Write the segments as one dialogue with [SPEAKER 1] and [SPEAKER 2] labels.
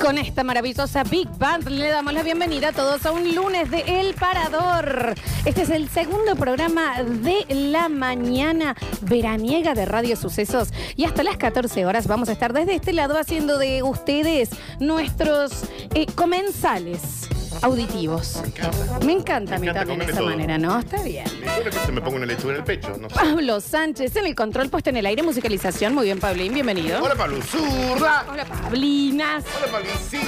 [SPEAKER 1] con esta maravillosa Big Band le damos la bienvenida a todos a un lunes de El Parador. Este es el segundo programa de la mañana veraniega de Radio Sucesos. Y hasta las 14 horas vamos a estar desde este lado haciendo de ustedes nuestros eh, comensales auditivos.
[SPEAKER 2] Me encanta.
[SPEAKER 1] Me encanta a mí
[SPEAKER 2] Me encanta comer
[SPEAKER 1] también de
[SPEAKER 2] de
[SPEAKER 1] esa
[SPEAKER 2] todo.
[SPEAKER 1] manera, ¿no? Está bien.
[SPEAKER 2] Yo de repente me pongo una lechuga en el pecho, no sé.
[SPEAKER 1] Pablo Sánchez en el control, puesto en el aire, musicalización. Muy bien, Pablín, bienvenido.
[SPEAKER 2] Hola, Paluzurra.
[SPEAKER 1] Hola, Pablinas.
[SPEAKER 2] Hola, Palicina.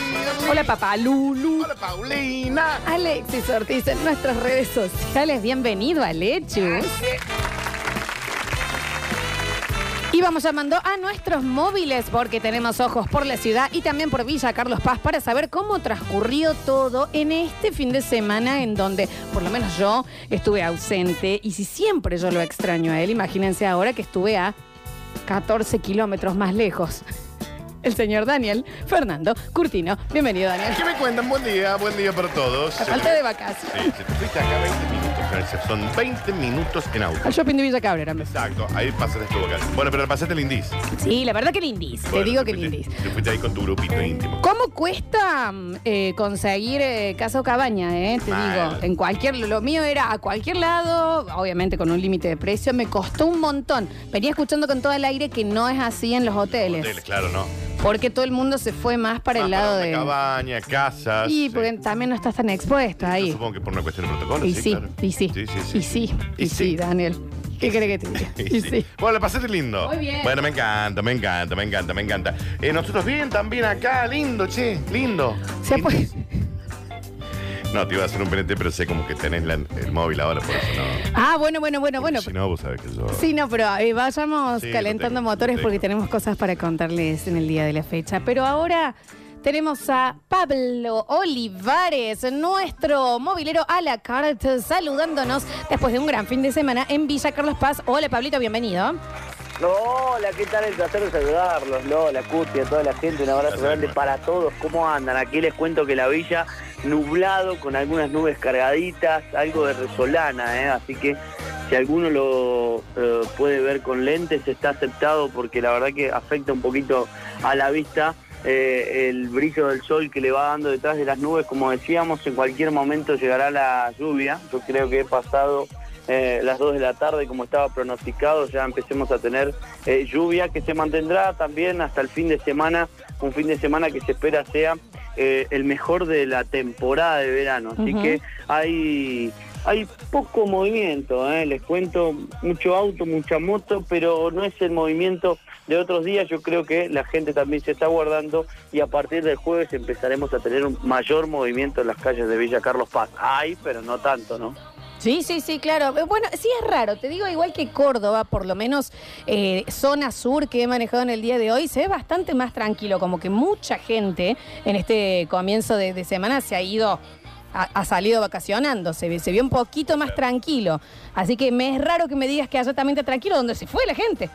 [SPEAKER 1] Hola, papá Lulu.
[SPEAKER 2] Hola, Paulina.
[SPEAKER 1] Alexis Ortiz en nuestras redes sociales. Bienvenido a Lechu. Y vamos llamando a nuestros móviles porque tenemos ojos por la ciudad y también por Villa Carlos Paz para saber cómo transcurrió todo en este fin de semana en donde por lo menos yo estuve ausente y si siempre yo lo extraño a él, imagínense ahora que estuve a 14 kilómetros más lejos. El señor Daniel Fernando Curtino. Bienvenido, Daniel.
[SPEAKER 2] ¿Qué me cuentan? Buen día, buen día para todos.
[SPEAKER 1] La falta de vacaciones.
[SPEAKER 2] Sí, sí, fuiste acá 20 minutos, gracias. Son 20 minutos en auto.
[SPEAKER 1] Al shopping de Villa Cabrera. me-
[SPEAKER 2] Exacto, ahí pasaste tu vacación. Bueno, pero pasaste el lindis.
[SPEAKER 1] Sí, la verdad que lindis. Te
[SPEAKER 2] Bueno,
[SPEAKER 1] digo que
[SPEAKER 2] fuiste-
[SPEAKER 1] lindis.
[SPEAKER 2] Te fuiste ahí con tu grupito íntimo.
[SPEAKER 1] ¿Cómo cuesta mm, eh, conseguir eh, casa o cabaña? eh? Te
[SPEAKER 2] Mal.
[SPEAKER 1] digo, en cualquier, lo mío era a cualquier lado, obviamente con un límite de precio, me costó un montón. Venía escuchando con todo el aire que no es así en los hoteles,
[SPEAKER 2] Hoteles, claro, ¿no?
[SPEAKER 1] porque todo el mundo se fue más para el
[SPEAKER 2] Ah,
[SPEAKER 1] lado
[SPEAKER 2] una
[SPEAKER 1] de...
[SPEAKER 2] Cabaña, casas.
[SPEAKER 1] y
[SPEAKER 2] sí.
[SPEAKER 1] porque también no estás tan expuesta
[SPEAKER 2] Yo
[SPEAKER 1] ahí.
[SPEAKER 2] Supongo que por una cuestión de protocolo.
[SPEAKER 1] Y
[SPEAKER 2] sí,
[SPEAKER 1] sí,
[SPEAKER 2] claro.
[SPEAKER 1] y sí, y sí, y sí, Daniel. ¿Qué crees que te diga?
[SPEAKER 2] Y sí. Bueno, la pasaste lindo.
[SPEAKER 1] Muy bien.
[SPEAKER 2] Bueno, me encanta, me encanta, me encanta, me encanta. Eh, nosotros bien también acá, lindo, che, lindo.
[SPEAKER 1] Se ha pu-
[SPEAKER 2] No, te iba a hacer un penete, pero sé como que tenés la- el móvil ahora, por eso no.
[SPEAKER 1] Ah, bueno, bueno, bueno, bueno.
[SPEAKER 2] si no, vos sabés que yo.
[SPEAKER 1] Sí, no, pero eh, vayamos
[SPEAKER 2] Sí,
[SPEAKER 1] calentando
[SPEAKER 2] lo tengo,
[SPEAKER 1] motores
[SPEAKER 2] lo
[SPEAKER 1] porque
[SPEAKER 2] tengo.
[SPEAKER 1] tenemos cosas para contarles en el día de la fecha. Pero ahora tenemos a Pablo Olivares, nuestro movilero a la carta, saludándonos después de un gran fin de semana en Villa Carlos Paz. Hola, Pablito, bienvenido.
[SPEAKER 3] No, hola, ¿qué tal? El placer de saludarlos, Lola, Cuti, a toda la gente, un abrazo
[SPEAKER 2] Placer,
[SPEAKER 3] grande
[SPEAKER 2] hermano.
[SPEAKER 3] para todos. ¿Cómo andan? Aquí les cuento que la villa nublado, con algunas nubes cargaditas, algo de resolana, ¿eh? así que si alguno lo eh, puede ver con lentes, está aceptado porque la verdad que afecta un poquito a la vista eh, el brillo del sol que le va dando detrás de las nubes, como decíamos, en cualquier momento llegará la lluvia, yo creo que he pasado eh, las 2 de la tarde, como estaba pronosticado, ya empecemos a tener eh, lluvia que se mantendrá también hasta el fin de semana, un fin de semana que se espera sea eh, el mejor de la temporada de verano. Así
[SPEAKER 1] Ujú.
[SPEAKER 3] que hay, hay poco movimiento, ¿eh? les cuento, mucho auto, mucha moto, pero no es el movimiento de otros días, yo creo que la gente también se está guardando y a partir del jueves empezaremos a tener un mayor movimiento en las calles de Villa Carlos Paz. Hay, pero no tanto, ¿no?
[SPEAKER 1] Sí, sí, sí, claro. Eh, Bueno, sí es raro. Te digo, igual que Córdoba, por lo menos eh, zona sur que he manejado en el día de hoy, se ve bastante más tranquilo. Como que mucha gente en este comienzo de, de semana se ha ido, ha, ha salido vacacionando. Se, ve- se vio un poquito más tranquilo. Así que me es raro que me digas que allá también está tranquilo, donde se fue la gente.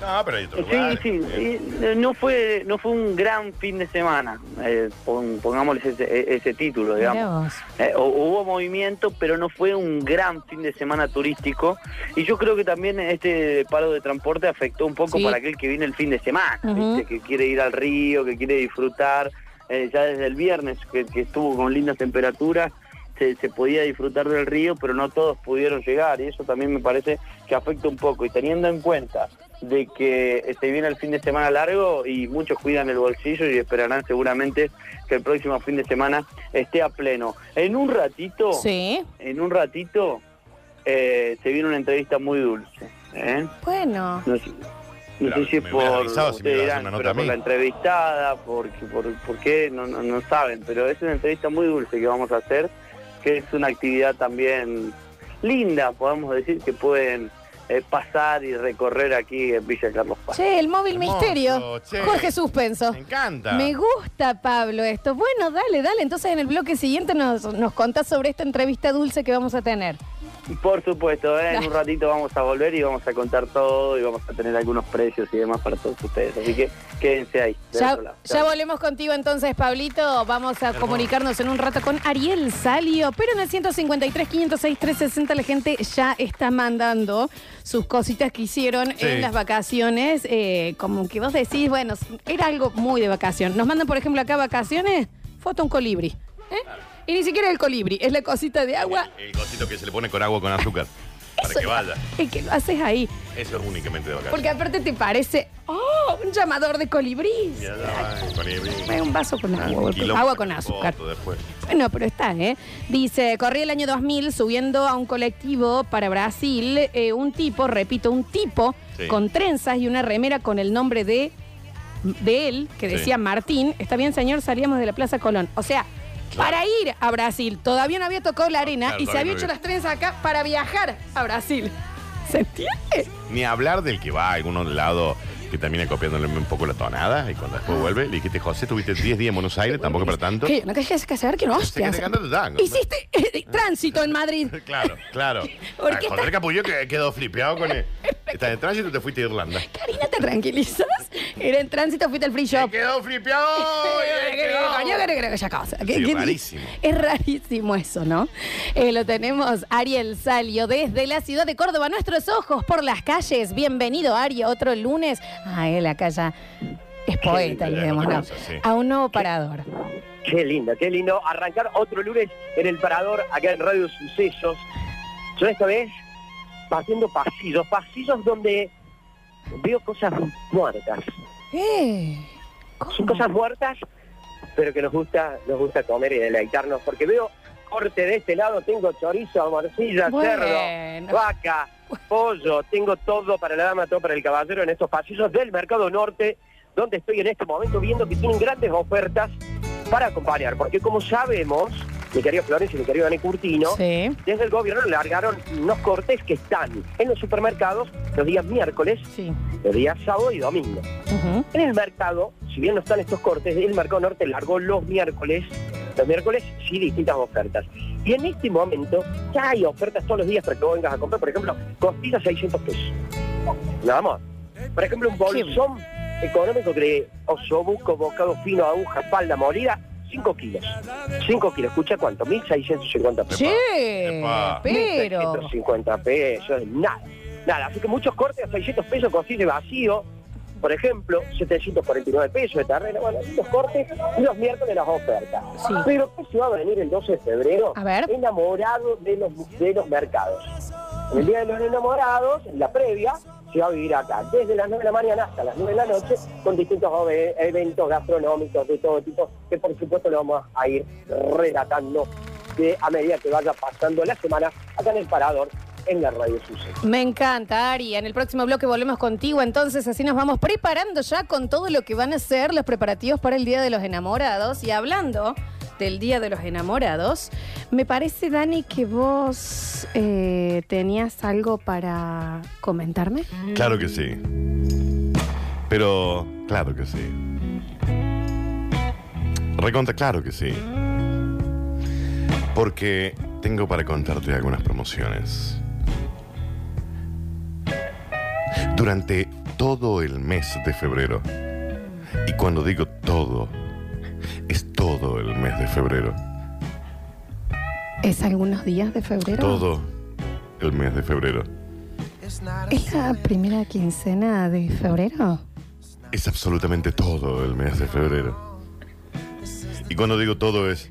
[SPEAKER 2] No, pero hay otro
[SPEAKER 3] Sí,
[SPEAKER 2] lugar.
[SPEAKER 3] sí, y, eh, no fue, no fue un gran fin de semana, eh, pon- pongámosle ese, e, ese título, digamos.
[SPEAKER 1] Mirá vos.
[SPEAKER 3] Eh, hu- hubo movimiento, pero no fue un gran fin de semana turístico. Y yo creo que también este paro de transporte afectó un poco
[SPEAKER 1] Sí.
[SPEAKER 3] para aquel que viene el fin de semana,
[SPEAKER 1] Ujú.
[SPEAKER 3] ¿viste? que quiere ir al río, que quiere disfrutar. Eh, ya desde el viernes, que, que estuvo con lindas temperaturas, se, se podía disfrutar del río, pero no todos pudieron llegar. Y eso también me parece que afecta un poco. Y teniendo en cuenta de que se viene el fin de semana largo y muchos cuidan el bolsillo y esperarán seguramente que el próximo fin de semana esté a pleno. En un ratito,
[SPEAKER 1] Sí.
[SPEAKER 3] en un ratito, eh, se viene una entrevista muy dulce. ¿eh?
[SPEAKER 1] Bueno.
[SPEAKER 3] No sé, no
[SPEAKER 2] Pero
[SPEAKER 3] sé si
[SPEAKER 2] me
[SPEAKER 3] es por,
[SPEAKER 2] hubieran avisado si me
[SPEAKER 3] ustedes
[SPEAKER 2] ibas a hacer
[SPEAKER 3] dirán,
[SPEAKER 2] una nota
[SPEAKER 3] pero
[SPEAKER 2] a
[SPEAKER 3] por
[SPEAKER 2] mí.
[SPEAKER 3] la entrevistada, porque, por, por qué, no, no, no saben, pero es una entrevista muy dulce que vamos a hacer, que es una actividad también linda, podemos decir, que pueden eh, pasar y recorrer aquí en Villa Carlos Paz.
[SPEAKER 1] Che, el móvil
[SPEAKER 2] Hermoso,
[SPEAKER 1] misterio.
[SPEAKER 2] che.
[SPEAKER 1] Jorge Suspenso.
[SPEAKER 2] Me encanta.
[SPEAKER 1] Me gusta, Pablo, esto. Bueno, dale, dale. Entonces, en el bloque siguiente nos, nos contás sobre esta entrevista dulce que vamos a tener.
[SPEAKER 3] Por supuesto, ¿eh? en un ratito vamos a volver y vamos a contar todo y vamos a tener algunos precios y demás para todos ustedes. Así que quédense ahí. del
[SPEAKER 1] Ya,
[SPEAKER 3] otro lado.
[SPEAKER 1] ya volvemos contigo entonces, Pablito. Vamos a comunicarnos en un rato con Ariel Salio. Pero en el 153, 506, 360 la gente ya está mandando sus cositas que hicieron
[SPEAKER 2] Sí.
[SPEAKER 1] en las vacaciones. Eh, como que vos decís, bueno, era algo muy de vacación. Nos mandan, por ejemplo, acá vacaciones, foto a un colibrí. ¿eh? Y ni siquiera el colibrí, es la cosita de agua.
[SPEAKER 2] El, el cosito que se le pone con agua con azúcar. para
[SPEAKER 1] Eso
[SPEAKER 2] que
[SPEAKER 1] es-
[SPEAKER 2] vaya.
[SPEAKER 1] Es que lo haces ahí.
[SPEAKER 2] Eso es únicamente de vacaciones.
[SPEAKER 1] Porque aparte te parece, oh, un llamador de colibrí.
[SPEAKER 2] Ya, ya, ay, con el-
[SPEAKER 1] Un vaso con
[SPEAKER 2] Ah,
[SPEAKER 1] agua,
[SPEAKER 2] un
[SPEAKER 1] porque-
[SPEAKER 2] quilombo
[SPEAKER 1] agua con
[SPEAKER 2] sacar
[SPEAKER 1] azúcar.
[SPEAKER 2] foto después.
[SPEAKER 1] Bueno, pero está, ¿eh? Dice, corrí el año 2000 subiendo a un colectivo para Brasil, eh, un tipo, repito, un tipo
[SPEAKER 2] Sí.
[SPEAKER 1] con trenzas y una remera con el nombre de, de él, que
[SPEAKER 2] Sí.
[SPEAKER 1] decía Martín. Está bien, señor, salíamos de la Plaza Colón. O sea,
[SPEAKER 2] Claro. Ah,
[SPEAKER 1] para ir a Brasil, todavía no había tocado la arena
[SPEAKER 2] Claro,
[SPEAKER 1] y se
[SPEAKER 2] todavía
[SPEAKER 1] había
[SPEAKER 2] no
[SPEAKER 1] hecho
[SPEAKER 2] había.
[SPEAKER 1] las trenzas acá para viajar a Brasil. ¿Se entiende?
[SPEAKER 2] Ni hablar del que va a algún lado que termina copiándole un poco la tonada y cuando después vuelve, le dijiste, José, tuviste 10 días en Buenos Aires, tampoco para tanto.
[SPEAKER 1] Que no querías casar, que no,
[SPEAKER 2] sé que
[SPEAKER 1] hostias.
[SPEAKER 2] te canta el tango. pues.
[SPEAKER 1] Hiciste eh, tránsito en Madrid.
[SPEAKER 2] Claro, claro.
[SPEAKER 1] Porque
[SPEAKER 2] Ah,
[SPEAKER 1] está-
[SPEAKER 2] Joder, capullo que quedó flipeado con el. Estás en tránsito y te fuiste a Irlanda.
[SPEAKER 1] Karina, ¿te tranquilizas? Era en tránsito, fuiste al free
[SPEAKER 2] ¡Te
[SPEAKER 1] shop.
[SPEAKER 2] quedó flipeado! ¡Eh, quedó! Sí,
[SPEAKER 1] Es
[SPEAKER 2] rarísimo.
[SPEAKER 1] Es rarísimo eso, ¿no? Eh, lo tenemos Ariel Salio desde la ciudad de Córdoba. Nuestros ojos por las calles. Bienvenido, Ari, a otro lunes. Ah, él acá ya es poeta,
[SPEAKER 2] Sí, ya
[SPEAKER 1] le
[SPEAKER 2] es
[SPEAKER 1] demos,
[SPEAKER 2] otra
[SPEAKER 1] ¿no?
[SPEAKER 2] cosa, sí.
[SPEAKER 1] A un nuevo parador.
[SPEAKER 4] Qué lindo, qué lindo. Arrancar otro lunes en el parador, acá en Radio Sucesos. Yo esta vez pasando pasillos, pasillos donde veo cosas muertas.
[SPEAKER 1] Eh, ¿cómo?
[SPEAKER 4] Son cosas muertas, pero que nos gusta, nos gusta comer y deleitarnos, porque veo corte de este lado, tengo chorizo, morcilla, cerdo,
[SPEAKER 1] Bueno.
[SPEAKER 4] vaca, pollo, tengo todo para la dama, todo para el caballero en estos pasillos del Mercado Norte, donde estoy en este momento viendo que tienen grandes ofertas para acompañar, porque como sabemos, mi querido Florencia y mi querido Dani Curtino,
[SPEAKER 1] Sí.
[SPEAKER 4] desde el gobierno largaron unos cortes que están en los supermercados los días miércoles,
[SPEAKER 1] Sí.
[SPEAKER 4] los días sábado y domingo.
[SPEAKER 1] Ujú.
[SPEAKER 4] En el mercado, si bien no están estos cortes, el mercado norte largó los miércoles, los miércoles sí distintas ofertas. Y en este momento ya hay ofertas todos los días para que vos vengas a comprar, por ejemplo, costillas 600 pesos. Nada más. Por ejemplo, un bolsón económico de osobuco, bocado fino, aguja, espalda molida, 5 kilos. 5 kilos, escucha cuánto, 1.650 pesos.
[SPEAKER 1] Che,
[SPEAKER 2] Epa.
[SPEAKER 1] pero...
[SPEAKER 4] 1.650 pesos, nada. Nada, así que muchos cortes a 600 pesos con cine vacío, por ejemplo, 749 pesos de terreno, bueno, los cortes y los miércoles las ofertas.
[SPEAKER 1] Sí.
[SPEAKER 4] Pero ¿qué se va a venir el 12 de febrero?
[SPEAKER 1] A ver.
[SPEAKER 4] Enamorado de los, de los mercados. En el Día de los Enamorados, en la previa, se va a vivir acá, desde las 9 de la mañana hasta las 9 de la noche, con distintos ove- eventos gastronómicos de todo tipo, que por supuesto lo vamos a ir relatando de- a medida que vaya pasando la semana acá en el Parador, en la Radio Suceso.
[SPEAKER 1] Me encanta, Ari. En el próximo bloque volvemos contigo, entonces así nos vamos preparando ya con todo lo que van a ser los preparativos para el Día de los Enamorados. Y hablando del Día de los Enamorados, me parece, Dani, que vos eh, tenías algo para comentarme.
[SPEAKER 2] Claro que sí. Pero, claro que sí. Reconta, claro que sí. Porque tengo para contarte algunas promociones. Durante todo el mes de febrero, y cuando digo todo, es todo el mes de febrero,
[SPEAKER 1] ¿Es algunos días de febrero?
[SPEAKER 2] todo el mes de febrero,
[SPEAKER 1] ¿Es la primera quincena de febrero?
[SPEAKER 2] Es absolutamente todo el mes de febrero. Y cuando digo todo es...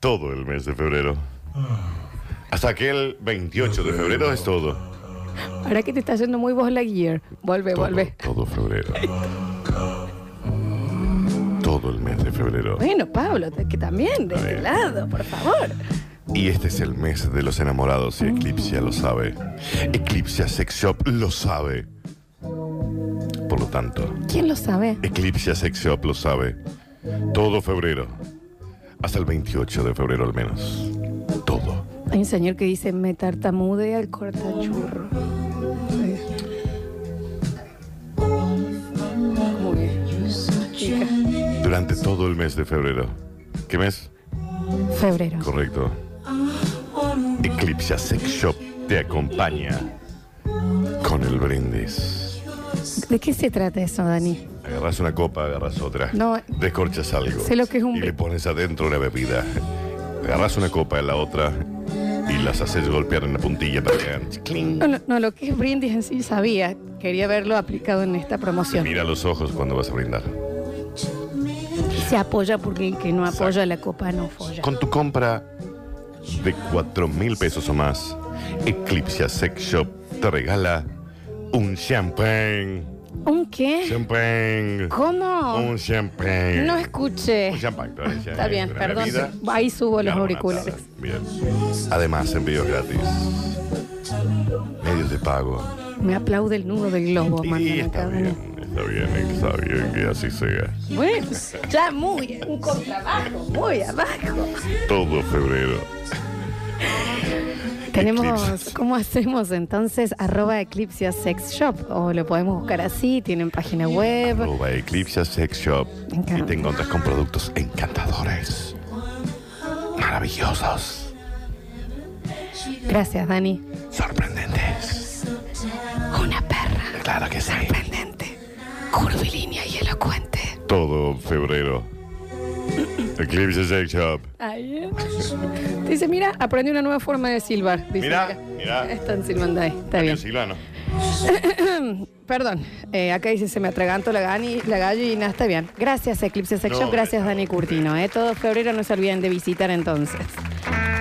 [SPEAKER 2] Todo el mes de febrero. Hasta que el 28 de febrero es todo.
[SPEAKER 1] Ahora que te está yendo muy vos la gear. Vuelve,
[SPEAKER 2] Todo,
[SPEAKER 1] vuelve.
[SPEAKER 2] todo febrero. Todo el mes de febrero.
[SPEAKER 1] Bueno, Pablo, te- que también, de este
[SPEAKER 2] bien.
[SPEAKER 1] lado, por favor.
[SPEAKER 2] Y este es el mes de los enamorados y Eclipsia lo sabe. Eclipsia Sex Shop lo sabe. Por lo tanto,
[SPEAKER 1] ¿Quién lo sabe?
[SPEAKER 2] Eclipse Sex Shop lo sabe. Todo febrero. Hasta el 28 de febrero al menos. Todo.
[SPEAKER 1] Hay un señor que dice, me tartamude al cortachurro. Sí. Muy bien. Chica.
[SPEAKER 2] Durante todo el mes de febrero. ¿Qué mes?
[SPEAKER 1] Febrero.
[SPEAKER 2] Correcto. Eclipse Sex Shop te acompaña con el brindis.
[SPEAKER 1] ¿De qué se trata eso, Dani?
[SPEAKER 2] Agarras una copa, agarras otra.
[SPEAKER 1] No.
[SPEAKER 2] Descorchas algo.
[SPEAKER 1] Sé lo que es un
[SPEAKER 2] Y
[SPEAKER 1] bri-
[SPEAKER 2] le pones adentro una bebida. Agarras una copa en la otra y las haces golpear en la puntilla para que hagan cling.
[SPEAKER 1] No, no, no, lo que es brindis en sí sabía. Quería verlo aplicado en esta promoción.
[SPEAKER 2] Mira los ojos cuando vas a brindar.
[SPEAKER 1] Se apoya porque el que no apoya la copa no folla.
[SPEAKER 2] Con tu compra de 4 mil pesos o más, Eclipse Sex Shop te regala un champagne.
[SPEAKER 1] ¿Un qué?
[SPEAKER 2] Champagne.
[SPEAKER 1] ¿Cómo?
[SPEAKER 2] Un champagne.
[SPEAKER 1] No escuché.
[SPEAKER 2] Un champagne, Florencia.
[SPEAKER 1] Está bien,
[SPEAKER 2] Una
[SPEAKER 1] perdón.
[SPEAKER 2] bebida.
[SPEAKER 1] Ahí subo los
[SPEAKER 2] Claro, una
[SPEAKER 1] auriculares.
[SPEAKER 2] taza. Bien. Además, envíos gratis. Medios de pago.
[SPEAKER 1] Me aplaude el nudo del globo,
[SPEAKER 2] Y
[SPEAKER 1] mandan
[SPEAKER 2] está
[SPEAKER 1] acá,
[SPEAKER 2] bien,
[SPEAKER 1] Dani.
[SPEAKER 2] está bien, eh, está bien que así sea.
[SPEAKER 1] Bueno, ya muy, un contrabajo, muy abajo.
[SPEAKER 2] Todo febrero.
[SPEAKER 1] Tenemos,
[SPEAKER 2] Eclipse.
[SPEAKER 1] ¿cómo hacemos entonces? Arroba Eclipsia Sex Shop. O lo podemos buscar así, tienen página web.
[SPEAKER 2] Arroba Eclipse Sex Shop.
[SPEAKER 1] Me encanta.
[SPEAKER 2] Y te encuentras con productos encantadores. Maravillosos.
[SPEAKER 1] Gracias, Dani.
[SPEAKER 2] Sorprendentes.
[SPEAKER 1] Una perra
[SPEAKER 2] Claro que sí.
[SPEAKER 1] pendente, curvilínea y elocuente.
[SPEAKER 2] Todo febrero. Eclipse Sex Shop.
[SPEAKER 1] Ay, eh. Te dice, mira, aprendí una nueva forma de silbar. Dice,
[SPEAKER 2] Mirá,
[SPEAKER 1] mira.
[SPEAKER 2] mirá.
[SPEAKER 1] Están silbando ahí, está bien.
[SPEAKER 2] Silvano.
[SPEAKER 1] Perdón, eh, acá dice, se me atragantó la, gani- la gallina, está bien. Gracias, Eclipse Sex
[SPEAKER 2] No,
[SPEAKER 1] Shop, gracias,
[SPEAKER 2] no,
[SPEAKER 1] Dani Curtino. Eh. Todo febrero no se olviden de visitar entonces.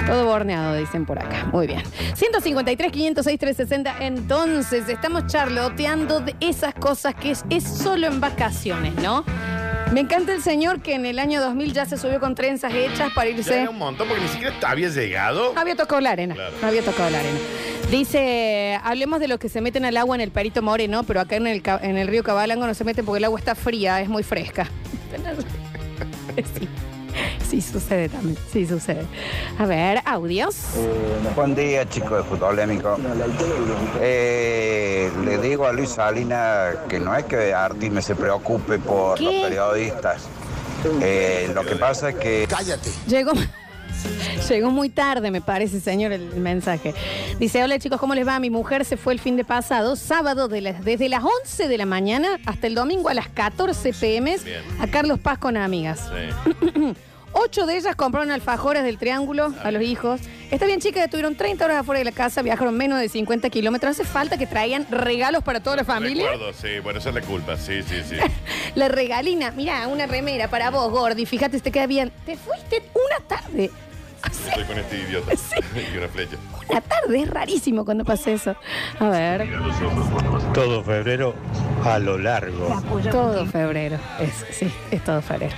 [SPEAKER 1] Todo borneado, dicen por acá. Muy bien. 153, 506, 360. Entonces, estamos charloteando de esas cosas que es, es solo en vacaciones, ¿no? Me encanta el señor que en el año 2000 ya se subió con trenzas hechas para
[SPEAKER 2] Ya
[SPEAKER 1] irse.
[SPEAKER 2] era un montón porque ni siquiera había llegado.
[SPEAKER 1] No había tocado la arena.
[SPEAKER 2] Claro.
[SPEAKER 1] No había tocado la arena. Dice, hablemos de los que se meten al agua en el Perito Moreno, pero acá en el, ca- en el río Cabalango no se meten porque el agua está fría, es muy fresca. Sí, sí sucede también, sí sucede. A ver, audios.
[SPEAKER 5] Buen día, chicos de Fútbol Lémico. Eh, le digo a Luis Salinas que no es que Artime se preocupe por
[SPEAKER 1] ¿Qué?
[SPEAKER 5] los periodistas. Eh, lo que pasa es que
[SPEAKER 1] Llegó, llegó muy tarde, me parece, señor, el mensaje. Dice, hola chicos, ¿cómo les va? Mi mujer se fue el fin de pasado, sábado, de las- desde las 11 de la mañana hasta el domingo a las 14 pm
[SPEAKER 2] Bien.
[SPEAKER 1] a Carlos Paz con amigas.
[SPEAKER 2] Sí.
[SPEAKER 1] Ocho de ellas compraron alfajores del Triángulo a los hijos. Está bien, chicas, estuvieron 30 horas afuera de la casa, viajaron menos de 50 kilómetros. Hace falta que traigan regalos para toda la familia.
[SPEAKER 2] Recuerdo, sí. Bueno, esa es la culpa. Sí, sí, sí.
[SPEAKER 1] La regalina, mirá, una remera para vos, Gordy. Fíjate si te queda bien. Te fuiste una tarde. Hace
[SPEAKER 2] Estoy con este idiota.
[SPEAKER 1] Sí.
[SPEAKER 2] Y una flecha.
[SPEAKER 1] una tarde, es rarísimo cuando pasa eso. A ver,
[SPEAKER 6] Todo febrero a lo largo.
[SPEAKER 1] todo febrero. Es, sí, es todo febrero.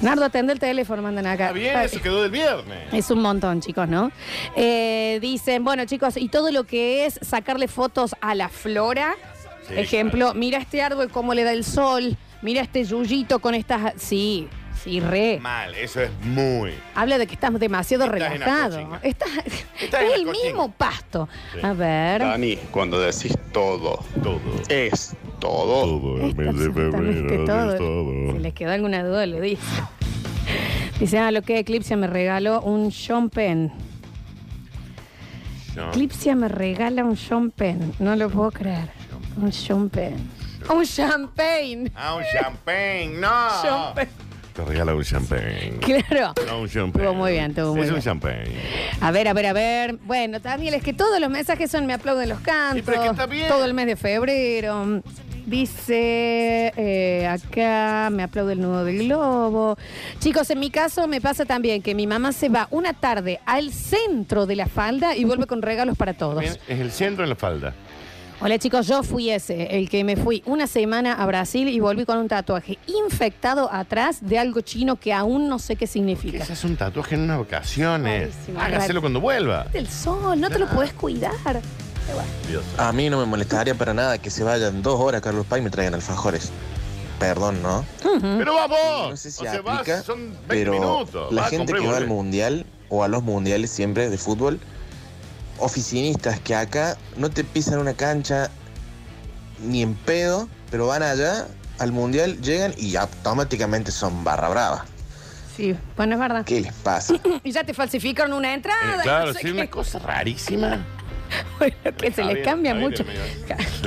[SPEAKER 1] Nardo, atende el teléfono, mandan acá.
[SPEAKER 2] Está bien,
[SPEAKER 1] Ay.
[SPEAKER 2] eso quedó del viernes.
[SPEAKER 1] Es un montón, chicos, ¿no? Eh, dicen, bueno, chicos, y todo lo que es sacarle fotos a la flora.
[SPEAKER 2] Sí,
[SPEAKER 1] Ejemplo, mira este árbol cómo le da el sol. Mira este yuyito con estas. Sí, sí, re.
[SPEAKER 2] Mal, eso es muy.
[SPEAKER 1] Habla de que estás demasiado
[SPEAKER 2] Estás en la
[SPEAKER 1] relajado.
[SPEAKER 2] cochinga.
[SPEAKER 1] Estás,
[SPEAKER 2] Estás en
[SPEAKER 1] es
[SPEAKER 2] la
[SPEAKER 1] el
[SPEAKER 2] cochinga.
[SPEAKER 1] mismo pasto.
[SPEAKER 2] Sí.
[SPEAKER 1] A ver.
[SPEAKER 7] Dani, cuando decís todo,
[SPEAKER 2] Todo.
[SPEAKER 7] es todo.
[SPEAKER 2] Todo
[SPEAKER 1] Esto absolutamente todo. Si les quedó alguna duda, le dice. Dicen, ah, lo que Eclipse me regaló un Sean Penn.
[SPEAKER 2] Yo-
[SPEAKER 1] Eclipsia me regala un champagne. No lo puedo creer. Un champagne. Un champagne.
[SPEAKER 2] Ah, un champagne, no.
[SPEAKER 1] Champagne.
[SPEAKER 2] Te regala un champagne.
[SPEAKER 1] Claro.
[SPEAKER 2] No, un champagne.
[SPEAKER 1] Estuvo muy bien, estuvo muy
[SPEAKER 2] Es
[SPEAKER 1] bien.
[SPEAKER 2] un champagne.
[SPEAKER 1] A ver, a ver, a ver. Bueno, Daniel, es que todos los mensajes son me aplauden los
[SPEAKER 2] Sí, pero es que
[SPEAKER 1] cantos.
[SPEAKER 2] está bien.
[SPEAKER 1] Todo el mes de febrero. Dice eh, acá, me aplaude el nudo del globo. Chicos, en mi caso me pasa también que mi mamá se va una tarde al centro de la falda y vuelve con regalos para todos.
[SPEAKER 2] Bien, Es el centro en la falda.
[SPEAKER 1] Hola chicos, yo fui ese, el que me fui una semana a Brasil y volví con un tatuaje infectado atrás de algo chino que aún no sé qué significa.
[SPEAKER 2] Ese es un tatuaje en unas vacaciones.
[SPEAKER 1] Rarísimo,
[SPEAKER 2] Hágaselo
[SPEAKER 1] rarísimo.
[SPEAKER 2] cuando vuelva.
[SPEAKER 1] El sol, no te lo puedes cuidar.
[SPEAKER 2] Dios.
[SPEAKER 8] A mí no me molestaría para nada que se vayan dos horas a Carlos Paz y me traigan alfajores. Perdón, ¿no?
[SPEAKER 2] Pero vamos.
[SPEAKER 8] No sé si
[SPEAKER 2] o sea, vas,
[SPEAKER 8] aplica,
[SPEAKER 2] son 20
[SPEAKER 8] pero
[SPEAKER 2] minutos.
[SPEAKER 8] la
[SPEAKER 2] Vas,
[SPEAKER 8] gente
[SPEAKER 2] compré,
[SPEAKER 8] que va al
[SPEAKER 2] volvé.
[SPEAKER 8] mundial o a los mundiales siempre de fútbol, oficinistas que acá no te pisan una cancha ni en pedo, pero van allá al mundial, llegan y automáticamente son barra brava.
[SPEAKER 1] Sí, bueno, es verdad.
[SPEAKER 8] ¿Qué les pasa?
[SPEAKER 1] Y ya te falsificaron una entrada.
[SPEAKER 2] Eh, claro,
[SPEAKER 1] no sé
[SPEAKER 2] sí, una
[SPEAKER 1] qué.
[SPEAKER 2] cosa rarísima.
[SPEAKER 1] Bueno, que se les
[SPEAKER 2] Javier,
[SPEAKER 1] cambia
[SPEAKER 2] Javier,
[SPEAKER 1] mucho. ¿Eh?
[SPEAKER 2] amigo.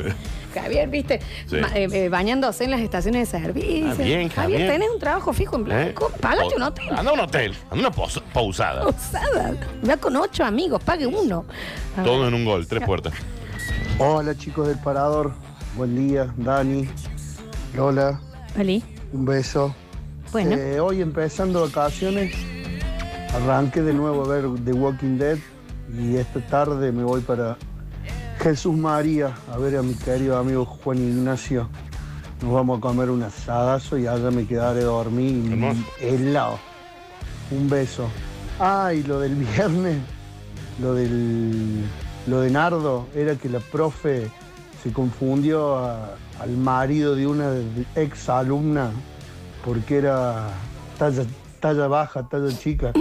[SPEAKER 1] Ja- Javier, viste,
[SPEAKER 2] Sí.
[SPEAKER 1] Ma- eh, eh, bañándose en las estaciones de servicio.
[SPEAKER 2] Ah, bien, Javier.
[SPEAKER 1] tenés un trabajo fijo en blanco.
[SPEAKER 2] ¿Eh?
[SPEAKER 1] Págate un
[SPEAKER 2] O-
[SPEAKER 1] hotel.
[SPEAKER 2] Anda a un hotel, anda a una pos- pausada.
[SPEAKER 1] Usada. Va con ocho amigos, pague uno. A ver.
[SPEAKER 2] Todo en un gol, tres puertas.
[SPEAKER 9] Hola chicos del Parador, buen día, Dani, Lola,
[SPEAKER 1] Ali.
[SPEAKER 9] un beso.
[SPEAKER 1] Bueno,
[SPEAKER 9] Eh, hoy empezando vacaciones, arranqué de nuevo a ver The Walking Dead y esta tarde me voy para Jesús María a ver a mi querido amigo Juan Ignacio. Nos vamos a comer un asadazo y allá me quedaré dormir
[SPEAKER 2] Hermoso.
[SPEAKER 9] helado. Un beso. Ay, lo del viernes, lo del lo de Nardo era que la profe se confundió a- al marido de una ex alumna porque era talla, talla baja, talla chica.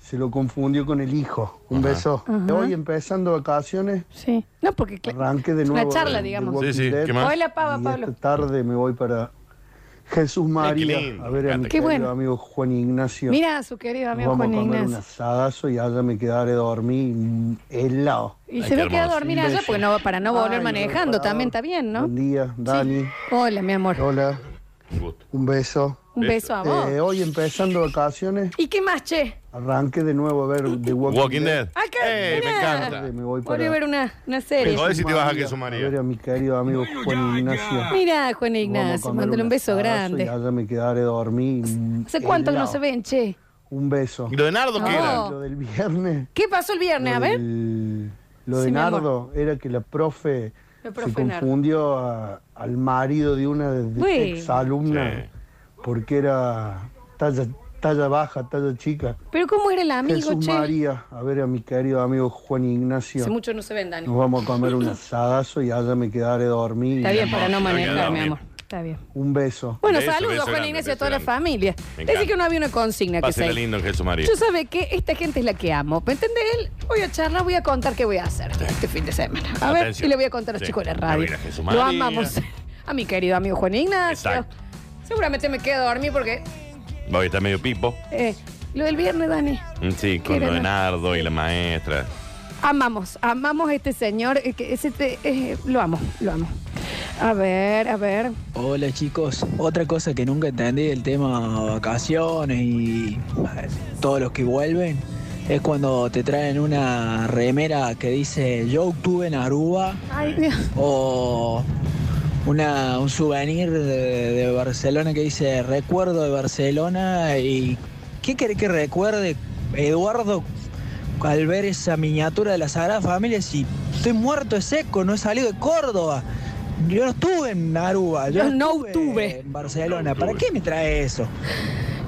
[SPEAKER 9] Se lo confundió con el hijo. Un
[SPEAKER 2] Ajá.
[SPEAKER 9] beso.
[SPEAKER 1] Ajá.
[SPEAKER 9] Hoy empezando vacaciones,
[SPEAKER 1] sí. No, porque. cla-
[SPEAKER 9] arranque de
[SPEAKER 1] Una
[SPEAKER 9] nuevo.
[SPEAKER 1] charla,
[SPEAKER 9] de- de
[SPEAKER 1] digamos.
[SPEAKER 9] Walking
[SPEAKER 2] Sí, sí,
[SPEAKER 9] Dead.
[SPEAKER 2] ¿qué más?
[SPEAKER 1] Hola, Pava,
[SPEAKER 9] Y
[SPEAKER 1] Pablo.
[SPEAKER 9] Esta tarde me voy para Jesús María
[SPEAKER 2] lindo,
[SPEAKER 9] a ver
[SPEAKER 2] me
[SPEAKER 9] a mi
[SPEAKER 2] encanta.
[SPEAKER 1] Qué
[SPEAKER 9] querido
[SPEAKER 1] bueno.
[SPEAKER 9] amigo Juan Ignacio.
[SPEAKER 1] Mira a su querido
[SPEAKER 9] Nos
[SPEAKER 1] amigo
[SPEAKER 9] Vamos
[SPEAKER 1] Juan
[SPEAKER 9] a comer un
[SPEAKER 1] Ignacio.
[SPEAKER 9] asadazo y allá me quedaré dormir mm, helado.
[SPEAKER 1] Y
[SPEAKER 2] Ay,
[SPEAKER 1] se
[SPEAKER 2] qué
[SPEAKER 1] ve que va a
[SPEAKER 2] hermoso.
[SPEAKER 1] dormir
[SPEAKER 9] Un
[SPEAKER 1] allá
[SPEAKER 9] beso.
[SPEAKER 1] porque no, para no volver
[SPEAKER 9] Ay,
[SPEAKER 1] manejando
[SPEAKER 9] preparador.
[SPEAKER 1] también está bien, ¿no?
[SPEAKER 9] Buen día, Dani.
[SPEAKER 1] Hola, mi amor.
[SPEAKER 9] Hola,
[SPEAKER 2] Un gusto.
[SPEAKER 9] un beso.
[SPEAKER 1] Un beso a vos.
[SPEAKER 9] Eh, hoy empezando vacaciones,
[SPEAKER 1] ¿Y qué más, che?
[SPEAKER 9] arranque de nuevo a ver The Walking,
[SPEAKER 2] Walking Dead.
[SPEAKER 1] Acá,
[SPEAKER 2] ¡Ey, me
[SPEAKER 1] mirá.
[SPEAKER 2] encanta!
[SPEAKER 9] Me voy
[SPEAKER 1] Voy a
[SPEAKER 9] para
[SPEAKER 1] ver una, una serie.
[SPEAKER 2] Me jodés si te vas a
[SPEAKER 9] María,
[SPEAKER 2] Jesús
[SPEAKER 9] a ver
[SPEAKER 2] María.
[SPEAKER 9] a mi querido amigo Juan Ignacio.
[SPEAKER 1] Mira, Juan
[SPEAKER 9] Vamos a
[SPEAKER 1] Ignacio,
[SPEAKER 9] comer
[SPEAKER 1] mándale un beso
[SPEAKER 9] asadazo
[SPEAKER 1] grande.
[SPEAKER 9] Y allá me quedaré dormir. mm,
[SPEAKER 1] ¿Hace cuánto que no
[SPEAKER 9] helado.
[SPEAKER 1] se ven, che?
[SPEAKER 9] Un beso.
[SPEAKER 2] ¿Y lo de Nardo qué
[SPEAKER 1] No.
[SPEAKER 2] era?
[SPEAKER 9] Lo del viernes.
[SPEAKER 1] ¿Qué pasó el viernes? A
[SPEAKER 9] lo
[SPEAKER 1] ver.
[SPEAKER 9] del- Lo de
[SPEAKER 1] Sí, mi amor.
[SPEAKER 9] Nardo era que la profe
[SPEAKER 1] La profe
[SPEAKER 9] se
[SPEAKER 1] Nardo.
[SPEAKER 9] confundió a- al marido de una
[SPEAKER 1] Uy.
[SPEAKER 9] ex alumna
[SPEAKER 2] Sí.
[SPEAKER 9] porque era talla, talla baja, talla chica.
[SPEAKER 1] Pero ¿cómo era el amigo,
[SPEAKER 9] Jesús
[SPEAKER 1] che?
[SPEAKER 9] María, a ver a mi querido amigo Juan Ignacio.
[SPEAKER 1] Hace mucho no se ven, Dani.
[SPEAKER 9] Nos vamos a comer un asadazo y allá me quedaré dormir.
[SPEAKER 1] Está bien, para no
[SPEAKER 2] Está bien,
[SPEAKER 1] manejar, mi
[SPEAKER 2] Dani.
[SPEAKER 1] amor. Está bien.
[SPEAKER 9] Un beso.
[SPEAKER 1] Bueno,
[SPEAKER 2] Beso,
[SPEAKER 1] saludos,
[SPEAKER 2] beso
[SPEAKER 1] Juan
[SPEAKER 2] grande,
[SPEAKER 1] Ignacio, a
[SPEAKER 2] beso
[SPEAKER 1] toda la
[SPEAKER 2] grande.
[SPEAKER 1] familia.
[SPEAKER 2] Me
[SPEAKER 1] Decir
[SPEAKER 2] encanta.
[SPEAKER 1] que no había una consigna que
[SPEAKER 2] Pásela
[SPEAKER 1] se.
[SPEAKER 2] lindo en Jesús María.
[SPEAKER 1] Yo sabe que esta gente es la que amo. ¿Me entendés? Él, Voy a charlar, voy a contar qué voy a hacer este fin de semana. A ver,
[SPEAKER 2] Atención.
[SPEAKER 1] y le voy a contar a los
[SPEAKER 2] Sí.
[SPEAKER 1] chicos de la
[SPEAKER 2] Me voy
[SPEAKER 1] radio.
[SPEAKER 2] a ir a Jesús
[SPEAKER 1] Lo
[SPEAKER 2] María.
[SPEAKER 1] amamos. A mi querido amigo Juan Ignacio.
[SPEAKER 2] Exacto.
[SPEAKER 1] Seguramente me quedo a dormir porque.
[SPEAKER 2] Voy a estar medio pipo.
[SPEAKER 1] eh, lo del viernes, Dani.
[SPEAKER 2] Mm, Sí, con lo de Nardo y la maestra.
[SPEAKER 1] Amamos, amamos a este señor. eh, que ese te- eh, lo amo, lo amo. A ver, a ver.
[SPEAKER 10] Hola chicos, otra cosa que nunca entendí del tema vacaciones y todos los que vuelven es cuando te traen una remera que dice yo obtuve en Aruba
[SPEAKER 1] Ay, Dios.
[SPEAKER 10] o una, un souvenir de, de Barcelona que dice recuerdo de Barcelona y ¿qué querés que recuerde Eduardo al ver esa miniatura de la Sagrada Familia si estoy muerto de seco, no he salido de Córdoba? Yo no estuve en Aruba, yo
[SPEAKER 1] Yo no
[SPEAKER 10] estuve
[SPEAKER 1] obtuve.
[SPEAKER 10] en Barcelona. ¿Para qué me trae eso?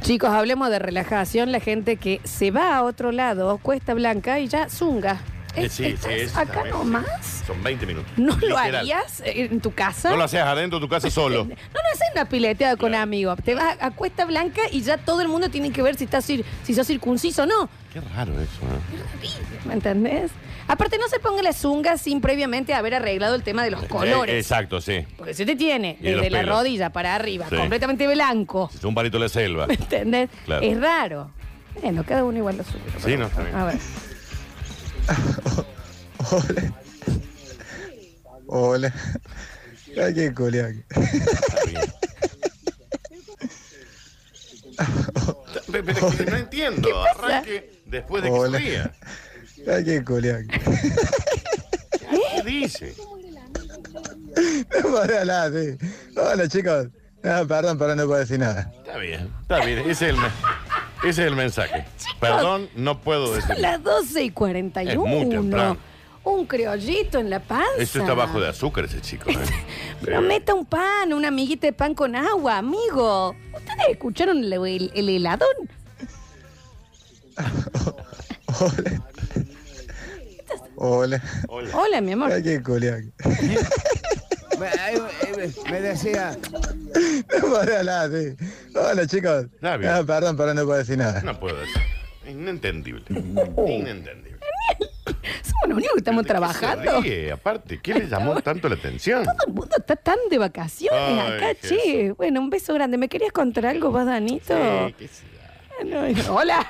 [SPEAKER 1] Chicos, hablemos de relajación. La gente que se va a otro lado, Cuesta Blanca, y ya zunga. Este,
[SPEAKER 2] Eh,
[SPEAKER 1] Es-
[SPEAKER 2] sí, sí,
[SPEAKER 1] estás
[SPEAKER 2] es.
[SPEAKER 1] acá
[SPEAKER 2] también, sí.
[SPEAKER 1] nomás.
[SPEAKER 2] Son 20 minutos.
[SPEAKER 1] ¿No lo
[SPEAKER 2] Literal.
[SPEAKER 1] harías en tu casa?
[SPEAKER 2] No lo hacías adentro de tu casa solo.
[SPEAKER 1] No, no haces una pileteada con amigos. Te vas a Cuesta Blanca y ya todo el mundo tiene que ver si, estás, cir- si sos circunciso o no.
[SPEAKER 2] Qué raro eso, ¿eh?
[SPEAKER 1] ¿Me entendés? Aparte, no se ponga la zunga sin previamente haber arreglado el tema de los colores.
[SPEAKER 2] Eh, exacto, sí.
[SPEAKER 1] Porque si te tiene
[SPEAKER 2] Y de
[SPEAKER 1] desde
[SPEAKER 2] los
[SPEAKER 1] la
[SPEAKER 2] pelos.
[SPEAKER 1] rodilla para arriba,
[SPEAKER 2] Sí.
[SPEAKER 1] completamente blanco,
[SPEAKER 2] Es un palito de la selva.
[SPEAKER 1] ¿me entendés?
[SPEAKER 2] Claro.
[SPEAKER 1] Es raro. Bueno, cada uno igual lo suyo.
[SPEAKER 2] Sí, no, está bien.
[SPEAKER 1] A ver.
[SPEAKER 10] Hola. Hola. Ay, qué colega.
[SPEAKER 2] Está bien. Pero, pero es que no entiendo. Arranque después de que se
[SPEAKER 10] Hola.
[SPEAKER 2] ría.
[SPEAKER 10] Ay, qué colega.
[SPEAKER 2] ¿Qué dice?
[SPEAKER 10] Hola chicos. Ah, perdón, perdón, no puedo decir nada.
[SPEAKER 2] Está bien, está bien. Ese es el, me- ese es el mensaje. Perdón, no puedo decir.
[SPEAKER 1] Son las 12 y 41.
[SPEAKER 2] Es muy temprano.
[SPEAKER 1] Un criollito en la panza.
[SPEAKER 2] Eso está bajo de azúcar ese chico. ¿eh?
[SPEAKER 1] Pero meta un pan, una amiguita de pan con agua, amigo. ¿Ustedes escucharon el, el- el heladón?
[SPEAKER 10] Hola. Hola.
[SPEAKER 2] Hola.
[SPEAKER 1] Hola, mi amor.
[SPEAKER 10] qué colega.
[SPEAKER 9] Me decía,
[SPEAKER 10] Hola, sí. Hola chicos.
[SPEAKER 2] Está bien.
[SPEAKER 10] Ah, perdón, perdón, no puedo decir nada.
[SPEAKER 2] No puedo decir. Inentendible. Inentendible.
[SPEAKER 1] Somos los únicos que estamos
[SPEAKER 2] ¿Pero de qué se
[SPEAKER 1] trabajando.
[SPEAKER 2] ríe? aparte, ¿qué le llamó tanto la atención?
[SPEAKER 1] Todo el mundo está tan de vacaciones
[SPEAKER 2] Ay,
[SPEAKER 1] acá,
[SPEAKER 2] Jesús.
[SPEAKER 1] che. Bueno, un beso grande. ¿Me querías contar algo vos, Danito?
[SPEAKER 2] Sí, qué sé yo.
[SPEAKER 1] No, Hola.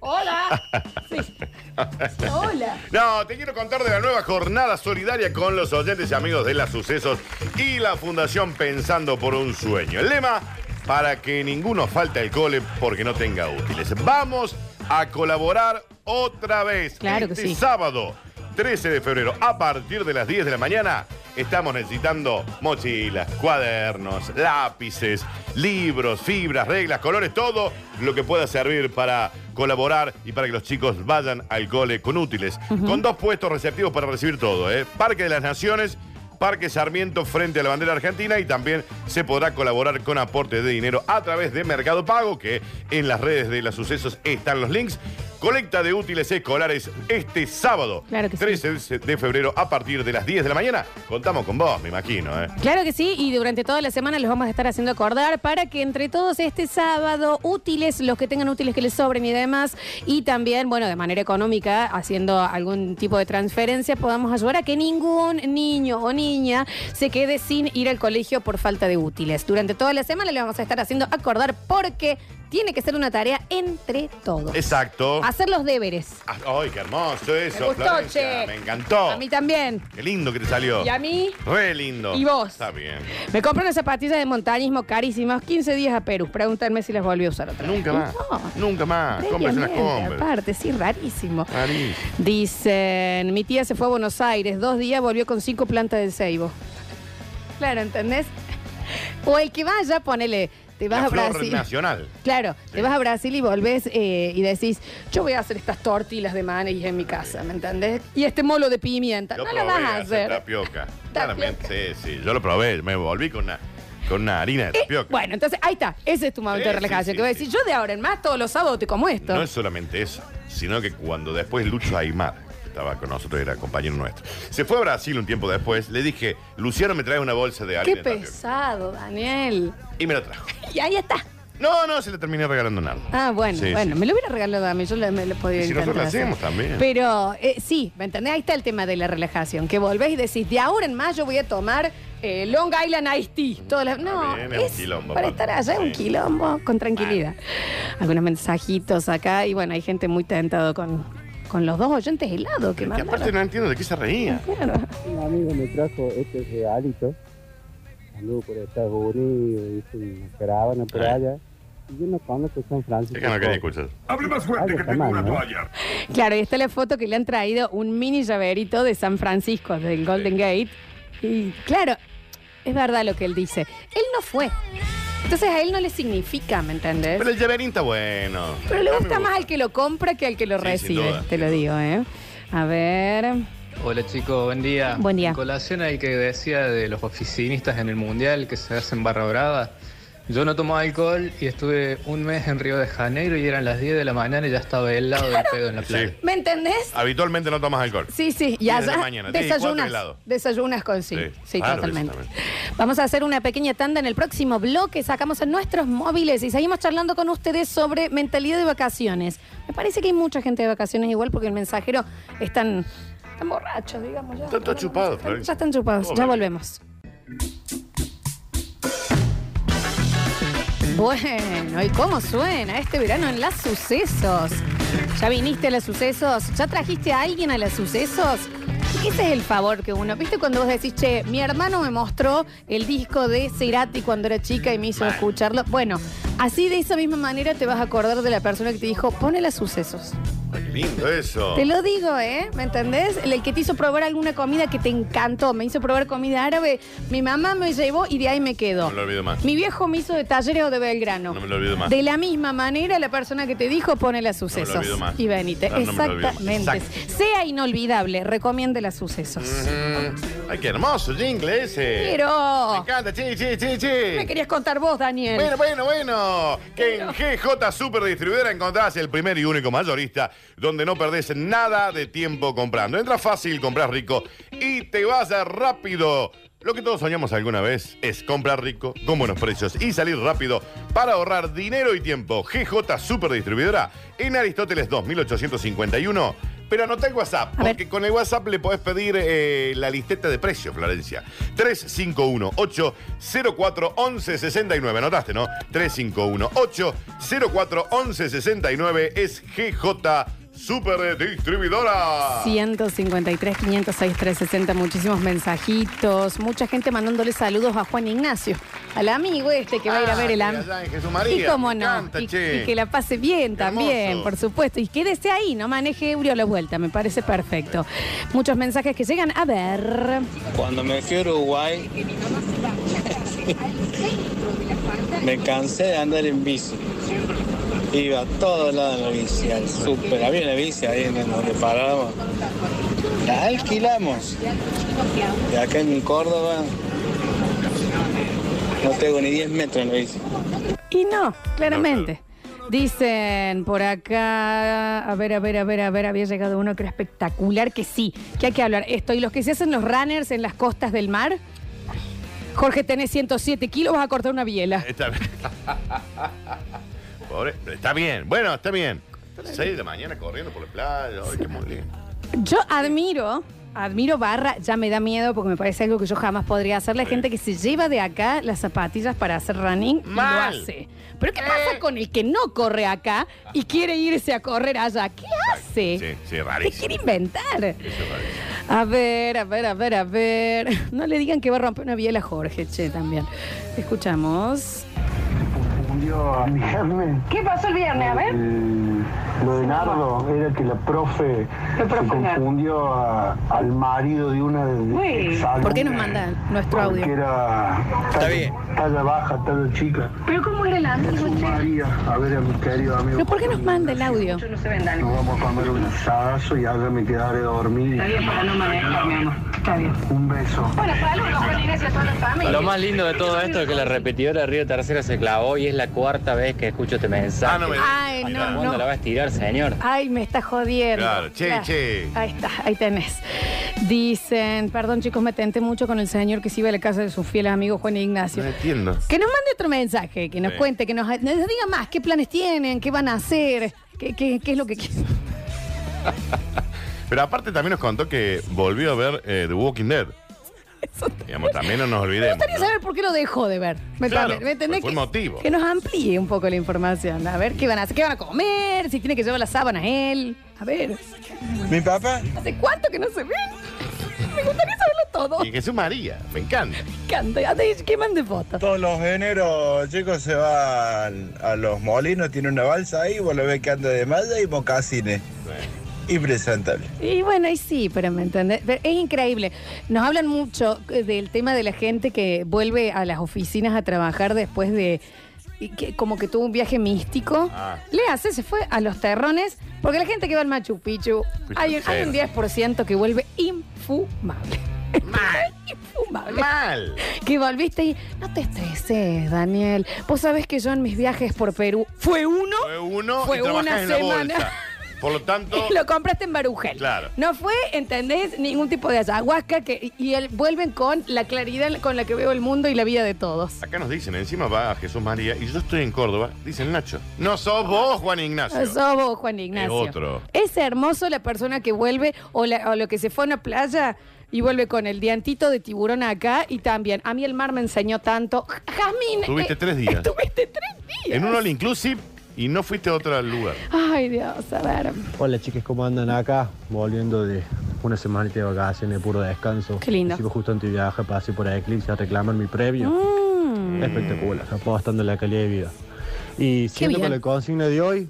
[SPEAKER 1] Hola. Sí. Hola.
[SPEAKER 2] No, te quiero contar de la nueva jornada solidaria con los oyentes y amigos de las sucesos y la Fundación Pensando por un Sueño. El lema, para que ninguno falte al cole porque no tenga útiles. Vamos a colaborar otra vez.
[SPEAKER 1] Claro que
[SPEAKER 2] este
[SPEAKER 1] sí.
[SPEAKER 2] sábado, 13 de febrero, a partir de las 10 de la mañana, estamos necesitando mochilas, cuadernos, lápices, libros, fibras, reglas, colores, todo lo que pueda servir para colaborar y para que los chicos vayan al cole con útiles. Con dos puestos receptivos para recibir todo, ¿eh? Parque de las Naciones. Parque Sarmiento frente a la bandera argentina y también se podrá colaborar con aporte de dinero a través de Mercado Pago, que en las redes de los sucesos están los links. Colecta de útiles escolares este sábado,
[SPEAKER 1] Claro que sí.
[SPEAKER 2] 13 de febrero, a partir de las 10 de la mañana. Contamos con vos, me imagino, ¿eh?
[SPEAKER 1] Claro que sí, y durante toda la semana les vamos a estar haciendo acordar para que entre todos este sábado útiles, los que tengan útiles que les sobren y demás, y también, bueno, de manera económica, haciendo algún tipo de transferencia, podamos ayudar a que ningún niño o niña se quede sin ir al colegio por falta de útiles. Durante toda la semana les vamos a estar haciendo acordar porque tiene que ser una tarea entre todos.
[SPEAKER 2] Exacto.
[SPEAKER 1] Hacer los deberes.
[SPEAKER 2] Ah, ¡Ay, qué hermoso eso!
[SPEAKER 1] Me gustó,
[SPEAKER 2] Florencia,
[SPEAKER 1] che.
[SPEAKER 2] Me encantó.
[SPEAKER 1] A mí también.
[SPEAKER 2] Qué lindo que te salió.
[SPEAKER 1] Y a mí,
[SPEAKER 2] Re lindo.
[SPEAKER 1] ¿Y vos?
[SPEAKER 2] Está bien.
[SPEAKER 1] Me compré unas zapatillas de montañismo carísimas, 15 días a Perú. Pregúntame si las volví a usar otra vez.
[SPEAKER 2] Nunca más.
[SPEAKER 1] No.
[SPEAKER 2] Nunca más. Compras una
[SPEAKER 1] Previamente,
[SPEAKER 2] compra.
[SPEAKER 1] Aparte, sí, rarísimo.
[SPEAKER 2] París.
[SPEAKER 1] Dicen, mi tía se fue a Buenos Aires, dos días volvió con cinco plantas de ceibo. Claro, ¿entendés? O el que vaya, ponele, te vas
[SPEAKER 2] La
[SPEAKER 1] a
[SPEAKER 2] flor
[SPEAKER 1] Brasil.
[SPEAKER 2] nacional.
[SPEAKER 1] Claro,
[SPEAKER 2] Sí.
[SPEAKER 1] te vas a Brasil y volvés eh, y decís, yo voy a hacer estas tortillas de maíz en mi casa, ¿me entendés? Y este molo de pimienta,
[SPEAKER 2] Yo
[SPEAKER 1] no la
[SPEAKER 2] probé
[SPEAKER 1] vas a hacer.
[SPEAKER 2] Tapioca. Claramente, sí, sí. Yo lo probé, me volví con una, con una harina de
[SPEAKER 1] Eh,
[SPEAKER 2] tapioca.
[SPEAKER 1] bueno, entonces ahí está, ese es tu momento
[SPEAKER 2] Sí,
[SPEAKER 1] de relajación,
[SPEAKER 2] sí, sí,
[SPEAKER 1] que voy a
[SPEAKER 2] sí.
[SPEAKER 1] decir, yo de ahora en más todos los sábados te como esto.
[SPEAKER 2] No es solamente eso, sino que cuando después Lucho Aymar, que estaba con nosotros, era compañero nuestro, se fue a Brasil un tiempo después, le dije, Luciano, me traes una bolsa de harina
[SPEAKER 1] Qué
[SPEAKER 2] de tapioca.
[SPEAKER 1] pesado, Daniel.
[SPEAKER 2] Y me la trajo.
[SPEAKER 1] Y ahí está.
[SPEAKER 2] No, no, se le terminé regalando nada.
[SPEAKER 1] Ah, bueno,
[SPEAKER 2] Sí,
[SPEAKER 1] bueno,
[SPEAKER 2] sí.
[SPEAKER 1] me lo hubiera regalado a mí, yo le- me lo podía
[SPEAKER 2] Y si
[SPEAKER 1] intentar
[SPEAKER 2] nosotros lo
[SPEAKER 1] hacer.
[SPEAKER 2] hacemos también.
[SPEAKER 1] Pero eh, sí, ¿me entendés? Ahí está el tema de la relajación, que volvés y decís, de ahora en más yo voy a tomar eh, Long Island Ice Tea. Todas las- no,
[SPEAKER 2] Mm, bien, es un
[SPEAKER 1] es,
[SPEAKER 2] quilombo,
[SPEAKER 1] para
[SPEAKER 2] papá.
[SPEAKER 1] estar allá es un
[SPEAKER 2] Sí.
[SPEAKER 1] quilombo, con tranquilidad. Algunos mensajitos acá, y bueno, hay gente muy tentado con, con los dos oyentes helados que
[SPEAKER 2] Que aparte
[SPEAKER 1] mandaron.
[SPEAKER 2] no entiendo de qué se reía.
[SPEAKER 1] Claro.
[SPEAKER 4] Un amigo me trajo este regalito. Anduvo por Estados Unidos, hizo una caravana por
[SPEAKER 2] Eh.
[SPEAKER 4] allá. Y yo no conozco San Francisco.
[SPEAKER 2] Es que no quería escuchar.
[SPEAKER 4] Algo está mal, ¿no?
[SPEAKER 1] Claro, y está la foto que le han traído un mini llaverito de San Francisco, del Golden Gate. Y claro, es verdad lo que él dice. Él no fue. Entonces a él no le significa, ¿me entendés?
[SPEAKER 2] Pero
[SPEAKER 1] Pero,
[SPEAKER 2] el llaverín está bueno.
[SPEAKER 1] le
[SPEAKER 2] A mí me
[SPEAKER 1] gusta más al que lo compra que al que lo
[SPEAKER 2] Sí, sin
[SPEAKER 1] recibe,
[SPEAKER 2] duda.
[SPEAKER 1] te lo digo, ¿eh? A ver.
[SPEAKER 11] Hola chicos, buen día.
[SPEAKER 1] Buen día.
[SPEAKER 11] En colación al que decía de los oficinistas en el mundial que se hacen barra brava, yo no tomo alcohol y estuve un mes en Río de Janeiro y eran las 10 de la mañana y ya estaba helado de pedo en la playa.
[SPEAKER 2] Sí.
[SPEAKER 1] ¿Me entendés?
[SPEAKER 2] Habitualmente no tomas alcohol.
[SPEAKER 1] Sí, sí, y
[SPEAKER 2] Diez de
[SPEAKER 1] allá
[SPEAKER 2] la mañana, diez y cuarto
[SPEAKER 1] desayunas,
[SPEAKER 2] helado.
[SPEAKER 1] desayunas con sí,
[SPEAKER 2] Sí,
[SPEAKER 1] sí,
[SPEAKER 2] claro,
[SPEAKER 1] totalmente.
[SPEAKER 2] eso
[SPEAKER 1] Vamos a hacer una pequeña tanda en el próximo bloque, sacamos a nuestros móviles y seguimos charlando con ustedes sobre mentalidad de vacaciones. Me parece que hay mucha gente de vacaciones igual porque el mensajero están, están borrachos, digamos ya.
[SPEAKER 2] Están todos chupados,
[SPEAKER 1] Están-
[SPEAKER 2] Florencia.
[SPEAKER 1] Ya están chupados,
[SPEAKER 2] Todo
[SPEAKER 1] ya
[SPEAKER 2] bien.
[SPEAKER 1] volvemos. Bueno, ¿y cómo suena este verano en las sucesos? ¿Ya viniste a las sucesos? ¿Ya trajiste a alguien a las sucesos? Porque Ese es el favor que uno. ¿Viste cuando vos decís, che, mi hermano me mostró el disco de Cerati cuando era chica y me hizo escucharlo? Bueno, así de esa misma manera te vas a acordar de la persona que te dijo, pone las sucesos.
[SPEAKER 2] Qué lindo eso.
[SPEAKER 1] Te lo digo, ¿eh? ¿Me entendés? El que te hizo probar alguna comida que te encantó, me hizo probar comida árabe, mi mamá me llevó y de ahí me quedo.
[SPEAKER 2] No me lo olvido más.
[SPEAKER 1] Mi viejo me hizo de talleres o de Belgrano.
[SPEAKER 2] No me lo olvido más.
[SPEAKER 1] De la misma manera, la persona que te dijo pone las sucesos.
[SPEAKER 2] olvido más. Ah,
[SPEAKER 1] Y venite.
[SPEAKER 2] No, no me lo olvido más.
[SPEAKER 1] Exactamente.
[SPEAKER 2] Exacto.
[SPEAKER 1] Sea inolvidable, recomiende las sucesos.
[SPEAKER 2] Mm, Ay, qué hermoso jingle ese. eh. Me
[SPEAKER 1] Pero.
[SPEAKER 2] encanta, sí, sí, sí, sí.
[SPEAKER 1] Me querías contar vos, Daniel.
[SPEAKER 2] Bueno, bueno, bueno. Que en GJ Super Distribuidora encontrás el primer y único mayorista donde no perdés nada de tiempo comprando. Entra fácil, compras rico y te vas a rápido. Lo que todos soñamos alguna vez es comprar rico con buenos precios y salir rápido para ahorrar dinero y tiempo. GJ Super Distribuidora en Aristóteles 2851. Pero anota el WhatsApp, porque con el WhatsApp le podés pedir eh, la listeta de precios, Florencia. 351-804-1169. Anotaste, ¿no? 351-804-1169 es GJ Super Distribuidora.
[SPEAKER 1] 153, 506, 360, muchísimos mensajitos, mucha gente mandándole saludos a Juan Ignacio, al amigo este que va a ir a ver el
[SPEAKER 2] Ah,
[SPEAKER 1] am-
[SPEAKER 2] allá en Jesús María,
[SPEAKER 1] Y cómo
[SPEAKER 2] me
[SPEAKER 1] no,
[SPEAKER 2] encanta,
[SPEAKER 1] y,
[SPEAKER 2] che.
[SPEAKER 1] y que la pase bien también,
[SPEAKER 2] hermoso.
[SPEAKER 1] por supuesto. Y quédese ahí, no maneje Eurio a la vuelta, me parece perfecto. Muchos mensajes que llegan, a ver.
[SPEAKER 12] Cuando me fui a Uruguay, me cansé de andar en bici. Iba a todos lados en la bici, al súper. Había una bici ahí en donde parábamos. La alquilamos. De acá en Córdoba, no tengo ni 10 metros en la bici.
[SPEAKER 1] Y no, claramente. Dicen por acá, a ver, a ver, a ver, a ver, había llegado uno que era espectacular, que sí, que hay que hablar esto. Y los que se hacen los runners en las costas del mar, Jorge, tenés 107 kilos, vas a cortar una biela.
[SPEAKER 2] Está bien. Pobre, pero está bien. Bueno, está bien. 6 de la mañana corriendo por la playa. Ay, qué muy lindo.
[SPEAKER 1] Yo admiro, admiro barra, ya me da miedo porque me parece algo que yo jamás podría hacer. La gente que se lleva de acá las zapatillas para hacer running y
[SPEAKER 13] Mal.
[SPEAKER 1] lo hace. Pero ¿qué pasa con el que no corre acá y quiere irse a correr allá? ¿Qué
[SPEAKER 2] Sí,
[SPEAKER 1] hace?
[SPEAKER 2] sí,
[SPEAKER 1] ¿Qué
[SPEAKER 2] rarísimo.
[SPEAKER 1] quiere inventar? A ver, a ver, a ver, a ver. No le digan que va a romper una biela Jorge, che, también. Escuchamos.
[SPEAKER 9] Confundió a viernes.
[SPEAKER 1] ¿Qué pasó el viernes? A ver.
[SPEAKER 9] El- Eh, lo de Nardo era que la profe se confundió a- al marido de una de
[SPEAKER 1] Uy,
[SPEAKER 9] exalumna,
[SPEAKER 1] ¿Por qué nos mandan nuestro
[SPEAKER 9] Que
[SPEAKER 1] audio?
[SPEAKER 9] era talla, talla baja, talla chica.
[SPEAKER 1] ¿Pero cómo era el amigo, che?
[SPEAKER 9] María, a ver a mi querido amigo.
[SPEAKER 1] ¿Pero por qué nos manda el audio?
[SPEAKER 9] Nos vamos a comer un asazo y allá me quedaré a dormir.
[SPEAKER 1] Está bien, para no manejar, mi amor. Está bien.
[SPEAKER 9] Un beso.
[SPEAKER 1] Bueno, saludos, Juan Ignacio, a toda la familia.
[SPEAKER 14] Lo más lindo de todo esto es que la repetidora de Río Tercero se clavó y es la cuarta vez que escucho este mensaje.
[SPEAKER 1] me digas. Ay, no, Ah,
[SPEAKER 14] ¿Hasta cuándo
[SPEAKER 1] no.
[SPEAKER 14] la va a estirar, señor?
[SPEAKER 1] Ay, me está jodiendo.
[SPEAKER 14] Claro, che, che.
[SPEAKER 1] Ahí está, ahí tenés. Dicen, perdón chicos, me tenté mucho con el señor que se iba a la casa de su fiel amigo Juan Ignacio.
[SPEAKER 2] No entiendo.
[SPEAKER 1] Que nos mande otro mensaje, que nos
[SPEAKER 2] Sí.
[SPEAKER 1] cuente, que nos, nos diga más, qué planes tienen, qué van a hacer, qué, qué- qué es lo que quieren.
[SPEAKER 2] Pero aparte también nos contó que volvió a ver eh, The Walking Dead. Digamos, también no nos
[SPEAKER 1] Me
[SPEAKER 2] olvidemos.
[SPEAKER 1] gustaría saber por qué lo dejó de ver. ¿Me
[SPEAKER 2] Claro,
[SPEAKER 1] entendés? ¿Me entendés?
[SPEAKER 2] fue el
[SPEAKER 1] que,
[SPEAKER 2] motivo.
[SPEAKER 1] que nos amplíe un poco la información. A ver qué van a hacer, qué van a comer, si tiene que llevar la sábana él. A ver,
[SPEAKER 8] Mi papá
[SPEAKER 1] ¿hace cuánto que no se ven? me gustaría saberlo todo.
[SPEAKER 2] Y Jesús María, me encanta.
[SPEAKER 1] Canta, ande- que mande fotos.
[SPEAKER 15] Todos los eneros, chicos, se va al- a los molinos, tiene una balsa ahí, vos lo ves que anda de malla y mocasines. Impresentable.
[SPEAKER 1] Y bueno, y sí, pero me entendés. Pero es increíble. Nos hablan mucho eh, del tema de la gente que vuelve a las oficinas a trabajar después de. y que como que tuvo un viaje místico.
[SPEAKER 13] Ah.
[SPEAKER 1] Le hace, se fue a los terrones. Porque la gente que va al Machu Picchu,
[SPEAKER 13] Picchu,
[SPEAKER 1] hay, un- hay un
[SPEAKER 13] sí.
[SPEAKER 1] 10% que vuelve infumable. Infumable.
[SPEAKER 2] Mal.
[SPEAKER 1] Que volviste y. No te estreses, Daniel. Vos sabés que yo en mis viajes por Perú. ¿Fue uno?
[SPEAKER 2] Fue uno
[SPEAKER 1] Fue
[SPEAKER 2] y trabajás
[SPEAKER 1] una
[SPEAKER 2] en la
[SPEAKER 1] semana.
[SPEAKER 2] bolsa. Por lo tanto,
[SPEAKER 1] Y lo compraste en Barujel.
[SPEAKER 2] Claro.
[SPEAKER 1] No fue, ¿entendés? Ningún tipo de ayahuasca que, y él, vuelven con la claridad con la que veo el mundo y la vida de todos.
[SPEAKER 2] acá nos dicen, encima va Jesús María y yo estoy en Córdoba. Dicen, Nacho, no sos vos, Juan Ignacio.
[SPEAKER 1] Sos vos, Juan Ignacio.
[SPEAKER 2] Es otro.
[SPEAKER 1] Es hermoso la persona que vuelve o, la- o lo que se fue a una playa y vuelve con el diantito de tiburón acá y también. A mí el mar me enseñó tanto. Jazmín.
[SPEAKER 2] Tuviste
[SPEAKER 1] eh,
[SPEAKER 2] tres días.
[SPEAKER 1] Tuviste tres días.
[SPEAKER 2] En un all inclusive y no fuiste a otro lugar.
[SPEAKER 1] Ay, Dios, a ver.
[SPEAKER 16] Hola chicas, ¿cómo andan acá? Volviendo de una semanita de vacaciones, puro descanso.
[SPEAKER 1] Qué lindo.
[SPEAKER 16] Encima justo antes de viaje pasé por Eclipse a reclamar mi previo.
[SPEAKER 1] Mm.
[SPEAKER 16] Espectacular, apostando en la calidad de vida. Y siendo
[SPEAKER 1] bien.
[SPEAKER 16] con la consigna de hoy,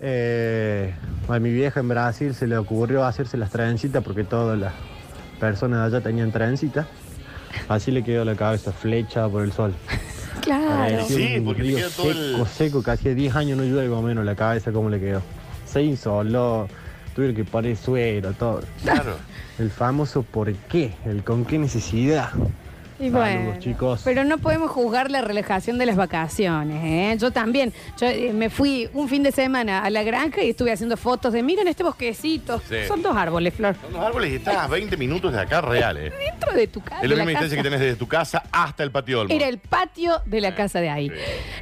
[SPEAKER 16] eh, a mi vieja en Brasil se le ocurrió hacerse las trencitas porque todas las personas de allá tenían trencitas. Así le quedó la cabeza flecha por el sol.
[SPEAKER 1] Claro.
[SPEAKER 16] Parecía un río seco, seco, que hacía 10 años no llueve más o menos la cabeza como le quedó. Se insoló, tuvieron que poner suero, todo.
[SPEAKER 2] Claro.
[SPEAKER 16] El famoso por qué, el con qué necesidad.
[SPEAKER 1] Y
[SPEAKER 16] Saludos,
[SPEAKER 1] bueno,
[SPEAKER 16] chicos.
[SPEAKER 1] Pero no podemos juzgar la relajación de las vacaciones, ¿eh? Yo también. Yo eh, me fui un fin de semana a la granja y estuve haciendo fotos de, miren este bosquecito.
[SPEAKER 2] Sí.
[SPEAKER 1] Son dos árboles, Flor.
[SPEAKER 2] Son dos árboles y estás a 20 minutos de acá reales.
[SPEAKER 1] Dentro de tu casa.
[SPEAKER 2] Es
[SPEAKER 1] de
[SPEAKER 2] la
[SPEAKER 1] la
[SPEAKER 2] misma distancia
[SPEAKER 1] casa.
[SPEAKER 2] que tenés desde tu casa hasta el patio Olmos.
[SPEAKER 1] Era el patio de la casa de ahí.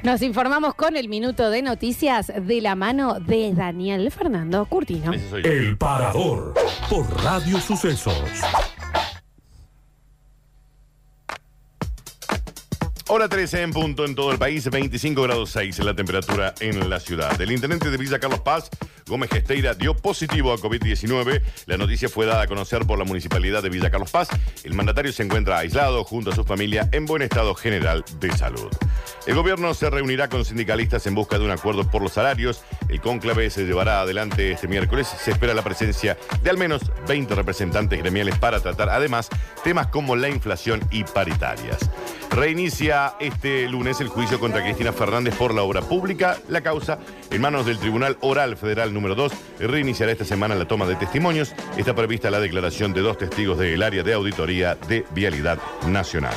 [SPEAKER 1] Nos informamos con el minuto de noticias de la mano de Daniel Fernando Curtino.
[SPEAKER 13] El Parador por Radio Sucesos.
[SPEAKER 2] Hora 13 en punto en todo el país, 25 grados 6 la temperatura en la ciudad. El intendente de Villa Carlos Paz, Gómez Gesteira, dio positivo a COVID-19. La noticia fue dada a conocer por la municipalidad de Villa Carlos Paz. El mandatario se encuentra aislado junto a su familia en buen estado general de salud. El gobierno se reunirá con sindicalistas en busca de un acuerdo por los salarios. El cónclave se llevará adelante este miércoles. Se espera la presencia de al menos 20 representantes gremiales para tratar además temas como la inflación y paritarias. Reinicia este lunes el juicio contra Cristina Fernández por la obra pública. La causa, en manos del Tribunal Oral Federal número 2, reiniciará esta semana la toma de testimonios. Está prevista la declaración de dos testigos del área de auditoría de Vialidad Nacional.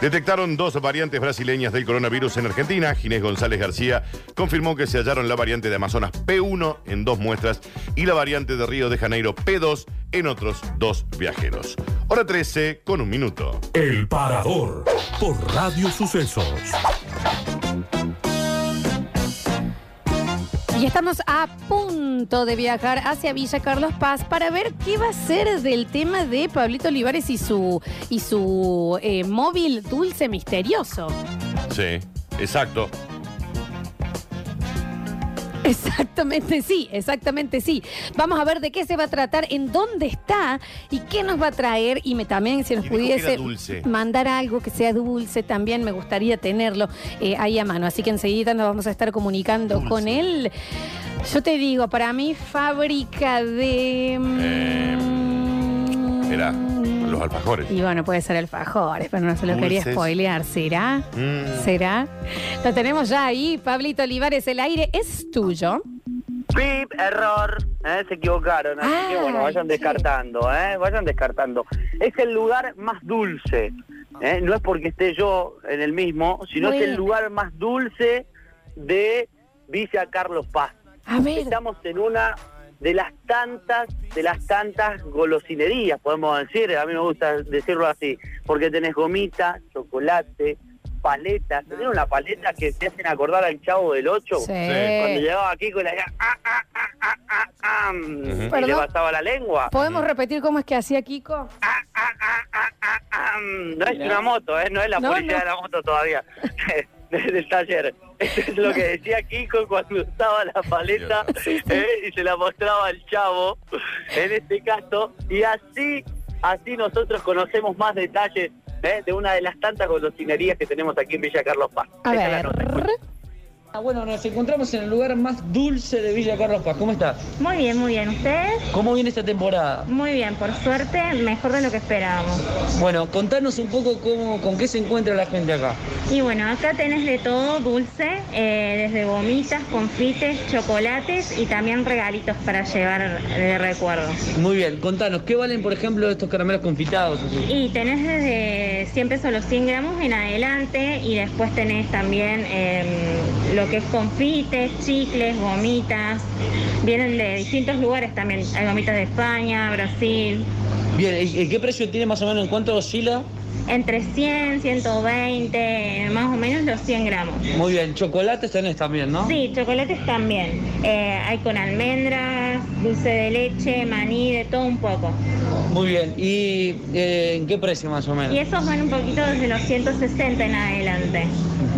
[SPEAKER 2] Detectaron dos variantes brasileñas del coronavirus en Argentina. Ginés González García confirmó que se hallaron la variante de Amazonas P1 en dos muestras y la variante de Río de Janeiro P2 en otros dos viajeros. Hora 13 con un minuto.
[SPEAKER 13] El Parador por Radio Sucesos.
[SPEAKER 1] Y estamos a punto de viajar hacia Villa Carlos Paz para ver qué va a ser del tema de Pablito Olivares y su, y su eh, móvil dulce misterioso.
[SPEAKER 2] Sí, exacto.
[SPEAKER 1] Exactamente sí, exactamente sí. Vamos a ver de qué se va a tratar, en dónde está y qué nos va a traer. Y me, también si nos
[SPEAKER 2] dijo que era
[SPEAKER 1] pudiese
[SPEAKER 2] dulce.
[SPEAKER 1] mandar algo que sea dulce, también me gustaría tenerlo eh, ahí a mano. Así que enseguida nos vamos a estar comunicando con él. Yo te digo, para mí fábrica de... mm,
[SPEAKER 2] Era Eh, los alfajores.
[SPEAKER 1] Y bueno, puede ser alfajores, pero no se lo quería
[SPEAKER 2] Dulces.
[SPEAKER 1] spoilear. ¿Será?
[SPEAKER 2] Mm.
[SPEAKER 1] ¿Será? Lo tenemos ya ahí, Pablito Olivares. El aire es tuyo.
[SPEAKER 3] Pip, error. Eh, Se equivocaron, así que bueno, vayan descartando, eh, vayan descartando. Es el lugar más dulce. eh, No es porque esté yo en el mismo, sino es el
[SPEAKER 4] Bueno.
[SPEAKER 3] lugar más dulce de Villa Carlos Paz. Estamos en una de las tantas, de las tantas golosinerías, podemos decir, a mí me gusta decirlo así, porque tenés gomita, chocolate, paletas, tenés una paleta que te hacen acordar al chavo del 8,
[SPEAKER 1] Sí.
[SPEAKER 3] cuando llegaba aquí con la ah, ah, ah, ah, ah, ah, y le
[SPEAKER 1] Perdón.
[SPEAKER 3] pasaba la lengua.
[SPEAKER 1] ¿Podemos repetir cómo es que hacía Kiko?
[SPEAKER 3] Ah, no es una moto, ¿eh? no es la
[SPEAKER 1] No,
[SPEAKER 3] policía
[SPEAKER 1] no.
[SPEAKER 3] de la moto todavía, del taller. Esto es lo que decía Kiko cuando usaba la paleta ¿eh? y se la mostraba al chavo, en este caso. Y así, así nosotros conocemos más detalles ¿eh? de una de las tantas golosinerías que tenemos aquí en Villa Carlos Paz.
[SPEAKER 1] A
[SPEAKER 3] Esta es la
[SPEAKER 1] ver.
[SPEAKER 3] nota.
[SPEAKER 17] Ah, bueno, nos encontramos en el lugar más dulce de Villa Carlos Paz. ¿Cómo está? Muy bien, muy bien. ¿Ustedes? ¿Cómo viene esta temporada?
[SPEAKER 18] Muy bien, por suerte, mejor de lo que esperábamos.
[SPEAKER 17] Bueno, contanos un poco cómo, con qué se encuentra la gente acá.
[SPEAKER 18] Y bueno, acá tenés de todo dulce, eh, desde gomitas, confites, chocolates y también regalitos para llevar de recuerdo.
[SPEAKER 17] Muy bien, contanos, ¿qué valen, por ejemplo, estos caramelos confitados?
[SPEAKER 18] Y tenés desde siempre solo 100 gramos en adelante y después tenés también eh, lo que es confites, chicles, gomitas. Vienen de distintos lugares también. Hay gomitas de España, Brasil.
[SPEAKER 17] Bien, ¿y y qué precio tiene más o menos? ¿En cuánto oscila?
[SPEAKER 18] Entre 100, 120, más o menos los 100 gramos.
[SPEAKER 17] Muy bien, chocolates tenés también, ¿no?
[SPEAKER 18] Sí, chocolates también. Eh, hay con almendras, dulce de leche, maní, de todo un poco.
[SPEAKER 17] Muy bien, ¿y eh, en qué precio más o menos?
[SPEAKER 18] Y esos van un poquito desde los 160 en adelante,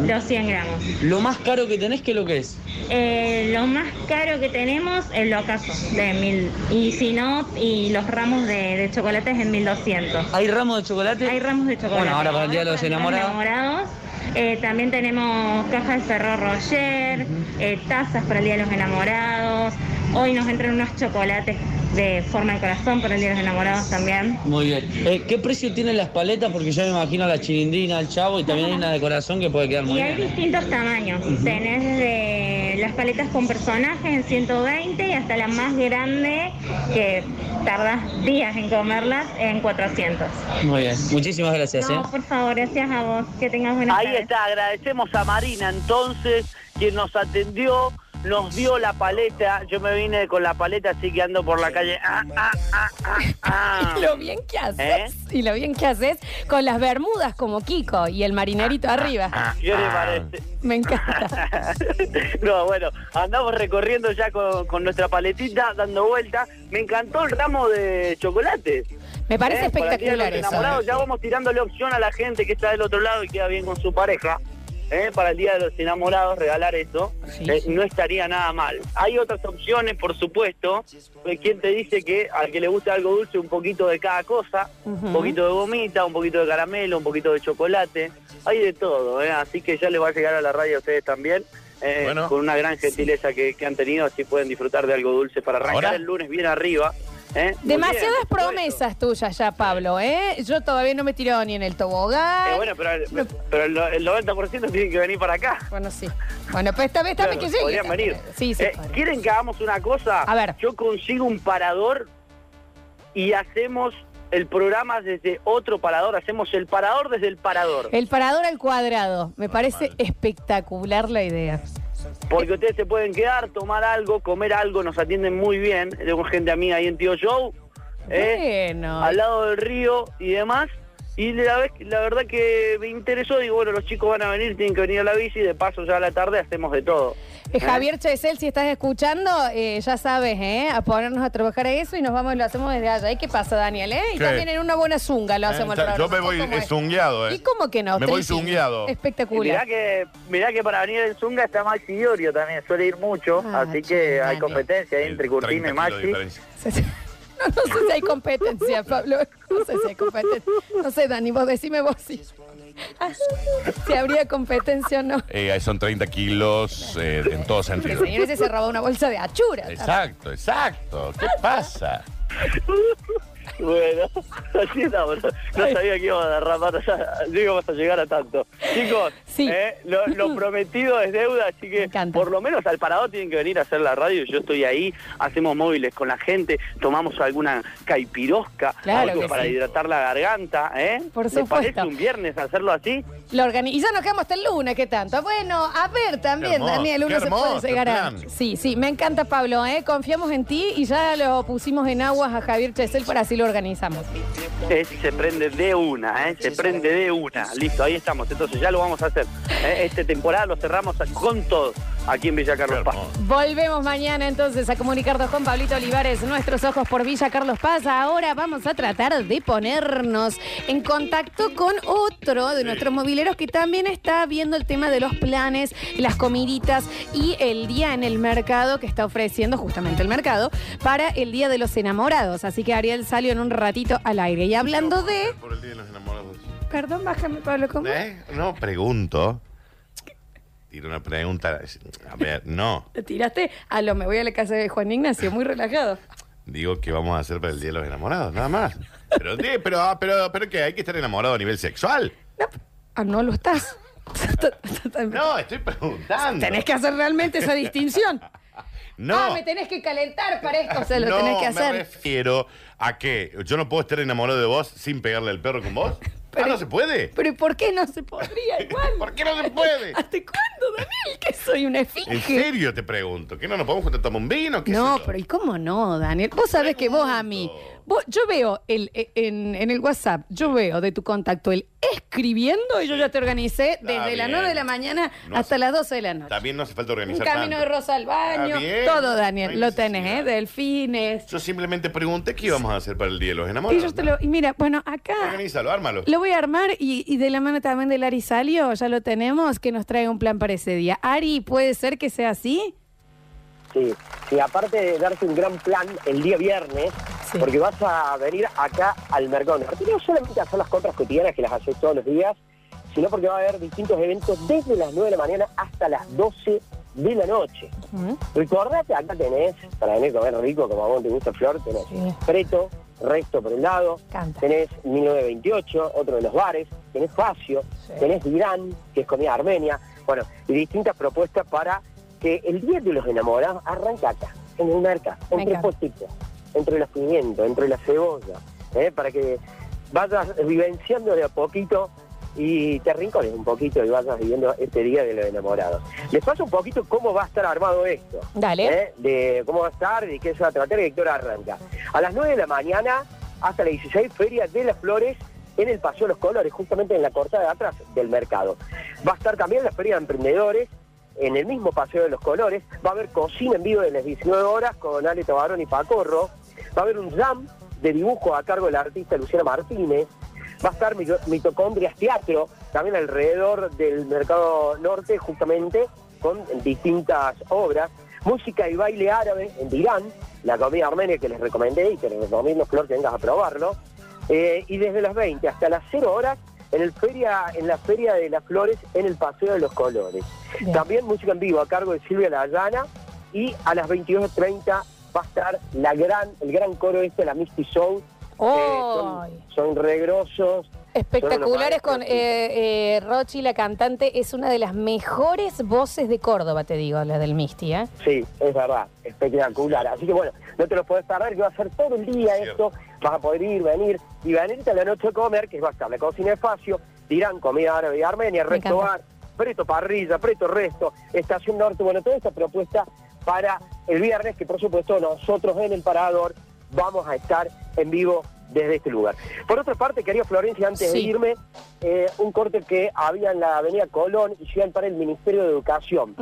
[SPEAKER 18] los 100 gramos.
[SPEAKER 17] Lo más caro que tenés, ¿qué es lo que es?
[SPEAKER 18] Eh, lo más caro que tenemos, el ocaso, de mil. Y si no, y los ramos de, de chocolates en 1200.
[SPEAKER 17] ¿Hay ramos de chocolate?
[SPEAKER 18] Hay ramos de chocolate.
[SPEAKER 17] Bueno, ahora para el Día de los Enamorados.
[SPEAKER 18] enamorados. Eh, también tenemos cajas de Ferrero Roger, eh, tazas para el Día de los Enamorados, Hoy nos entran unos chocolates de forma de corazón para el Día de los Enamorados también.
[SPEAKER 17] Muy bien. Eh, ¿Qué precio tienen las paletas? Porque yo me imagino la chilindrina, al chavo y también hay una de corazón que puede quedar muy
[SPEAKER 18] Y hay
[SPEAKER 17] bien.
[SPEAKER 18] distintos tamaños. Tenés de las paletas con personajes en 120 y hasta la más grande que tardas días en comerlas en 400.
[SPEAKER 17] Muy bien. Muchísimas gracias. ¿eh?
[SPEAKER 18] No, por favor, gracias a vos. Que tengas buenas
[SPEAKER 3] Ahí está, pues, agradecemos a Marina entonces, quien nos atendió, nos dio la paleta. Yo me vine con la paleta, así que ando por la calle. Ah, ah, ah, ah, ¿Eh? ah.
[SPEAKER 1] Y lo bien que haces. ¿Eh? Y lo bien que haces con las bermudas como Kiko y el marinerito arriba.
[SPEAKER 3] ¿Qué
[SPEAKER 17] Ah.
[SPEAKER 3] le parece?
[SPEAKER 1] Me encanta.
[SPEAKER 3] No, bueno, andamos recorriendo ya con, con nuestra paletita, dando vueltas. Me encantó el ramo de chocolate. ¿Eh?
[SPEAKER 1] Me parece
[SPEAKER 3] Para el Día de los
[SPEAKER 1] espectacular eso.
[SPEAKER 3] Enamorados, ya vamos tirándole opción a la gente que está del otro lado y queda bien con su pareja. ¿eh? Para el Día de los Enamorados, regalar eso eh, no estaría nada mal. Hay otras opciones, por supuesto. Eh, ¿Quién te dice que al que le gusta algo dulce, un poquito de cada cosa? Un poquito de gomita, un poquito de caramelo, un poquito de chocolate. Hay de todo, ¿eh? así que ya les va a llegar a la radio a ustedes también. eh,
[SPEAKER 2] Bueno.
[SPEAKER 3] Con una gran gentileza que, que han tenido, así pueden disfrutar de algo dulce para arrancar
[SPEAKER 2] Ahora.
[SPEAKER 3] el lunes bien arriba. ¿eh? Muy bien.
[SPEAKER 1] Demasiadas promesas tuyas ya, Pablo, ¿eh? Yo todavía no me tiro ni en el tobogán.
[SPEAKER 3] Eh, bueno, pero, el- pero el, no- el 90% tienen que venir para acá.
[SPEAKER 1] Bueno, sí. Bueno, pues esta vez dame que llegue.
[SPEAKER 3] Podrían venir.
[SPEAKER 1] Sí, sí.
[SPEAKER 3] Eh, ¿Quieren que hagamos una cosa? A ver. Yo consigo un parador y hacemos el programa desde otro parador. Hacemos el parador desde el parador.
[SPEAKER 1] El parador al cuadrado. Me parece espectacular la idea.
[SPEAKER 3] Porque ustedes se pueden quedar, tomar algo, comer algo. Nos atienden muy bien. Tengo gente amiga ahí en Tío Joe. ¿eh?
[SPEAKER 1] Bueno.
[SPEAKER 3] Al lado del río y demás. Y la, vez, la verdad que me interesó. Digo, bueno, los chicos van a venir, tienen que venir a la bici. De paso, ya a la tarde hacemos de todo.
[SPEAKER 1] Eh, Javier Chesel, si estás escuchando, eh, ya sabes, ¿eh? A ponernos a trabajar a eso y nos vamos y lo hacemos desde allá. ¿Y qué pasa, Daniel? eh? Y
[SPEAKER 2] ¿Qué?
[SPEAKER 1] también en una buena zunga lo hacemos el
[SPEAKER 2] Está- Yo
[SPEAKER 1] programa.
[SPEAKER 2] me voy
[SPEAKER 1] ¿Cómo
[SPEAKER 2] eh,
[SPEAKER 1] es?
[SPEAKER 2] zungueado, ¿eh?
[SPEAKER 1] ¿Y cómo que no?
[SPEAKER 2] Me voy
[SPEAKER 1] Tres hijos.
[SPEAKER 2] zungueado.
[SPEAKER 1] Espectacular.
[SPEAKER 3] Y Mirá que, mirá que para venir el Zunga está Maxi Iorio también, suele ir mucho,
[SPEAKER 1] Ah,
[SPEAKER 3] así que hay competencia ahí entre Curtino y
[SPEAKER 2] 30 kilos de
[SPEAKER 3] Maxi.
[SPEAKER 2] diferencia.
[SPEAKER 1] No, no sé si hay competencia, Pablo. No sé si hay competencia. No sé, Dani, vos decime vos si, si habría competencia o no.
[SPEAKER 2] Eh, ahí son 30 kilos eh, en todo
[SPEAKER 1] El
[SPEAKER 2] sentido.
[SPEAKER 1] señor ese se robó una bolsa de achura.
[SPEAKER 2] Exacto, exacto. ¿Qué pasa?
[SPEAKER 3] Bueno, así estamos. No sabía que iba a derramar, o sea, no íbamos a llegar a tanto. Chicos, eh, lo, lo prometido es deuda, así que por lo menos al parador tienen que venir a hacer la radio. Yo estoy ahí, hacemos móviles con la gente, tomamos alguna caipirosca,
[SPEAKER 1] Claro
[SPEAKER 3] algo
[SPEAKER 1] que
[SPEAKER 3] para
[SPEAKER 1] sí.
[SPEAKER 3] hidratar la garganta, ¿eh?
[SPEAKER 1] Por
[SPEAKER 3] ¿Les
[SPEAKER 1] supuesto.
[SPEAKER 3] parece un viernes hacerlo así?
[SPEAKER 1] Lo organi- y ya nos quedamos hasta el lunes, ¿qué tanto? Bueno, a ver también,
[SPEAKER 3] Qué hermoso,
[SPEAKER 1] Daniel, uno
[SPEAKER 3] qué
[SPEAKER 1] se
[SPEAKER 3] hermoso
[SPEAKER 1] puede llegar a.
[SPEAKER 3] plan.
[SPEAKER 1] Sí, sí, me encanta, Pablo, ¿eh? Confiamos en ti y ya lo pusimos en aguas a Javier Chesel para así lo organizamos.
[SPEAKER 3] Eh, se prende de una, ¿eh? se prende de una. Listo, ahí estamos. Entonces ya lo vamos a hacer. Eh, Esta temporada lo cerramos con todo aquí en Villa Carlos Paz.
[SPEAKER 1] Volvemos mañana entonces a comunicarnos con Pablito Olivares, nuestros ojos por Villa Carlos Paz. Ahora vamos a tratar de ponernos en contacto con otro de nuestros mobileros que también está viendo el tema de los planes, las comiditas y el día en el mercado que está ofreciendo justamente el mercado para el Día de los Enamorados. Así que Ariel salió en un ratito al aire. Y hablando de...
[SPEAKER 2] Por el Día de los Enamorados.
[SPEAKER 1] Perdón, bájame Pablo, ¿cómo?
[SPEAKER 2] ¿Eh? No, pregunto. Tiro una pregunta. A ver, no.
[SPEAKER 1] Te tiraste a lo me voy a la casa de Juan Ignacio, muy relajado.
[SPEAKER 2] Digo que vamos a hacer para el Día de los Enamorados, nada más. Pero, sí, pero, ah, pero, pero que hay que estar enamorado a nivel sexual.
[SPEAKER 1] Ah, no lo estás.
[SPEAKER 2] No, estoy preguntando.
[SPEAKER 1] Tenés que hacer realmente esa distinción.
[SPEAKER 2] No.
[SPEAKER 1] Ah, me tenés que calentar para esto, o sea, lo
[SPEAKER 2] no,
[SPEAKER 1] tenés que hacer.
[SPEAKER 2] me refiero a que yo no puedo estar enamorado de vos sin pegarle al perro con vos. ah, no se puede.
[SPEAKER 1] Pero ¿y ¿por qué no se podría igual? ¿Por
[SPEAKER 2] qué no se puede?
[SPEAKER 1] ¿Hasta cuándo, Daniel? Que soy una
[SPEAKER 2] En
[SPEAKER 1] esfinge.
[SPEAKER 2] serio te pregunto. ¿Que no nos podemos juntar a tomar un vino? ¿Qué
[SPEAKER 1] No,
[SPEAKER 2] sé yo?
[SPEAKER 1] pero ¿y cómo no, Daniel? Vos sabés que vos a mí, vos- yo veo el, e- en, en el WhatsApp, yo veo de tu contacto el escribiendo y yo ya te organicé desde las
[SPEAKER 2] bien.
[SPEAKER 1] 9 de la mañana
[SPEAKER 2] No
[SPEAKER 1] hasta las 12 de la noche.
[SPEAKER 2] También no hace falta
[SPEAKER 1] Un
[SPEAKER 2] organizar
[SPEAKER 1] camino de
[SPEAKER 2] tanto.
[SPEAKER 1] rosa al baño,
[SPEAKER 2] Está bien,
[SPEAKER 1] todo,
[SPEAKER 2] no
[SPEAKER 1] Daniel,
[SPEAKER 2] hay
[SPEAKER 1] lo tenés, ¿eh? Delfines.
[SPEAKER 2] Yo simplemente pregunté qué íbamos a hacer para el Día de los
[SPEAKER 1] Y
[SPEAKER 2] Enamorados.
[SPEAKER 1] yo te lo, y mira, bueno, acá
[SPEAKER 2] Organízalo, ármalo.
[SPEAKER 1] Lo voy a armar y, y de la mano también de Ari Salio, ya lo tenemos, que nos trae un plan para ese día. Ari, ¿puede ser que sea así?
[SPEAKER 4] Sí, y aparte de darte un gran plan el día viernes, porque vas a venir acá al Mercado Norte, no solamente a hacer las compras cotidianas que las haces todos los días, sino porque va a haber distintos eventos desde las 9 de la mañana hasta las 12 de la noche. Recordate, acá tenés, para venir a comer rico, como a vos te gusta, Flor, tenés Preto, Resto por un lado, tenés 1928, otro de los bares, tenés Facio, tenés Irán, que es comida armenia, bueno, y distintas propuestas para que el Día de los Enamorados arranca acá, en el mercado,
[SPEAKER 1] Me
[SPEAKER 4] entre
[SPEAKER 1] encanta.
[SPEAKER 4] potitos, entre los pimientos, entre la cebolla, ¿eh? para que vayas vivenciando de a poquito y te arrincones un poquito y vayas viviendo este Día de los Enamorados. Les paso un poquito cómo va a estar armado esto.
[SPEAKER 1] Dale.
[SPEAKER 4] ¿eh? De cómo va a estar, de qué se va a tratar, y qué hora arranca. A las 9 de la mañana hasta las 16, Feria de las Flores en el Paseo de los Colores, justamente en la cortada de atrás del mercado. Va a estar también la Feria de Emprendedores en el mismo Paseo de los Colores. Va a haber cocina en vivo de las 19 horas con Ale Tabarón y Pacorro. Va a haber un jam de dibujo a cargo de la artista Luciana Martínez. Va a estar Mito- Mitocondrias Teatro, también alrededor del Mercado Norte, justamente, con distintas obras. Música y baile árabe en Irán, la comida armenia que les recomendé y que les recomiendo, Flor, que vengas a probarlo. Eh, y desde las 20 hasta las 0 horas en, el feria, en la Feria de las Flores en el Paseo de los Colores. También música en vivo a cargo de Silvia Layana y a las 22.30 va a estar la gran, el gran coro este, la Misty Soul.
[SPEAKER 1] ¡Ay!
[SPEAKER 4] son, son regrosos.
[SPEAKER 1] Espectaculares con eh, eh, Rochi, la cantante, es una de las mejores voces de Córdoba, te digo, la del Misti, ¿eh?
[SPEAKER 4] Sí, es verdad, espectacular. Así que bueno, no te lo puedes tardar, que va a ser todo el día esto. Vas a poder ir, venir y venirte a la noche a comer, que va a estar la cocina de Facio, dirán comida árabe y armenia, resto
[SPEAKER 19] encanta.
[SPEAKER 4] bar, preto parrilla, preto resto, estación norte, bueno, toda esta propuesta para el viernes, que por supuesto nosotros en el Parador vamos a estar en vivo desde este lugar. Por otra parte, quería Florencia, antes de
[SPEAKER 19] Sí.
[SPEAKER 4] irme, eh, un corte que había en la avenida Colón y llegan para el Ministerio de Educación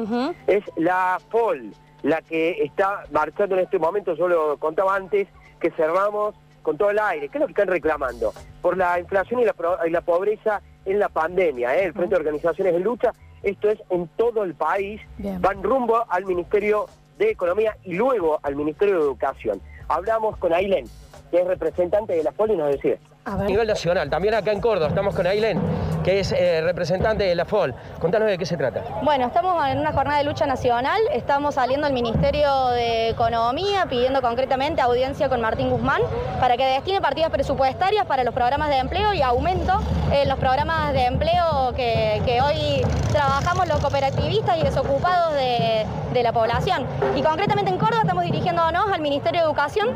[SPEAKER 4] es la FOL, la que está marchando en este momento, yo lo contaba antes, que cerramos con todo el aire. ¿Qué es lo que están reclamando? Por la inflación y la, pro- y la pobreza en la pandemia, ¿eh? el Frente de Organizaciones en Lucha, esto es en todo el país,
[SPEAKER 19] Bien.
[SPEAKER 4] van rumbo al Ministerio de Economía y luego al Ministerio de Educación. Hablamos con Ailén, que es representante de la FOL y nos decía.
[SPEAKER 20] A nivel nacional, también acá en Córdoba, estamos con Ailén, que es eh, representante de la FOL. Contanos de qué se trata.
[SPEAKER 21] Bueno, estamos en una jornada de lucha nacional, estamos saliendo al Ministerio de Economía pidiendo concretamente audiencia con Martín Guzmán para que destine partidas presupuestarias para los programas de empleo y aumento en los programas de empleo que, que hoy trabajamos los cooperativistas y desocupados de, de la población. Y concretamente en Córdoba estamos dirigiéndonos al Ministerio de Educación,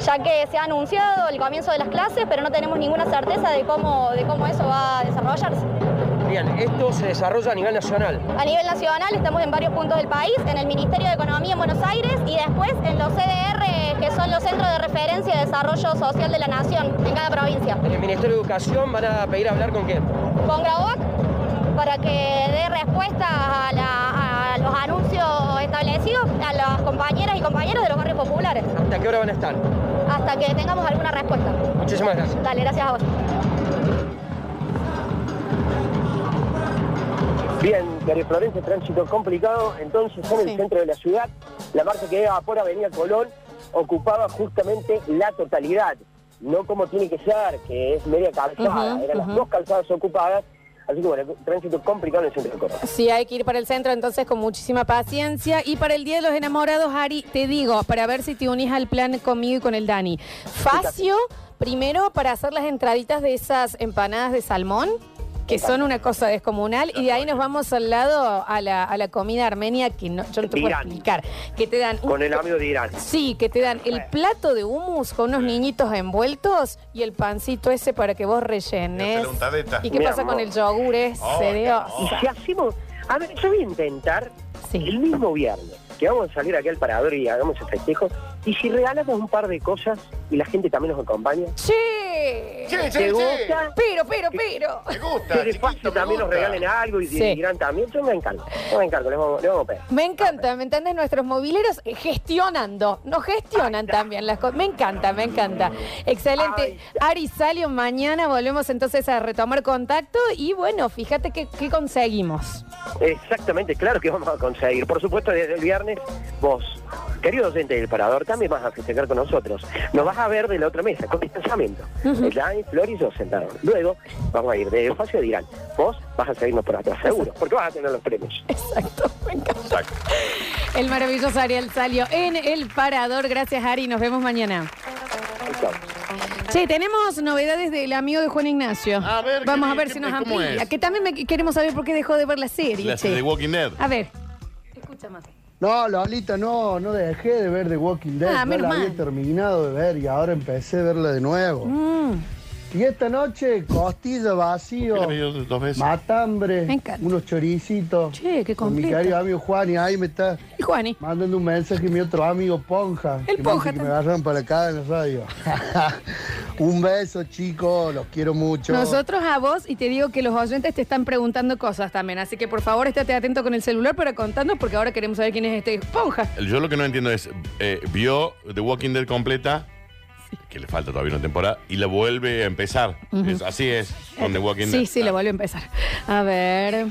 [SPEAKER 21] ya que se ha anunciado el comienzo de las clases, pero no tenemos ninguna certeza de cómo, de cómo eso va a desarrollarse.
[SPEAKER 20] Bien, esto se desarrolla a nivel nacional.
[SPEAKER 21] A nivel nacional estamos en varios puntos del país, en el Ministerio de Economía en Buenos Aires y después en los CDR, que son los Centros de Referencia de Desarrollo Social de la Nación, en cada provincia.
[SPEAKER 20] En el Ministerio de Educación van a pedir hablar con quién.
[SPEAKER 21] Con Grabovac, para que dé respuesta a, la- a los anuncios establecidos a las compañeras y compañeros de los barrios populares,
[SPEAKER 20] ¿Hasta qué hora van a estar?
[SPEAKER 21] hasta que tengamos alguna respuesta.
[SPEAKER 20] Muchísimas gracias.
[SPEAKER 21] Dale, gracias a vos.
[SPEAKER 4] Bien, María Florencia, tránsito complicado. Entonces, en el centro de la ciudad, la marcha que iba por Avenida Colón ocupaba justamente la totalidad, no como tiene que ser, que es media calzada.
[SPEAKER 1] Ujú,
[SPEAKER 4] Eran
[SPEAKER 1] ujú.
[SPEAKER 4] las dos calzadas ocupadas. Así que, bueno, tránsito complicado en el centro de Córdoba.
[SPEAKER 1] Sí, hay que ir para el centro entonces con muchísima paciencia. Y para el Día de los Enamorados, Ari, te digo, para ver si te unís al plan conmigo y con el Dani. Facio, primero para hacer las entraditas de esas empanadas de salmón, que son una cosa descomunal. Y de ahí nos vamos al lado a la, a la comida armenia, que no, yo no te puedo
[SPEAKER 4] Irán.
[SPEAKER 1] explicar. Que te dan... un-
[SPEAKER 4] Con el amigo de Irán.
[SPEAKER 1] Sí, que te dan el plato de hummus con unos niñitos envueltos y el pancito ese para que vos rellenes.
[SPEAKER 2] untadeta.
[SPEAKER 1] ¿Y qué
[SPEAKER 2] Mi
[SPEAKER 1] pasa con
[SPEAKER 2] amor.
[SPEAKER 1] el yogur ese?
[SPEAKER 2] Oh, qué
[SPEAKER 1] Dios?
[SPEAKER 4] Y si hacemos, a ver, yo voy a intentar el mismo viernes que vamos a salir aquí al parador y hagamos el festejo. Y si regalamos un par de cosas y la gente también nos acompaña.
[SPEAKER 1] Sí.
[SPEAKER 4] ¿Te gusta?
[SPEAKER 1] Pero, pero, pero.
[SPEAKER 2] Me
[SPEAKER 4] Que de paso también nos regalen algo y
[SPEAKER 1] Sí.
[SPEAKER 4] dirán también. Yo me encargo, yo me encargo, les vamos, les vamos a pedir.
[SPEAKER 1] Me encanta, ¿me entendés? Nuestros mobileros eh, gestionando, nos gestionan también las cosas. Me encanta, me encanta. Excelente. Ari Salio, mañana volvemos entonces a retomar contacto y bueno, fíjate qué, qué conseguimos.
[SPEAKER 4] Exactamente, claro que vamos a conseguir. Por supuesto, desde el viernes, vos, querido oyente del Parador, también vas a festejar con nosotros. Nos vas a ver de la otra mesa, con distanciamiento.
[SPEAKER 1] Ujú.
[SPEAKER 4] El Dani, Flor y yo sentados. Luego, vamos a ir de espacio de Irán. Vos vas a seguirnos por atrás, seguro, porque vas a tener los premios.
[SPEAKER 1] Exacto, me encanta.
[SPEAKER 2] Exacto.
[SPEAKER 1] El maravilloso Ariel Salio en El Parador. Gracias, Ari. Nos vemos mañana. Che, tenemos novedades del amigo de Juan Ignacio.
[SPEAKER 2] A ver,
[SPEAKER 1] Vamos
[SPEAKER 2] ¿qué-
[SPEAKER 1] a ver
[SPEAKER 2] qué-
[SPEAKER 1] si nos
[SPEAKER 2] cómo
[SPEAKER 1] amplía.
[SPEAKER 2] es?
[SPEAKER 1] Que también me- queremos saber por qué dejó de ver la serie.
[SPEAKER 2] La
[SPEAKER 1] che.
[SPEAKER 2] de Walking Dead.
[SPEAKER 1] A ver.
[SPEAKER 9] No, Lolita, no, no dejé de ver The Walking Dead.
[SPEAKER 1] Ah,
[SPEAKER 9] no
[SPEAKER 1] menos
[SPEAKER 9] la
[SPEAKER 1] mal.
[SPEAKER 9] había terminado de ver y ahora empecé a verla de nuevo.
[SPEAKER 1] Mm.
[SPEAKER 9] Y esta noche, costilla vacío,
[SPEAKER 2] ¿Por qué la vio dos veces?
[SPEAKER 9] matambre,
[SPEAKER 1] Me encanta.
[SPEAKER 9] unos choricitos.
[SPEAKER 1] Che, qué
[SPEAKER 9] Con mi
[SPEAKER 1] completo.
[SPEAKER 9] querido amigo Juan y ahí me está
[SPEAKER 1] Juani.
[SPEAKER 9] mandando un mensaje mi otro amigo Ponja.
[SPEAKER 1] El
[SPEAKER 9] que me
[SPEAKER 1] Ponja
[SPEAKER 9] dice Que
[SPEAKER 1] también.
[SPEAKER 9] me agarran para acá en la radio. un beso, chicos, los quiero mucho.
[SPEAKER 1] Nosotros a vos y te digo que los oyentes te están preguntando cosas también. Así que por favor, estate atento con el celular para contarnos porque ahora queremos saber quién es este esponja.
[SPEAKER 2] Yo lo que no entiendo es, eh, vio The Walking Dead completa, que le falta todavía una temporada, y la vuelve a empezar.
[SPEAKER 1] Ujú.
[SPEAKER 2] Es- así es, con The Walking Ah. Dead.
[SPEAKER 1] Sí, sí, lo vuelvo a empezar. A ver.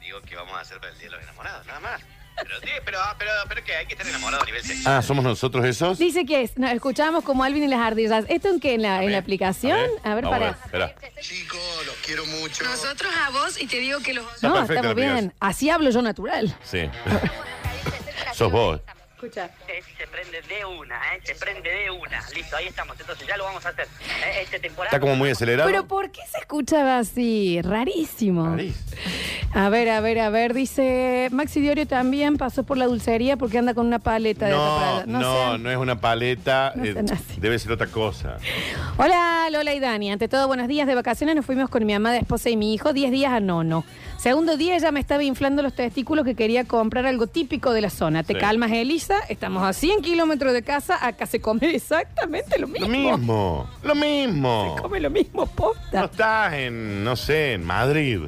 [SPEAKER 19] Digo que vamos a hacer para el Día de los Enamorados, nada más. Pero, sí, pero, pero, pero que hay que estar enamorado a nivel sexual.
[SPEAKER 2] Ah, ¿somos nosotros esos?
[SPEAKER 1] Dice que es, nos escuchamos como Alvin y las ardillas. ¿Esto en qué? ¿En la, en la aplicación? A ver,
[SPEAKER 2] Vamos
[SPEAKER 1] para.
[SPEAKER 2] espera.
[SPEAKER 1] Nosotros a vos y te digo que los
[SPEAKER 2] Está
[SPEAKER 1] No,
[SPEAKER 2] perfecta
[SPEAKER 1] estamos
[SPEAKER 2] la aplicación.
[SPEAKER 1] bien. Así hablo yo natural.
[SPEAKER 2] Sí. Sos vos.
[SPEAKER 1] Escucha.
[SPEAKER 19] Se prende de una, ¿eh? Se prende de una. Listo, ahí estamos. Entonces ya lo vamos a hacer. ¿eh? Esta temporada.
[SPEAKER 2] Está como muy acelerado.
[SPEAKER 1] Pero ¿por qué se escuchaba así? Rarísimo. A ver, a ver, a ver. Dice Maxi Diorio también pasó por la dulcería porque anda con una paleta de
[SPEAKER 2] No,
[SPEAKER 1] atrapada.
[SPEAKER 2] no,
[SPEAKER 1] sean-
[SPEAKER 2] no, es una paleta.
[SPEAKER 1] no
[SPEAKER 2] eh,
[SPEAKER 1] sean así.
[SPEAKER 2] debe ser otra cosa.
[SPEAKER 1] Hola Lola y Dani, ante todo buenos días de vacaciones nos fuimos con mi amada esposa y mi hijo 10 días a Nono. Segundo día ella me estaba inflando los testículos que quería comprar algo típico de la zona. Te
[SPEAKER 2] Sí.
[SPEAKER 1] calmas Elisa, estamos a 100 kilómetros de casa, acá se come exactamente lo mismo.
[SPEAKER 2] Lo mismo, lo mismo.
[SPEAKER 1] Come lo mismo, posta.
[SPEAKER 2] No estás en, no sé, en Madrid.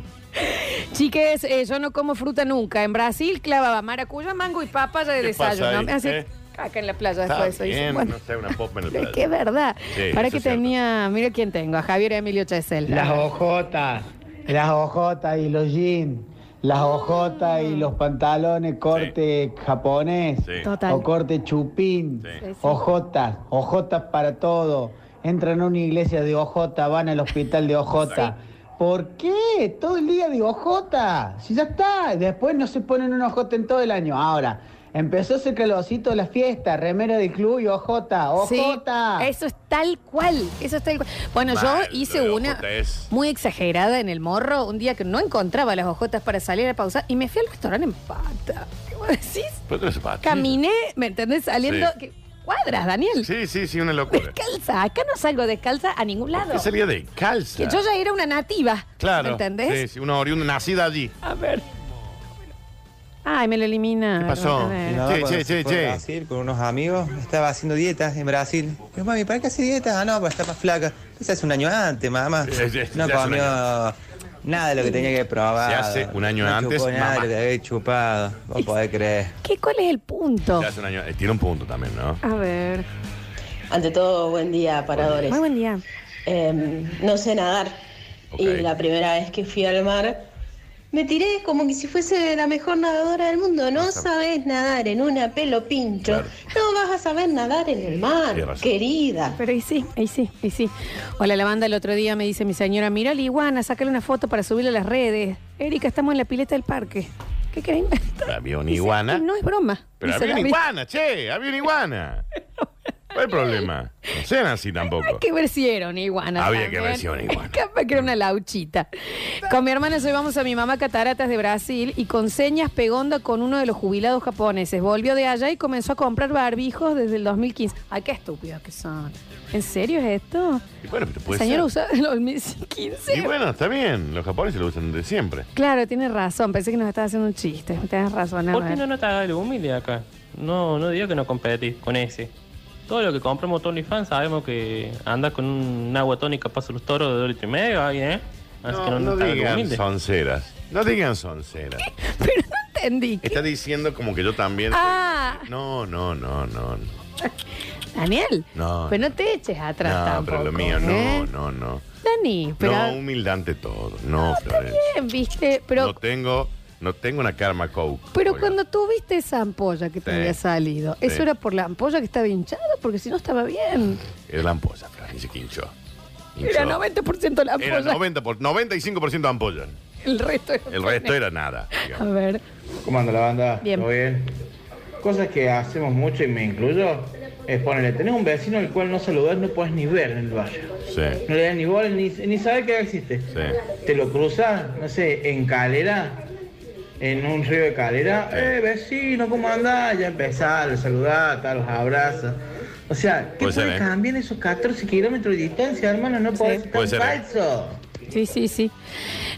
[SPEAKER 1] Chiques, eh, yo no como fruta nunca. En Brasil clavaba maracuya, mango y papaya de
[SPEAKER 2] ¿Qué
[SPEAKER 1] desayuno.
[SPEAKER 2] pasa ahí,
[SPEAKER 1] Me hacía
[SPEAKER 2] eh?
[SPEAKER 1] caca en la playa
[SPEAKER 2] Está
[SPEAKER 1] después de eso. Dice,
[SPEAKER 2] bien,
[SPEAKER 1] bueno,
[SPEAKER 2] no sé, una pop en el
[SPEAKER 1] que es verdad.
[SPEAKER 2] Sí,
[SPEAKER 1] Para
[SPEAKER 2] eso
[SPEAKER 1] que
[SPEAKER 2] es cierto.
[SPEAKER 1] tenía, mira quién tengo, a Javier Emilio Chesel.
[SPEAKER 17] Las ojotas, las ojotas y los jeans, las ojotas y los pantalones corte japonés
[SPEAKER 1] Total.
[SPEAKER 17] o corte chupín,
[SPEAKER 1] Sí, sí.
[SPEAKER 17] ojotas, ojotas para todo. Entran a una iglesia de ojota, van al hospital de ojota. ¿Por qué? Todo el día de ojota. Si ya está, después no se ponen un ojota en todo el año. Ahora, empezó ese calorcito de la fiesta, remera del club y ojota,
[SPEAKER 1] Sí,
[SPEAKER 17] ojota.
[SPEAKER 1] eso es tal cual. Eso es tal cual. Bueno,
[SPEAKER 17] Mal,
[SPEAKER 1] yo
[SPEAKER 17] lo
[SPEAKER 1] hice
[SPEAKER 17] de
[SPEAKER 1] una
[SPEAKER 17] OJ
[SPEAKER 1] muy exagerada en el morro, un día que no encontraba las ojotas para salir a pausar y me fui al restaurante en pata. ¿Qué vos decís?
[SPEAKER 2] Pero tú eres pato.
[SPEAKER 1] Caminé, ¿me entendés? Saliendo.
[SPEAKER 2] Sí.
[SPEAKER 1] que- cuadras, Daniel.
[SPEAKER 2] Sí, sí, sí, una locura.
[SPEAKER 1] Descalza, acá no salgo descalza a ningún lado.
[SPEAKER 2] Que salía de calza.
[SPEAKER 1] Que yo ya era una nativa.
[SPEAKER 2] Claro.
[SPEAKER 1] ¿Me entendés?
[SPEAKER 2] Sí, sí, una oriunda nacida allí.
[SPEAKER 1] A ver. Ay, me lo elimina.
[SPEAKER 2] ¿Qué pasó?
[SPEAKER 1] A ver.
[SPEAKER 2] Sí,
[SPEAKER 22] No,
[SPEAKER 2] sí,
[SPEAKER 22] cuando
[SPEAKER 2] sí,
[SPEAKER 22] se fue
[SPEAKER 2] sí.
[SPEAKER 22] a Brasil con unos amigos, estaba haciendo dietas en Brasil. Pero mami, ¿para qué hace dietas? Ah, no, para estar más flaca. Eso hace un año antes, mamá.
[SPEAKER 2] Sí, sí,
[SPEAKER 22] No
[SPEAKER 2] se hace un
[SPEAKER 22] comió nada de lo que tenía que probar.
[SPEAKER 2] Se hace un año
[SPEAKER 22] no
[SPEAKER 2] antes,
[SPEAKER 22] Chupó nada de
[SPEAKER 2] mamá.
[SPEAKER 22] lo que había chupado. Vos podés creer.
[SPEAKER 1] ¿Qué, ¿Cuál es el punto?
[SPEAKER 2] Ya hace un año. eh, tiene un punto también, ¿no?
[SPEAKER 1] A ver.
[SPEAKER 23] Ante todo, buen día, Eh, paradores.
[SPEAKER 1] Muy buen día.
[SPEAKER 23] no sé nadar.
[SPEAKER 2] Y
[SPEAKER 23] la primera vez que fui al mar, me tiré como que si fuese la mejor nadadora del mundo. No sabes nadar en una pelo pincho. No vas a saber nadar en el
[SPEAKER 1] Tienes
[SPEAKER 23] mar,
[SPEAKER 1] razón.
[SPEAKER 23] querida.
[SPEAKER 1] Pero y sí, y sí, y sí. Hola, la banda el otro día me dice mi señora, mira la iguana, sácale una foto para subirla a las redes. Erika, estamos en la pileta del parque. ¿Qué querés inventar?
[SPEAKER 2] Había una iguana.
[SPEAKER 1] No es broma.
[SPEAKER 2] Pero
[SPEAKER 1] Dice
[SPEAKER 2] había
[SPEAKER 1] la
[SPEAKER 2] una
[SPEAKER 1] vi-
[SPEAKER 2] iguana, che, había una iguana. ¿Cuál es el problema? No sean así
[SPEAKER 1] Hay
[SPEAKER 2] tampoco.
[SPEAKER 1] que ver si era una iguana.
[SPEAKER 2] Había que ver si
[SPEAKER 1] también.
[SPEAKER 2] era una iguana.
[SPEAKER 1] Capaz que era una lauchita. Con mi hermana llevamos a mi mamá a Cataratas de Brasil y con señas pegó onda con uno de los jubilados japoneses. Volvió de allá y comenzó a comprar barbijos desde el 2015. Ay, qué estúpidos que son. ¿En serio es esto?
[SPEAKER 2] Y bueno, pero
[SPEAKER 1] El
[SPEAKER 2] puede
[SPEAKER 1] señor
[SPEAKER 2] ser.
[SPEAKER 1] usa el 2015.
[SPEAKER 2] Y bueno, está bien. Los japoneses lo usan de siempre.
[SPEAKER 1] Claro, tiene razón. Pensé que nos estaba haciendo un chiste. Tienes razón. a
[SPEAKER 24] ¿Por qué
[SPEAKER 1] ver.
[SPEAKER 24] no nos hagas lo humilde acá? No, no digo que no competís con ese. Todo lo que compramos Tony Fan sabemos que anda con un agua tónica pasa los toros de dos litros y medio, ahí, ¿eh? Así
[SPEAKER 2] No,
[SPEAKER 24] que no,
[SPEAKER 2] no
[SPEAKER 24] nos hagas lo
[SPEAKER 2] digan
[SPEAKER 24] humilde.
[SPEAKER 2] sonceras. No digan sonceras.
[SPEAKER 1] Entendí.
[SPEAKER 2] Está diciendo como que yo también. soy-
[SPEAKER 1] Ah,
[SPEAKER 2] No, no, no, no.
[SPEAKER 1] Daniel.
[SPEAKER 2] No.
[SPEAKER 1] Pero no te eches atrás
[SPEAKER 2] no,
[SPEAKER 1] tampoco.
[SPEAKER 2] pero lo mío,
[SPEAKER 1] ¿eh?
[SPEAKER 2] no, no, no.
[SPEAKER 1] Dani, pero. Ah,
[SPEAKER 2] no, humilde ante todo. No, Florencia.
[SPEAKER 1] Bien, viste, pero,
[SPEAKER 2] No tengo, no tengo una karma coke.
[SPEAKER 1] pero cuando tuviste esa ampolla que te
[SPEAKER 2] Sí.
[SPEAKER 1] había salido,
[SPEAKER 2] Sí.
[SPEAKER 1] ¿eso era por la ampolla que estaba hinchada? Porque si no estaba bien.
[SPEAKER 2] Era la ampolla, Florencia, que hinchó. Hinchó.
[SPEAKER 1] Era 90% la ampolla.
[SPEAKER 2] Era 90 por, 95% ampolla.
[SPEAKER 1] El resto era
[SPEAKER 2] El resto era nada.
[SPEAKER 1] A ver.
[SPEAKER 5] ¿Cómo anda la banda?
[SPEAKER 1] Bien.
[SPEAKER 5] ¿Todo bien? Cosas que hacemos mucho y me incluyo es ponerle, tenés un vecino al cual no saludas, no puedes ni ver en el valle.
[SPEAKER 2] Sí.
[SPEAKER 5] No le das ni bola, ni, ni sabes que existe. Te lo cruzas, no sé, en calera, en un río de calera, eh, vecino, ¿cómo andás? Ya empezás, los saludás, tal, los abrazas. O sea, ¿qué
[SPEAKER 2] Puede ser,
[SPEAKER 5] puede
[SPEAKER 2] ¿eh?
[SPEAKER 5] cambiar esos 14 kilómetros de distancia, hermano? No podés ser
[SPEAKER 2] Puede ser,
[SPEAKER 5] tan
[SPEAKER 2] ¿eh?
[SPEAKER 5] falso.
[SPEAKER 1] Sí, sí, sí.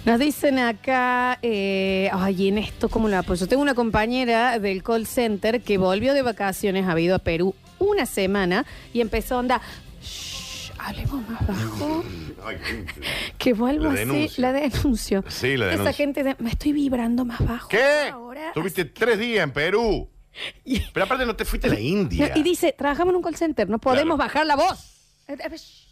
[SPEAKER 1] Nos dicen acá, eh, ay, en esto, ¿cómo lo apoyo? Tengo una compañera del call center que volvió de vacaciones, ha ido a Perú una semana y empezó onda, shh, hablemos más bajo,
[SPEAKER 2] Ay,
[SPEAKER 1] que vuelvo
[SPEAKER 2] La
[SPEAKER 1] así,
[SPEAKER 2] denuncia.
[SPEAKER 1] la denuncio.
[SPEAKER 2] Sí, la
[SPEAKER 1] Esa
[SPEAKER 2] denuncia.
[SPEAKER 1] gente, de, me estoy vibrando más bajo.
[SPEAKER 2] ¿Qué?
[SPEAKER 1] Ahora.
[SPEAKER 2] Tuviste tres días en Perú. Pero aparte no te fuiste a la India.
[SPEAKER 1] No, y dice, trabajamos en un call center, no podemos bajar la voz. Eh, eh, shh,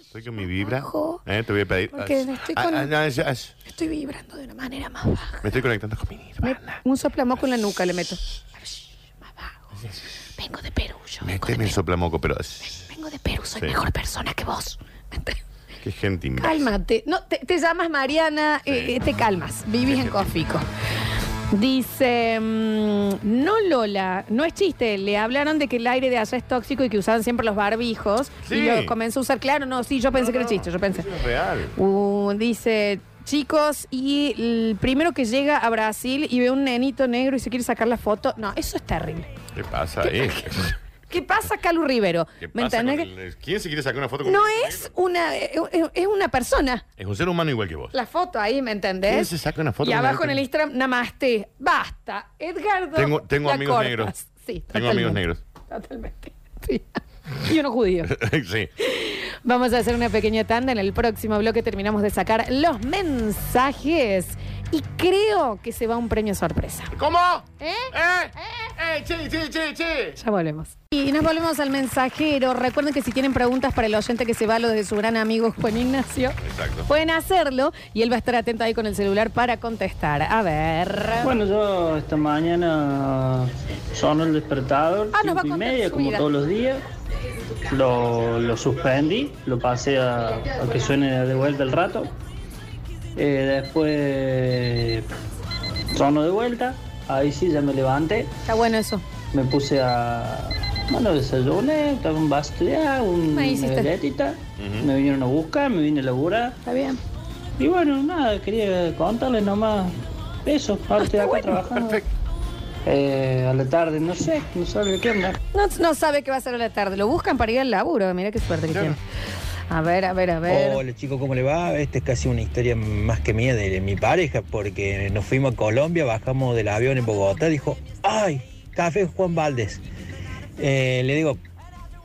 [SPEAKER 2] Estoy con mi vibra. Eh, te voy a pedir.
[SPEAKER 1] Porque
[SPEAKER 2] Ah,
[SPEAKER 1] estoy
[SPEAKER 2] ah,
[SPEAKER 1] con-
[SPEAKER 2] ah, no, es- es-
[SPEAKER 1] Estoy vibrando de una manera más baja.
[SPEAKER 2] me estoy conectando con mi niña. Me-
[SPEAKER 1] un soplamoco en la nuca le meto. Vengo de Perú, yo.
[SPEAKER 2] Méteme el soplamoco, pero.
[SPEAKER 1] Vengo de Perú, soy
[SPEAKER 2] Sí.
[SPEAKER 1] mejor persona que vos.
[SPEAKER 2] Qué gente imbécil.
[SPEAKER 1] Cálmate. No, te, te llamas Mariana, eh, eh, te calmas. Vivís en Cofico. Dice, mm, no Lola, no es chiste, le hablaron de que el aire de allá es tóxico y que usaban siempre los barbijos y
[SPEAKER 2] Sí.
[SPEAKER 1] lo comenzó a usar, claro, no, sí, yo pensé que era chiste, yo pensé.
[SPEAKER 2] Es real.
[SPEAKER 1] Uh, dice, chicos, y el primero que llega a Brasil y ve un nenito negro y se quiere sacar la foto, no, eso es terrible.
[SPEAKER 2] ¿Qué pasa ahí?
[SPEAKER 1] ¿Qué pasa, Calu Rivero?
[SPEAKER 2] ¿Qué
[SPEAKER 1] ¿Me
[SPEAKER 2] pasa
[SPEAKER 1] entendés
[SPEAKER 2] con
[SPEAKER 1] que-
[SPEAKER 2] el- ¿Quién se quiere sacar una foto con
[SPEAKER 1] No
[SPEAKER 2] un-
[SPEAKER 1] es una, eh, eh, es una persona.
[SPEAKER 2] Es un ser humano igual que vos.
[SPEAKER 1] La foto ahí, ¿me entendés?
[SPEAKER 2] ¿Quién se saca una foto
[SPEAKER 1] Y
[SPEAKER 2] con
[SPEAKER 1] abajo
[SPEAKER 2] alguien?
[SPEAKER 1] en el Instagram, namaste. Basta. Edgardo.
[SPEAKER 2] Tengo- tengo
[SPEAKER 1] la
[SPEAKER 2] amigos
[SPEAKER 1] cortas.
[SPEAKER 2] negros.
[SPEAKER 1] Sí,
[SPEAKER 2] Tengo
[SPEAKER 1] totalmente.
[SPEAKER 2] amigos negros.
[SPEAKER 1] Totalmente. Sí. Y uno judío.
[SPEAKER 2] sí.
[SPEAKER 1] Vamos a hacer una pequeña tanda. En el próximo bloque terminamos de sacar los mensajes. Y creo que se va un premio sorpresa.
[SPEAKER 2] ¿Cómo?
[SPEAKER 1] ¿Eh?
[SPEAKER 2] ¿Eh? ¿Eh? Sí, sí, sí, sí.
[SPEAKER 1] Ya volvemos. Y nos volvemos al mensajero. Recuerden que si tienen preguntas para el oyente que se va, lo de su gran amigo Juan Ignacio,
[SPEAKER 2] Exacto.
[SPEAKER 1] pueden hacerlo y él va a estar atento ahí con el celular para contestar. A ver.
[SPEAKER 6] Bueno, yo esta mañana sonó el despertador,
[SPEAKER 1] Ah, nos va a
[SPEAKER 6] cinco y
[SPEAKER 1] contar
[SPEAKER 6] media,
[SPEAKER 1] su
[SPEAKER 6] como
[SPEAKER 1] vida.
[SPEAKER 6] todos los días. Lo, lo suspendí, lo pasé a, a que suene de vuelta el rato. Eh, después sonó de vuelta, ahí sí ya me levanté.
[SPEAKER 1] Está bueno eso.
[SPEAKER 6] Me puse a. Bueno, desayuné, tomé un vaso de agua, un-
[SPEAKER 1] Ahí
[SPEAKER 6] una
[SPEAKER 1] hiciste.
[SPEAKER 6] galletita. Me vinieron a buscar, me vine a laburar.
[SPEAKER 1] Está bien.
[SPEAKER 6] Y bueno, nada, quería contarles nomás eso. Ahora estoy acá trabajando. Eh, a la tarde, no sé, no sabe qué onda.
[SPEAKER 1] No, no sabe qué va a hacer a la tarde. Lo buscan para ir al laburo. Mira qué suerte que tiene. A ver, a ver, a
[SPEAKER 11] Oh,
[SPEAKER 1] ver.
[SPEAKER 7] Hola chicos, ¿cómo le va? Esta es casi una historia más que mía de mi pareja, porque nos fuimos a Colombia, bajamos del avión en Bogotá, dijo, ¡ay! Café Juan Valdés. Eh, le digo,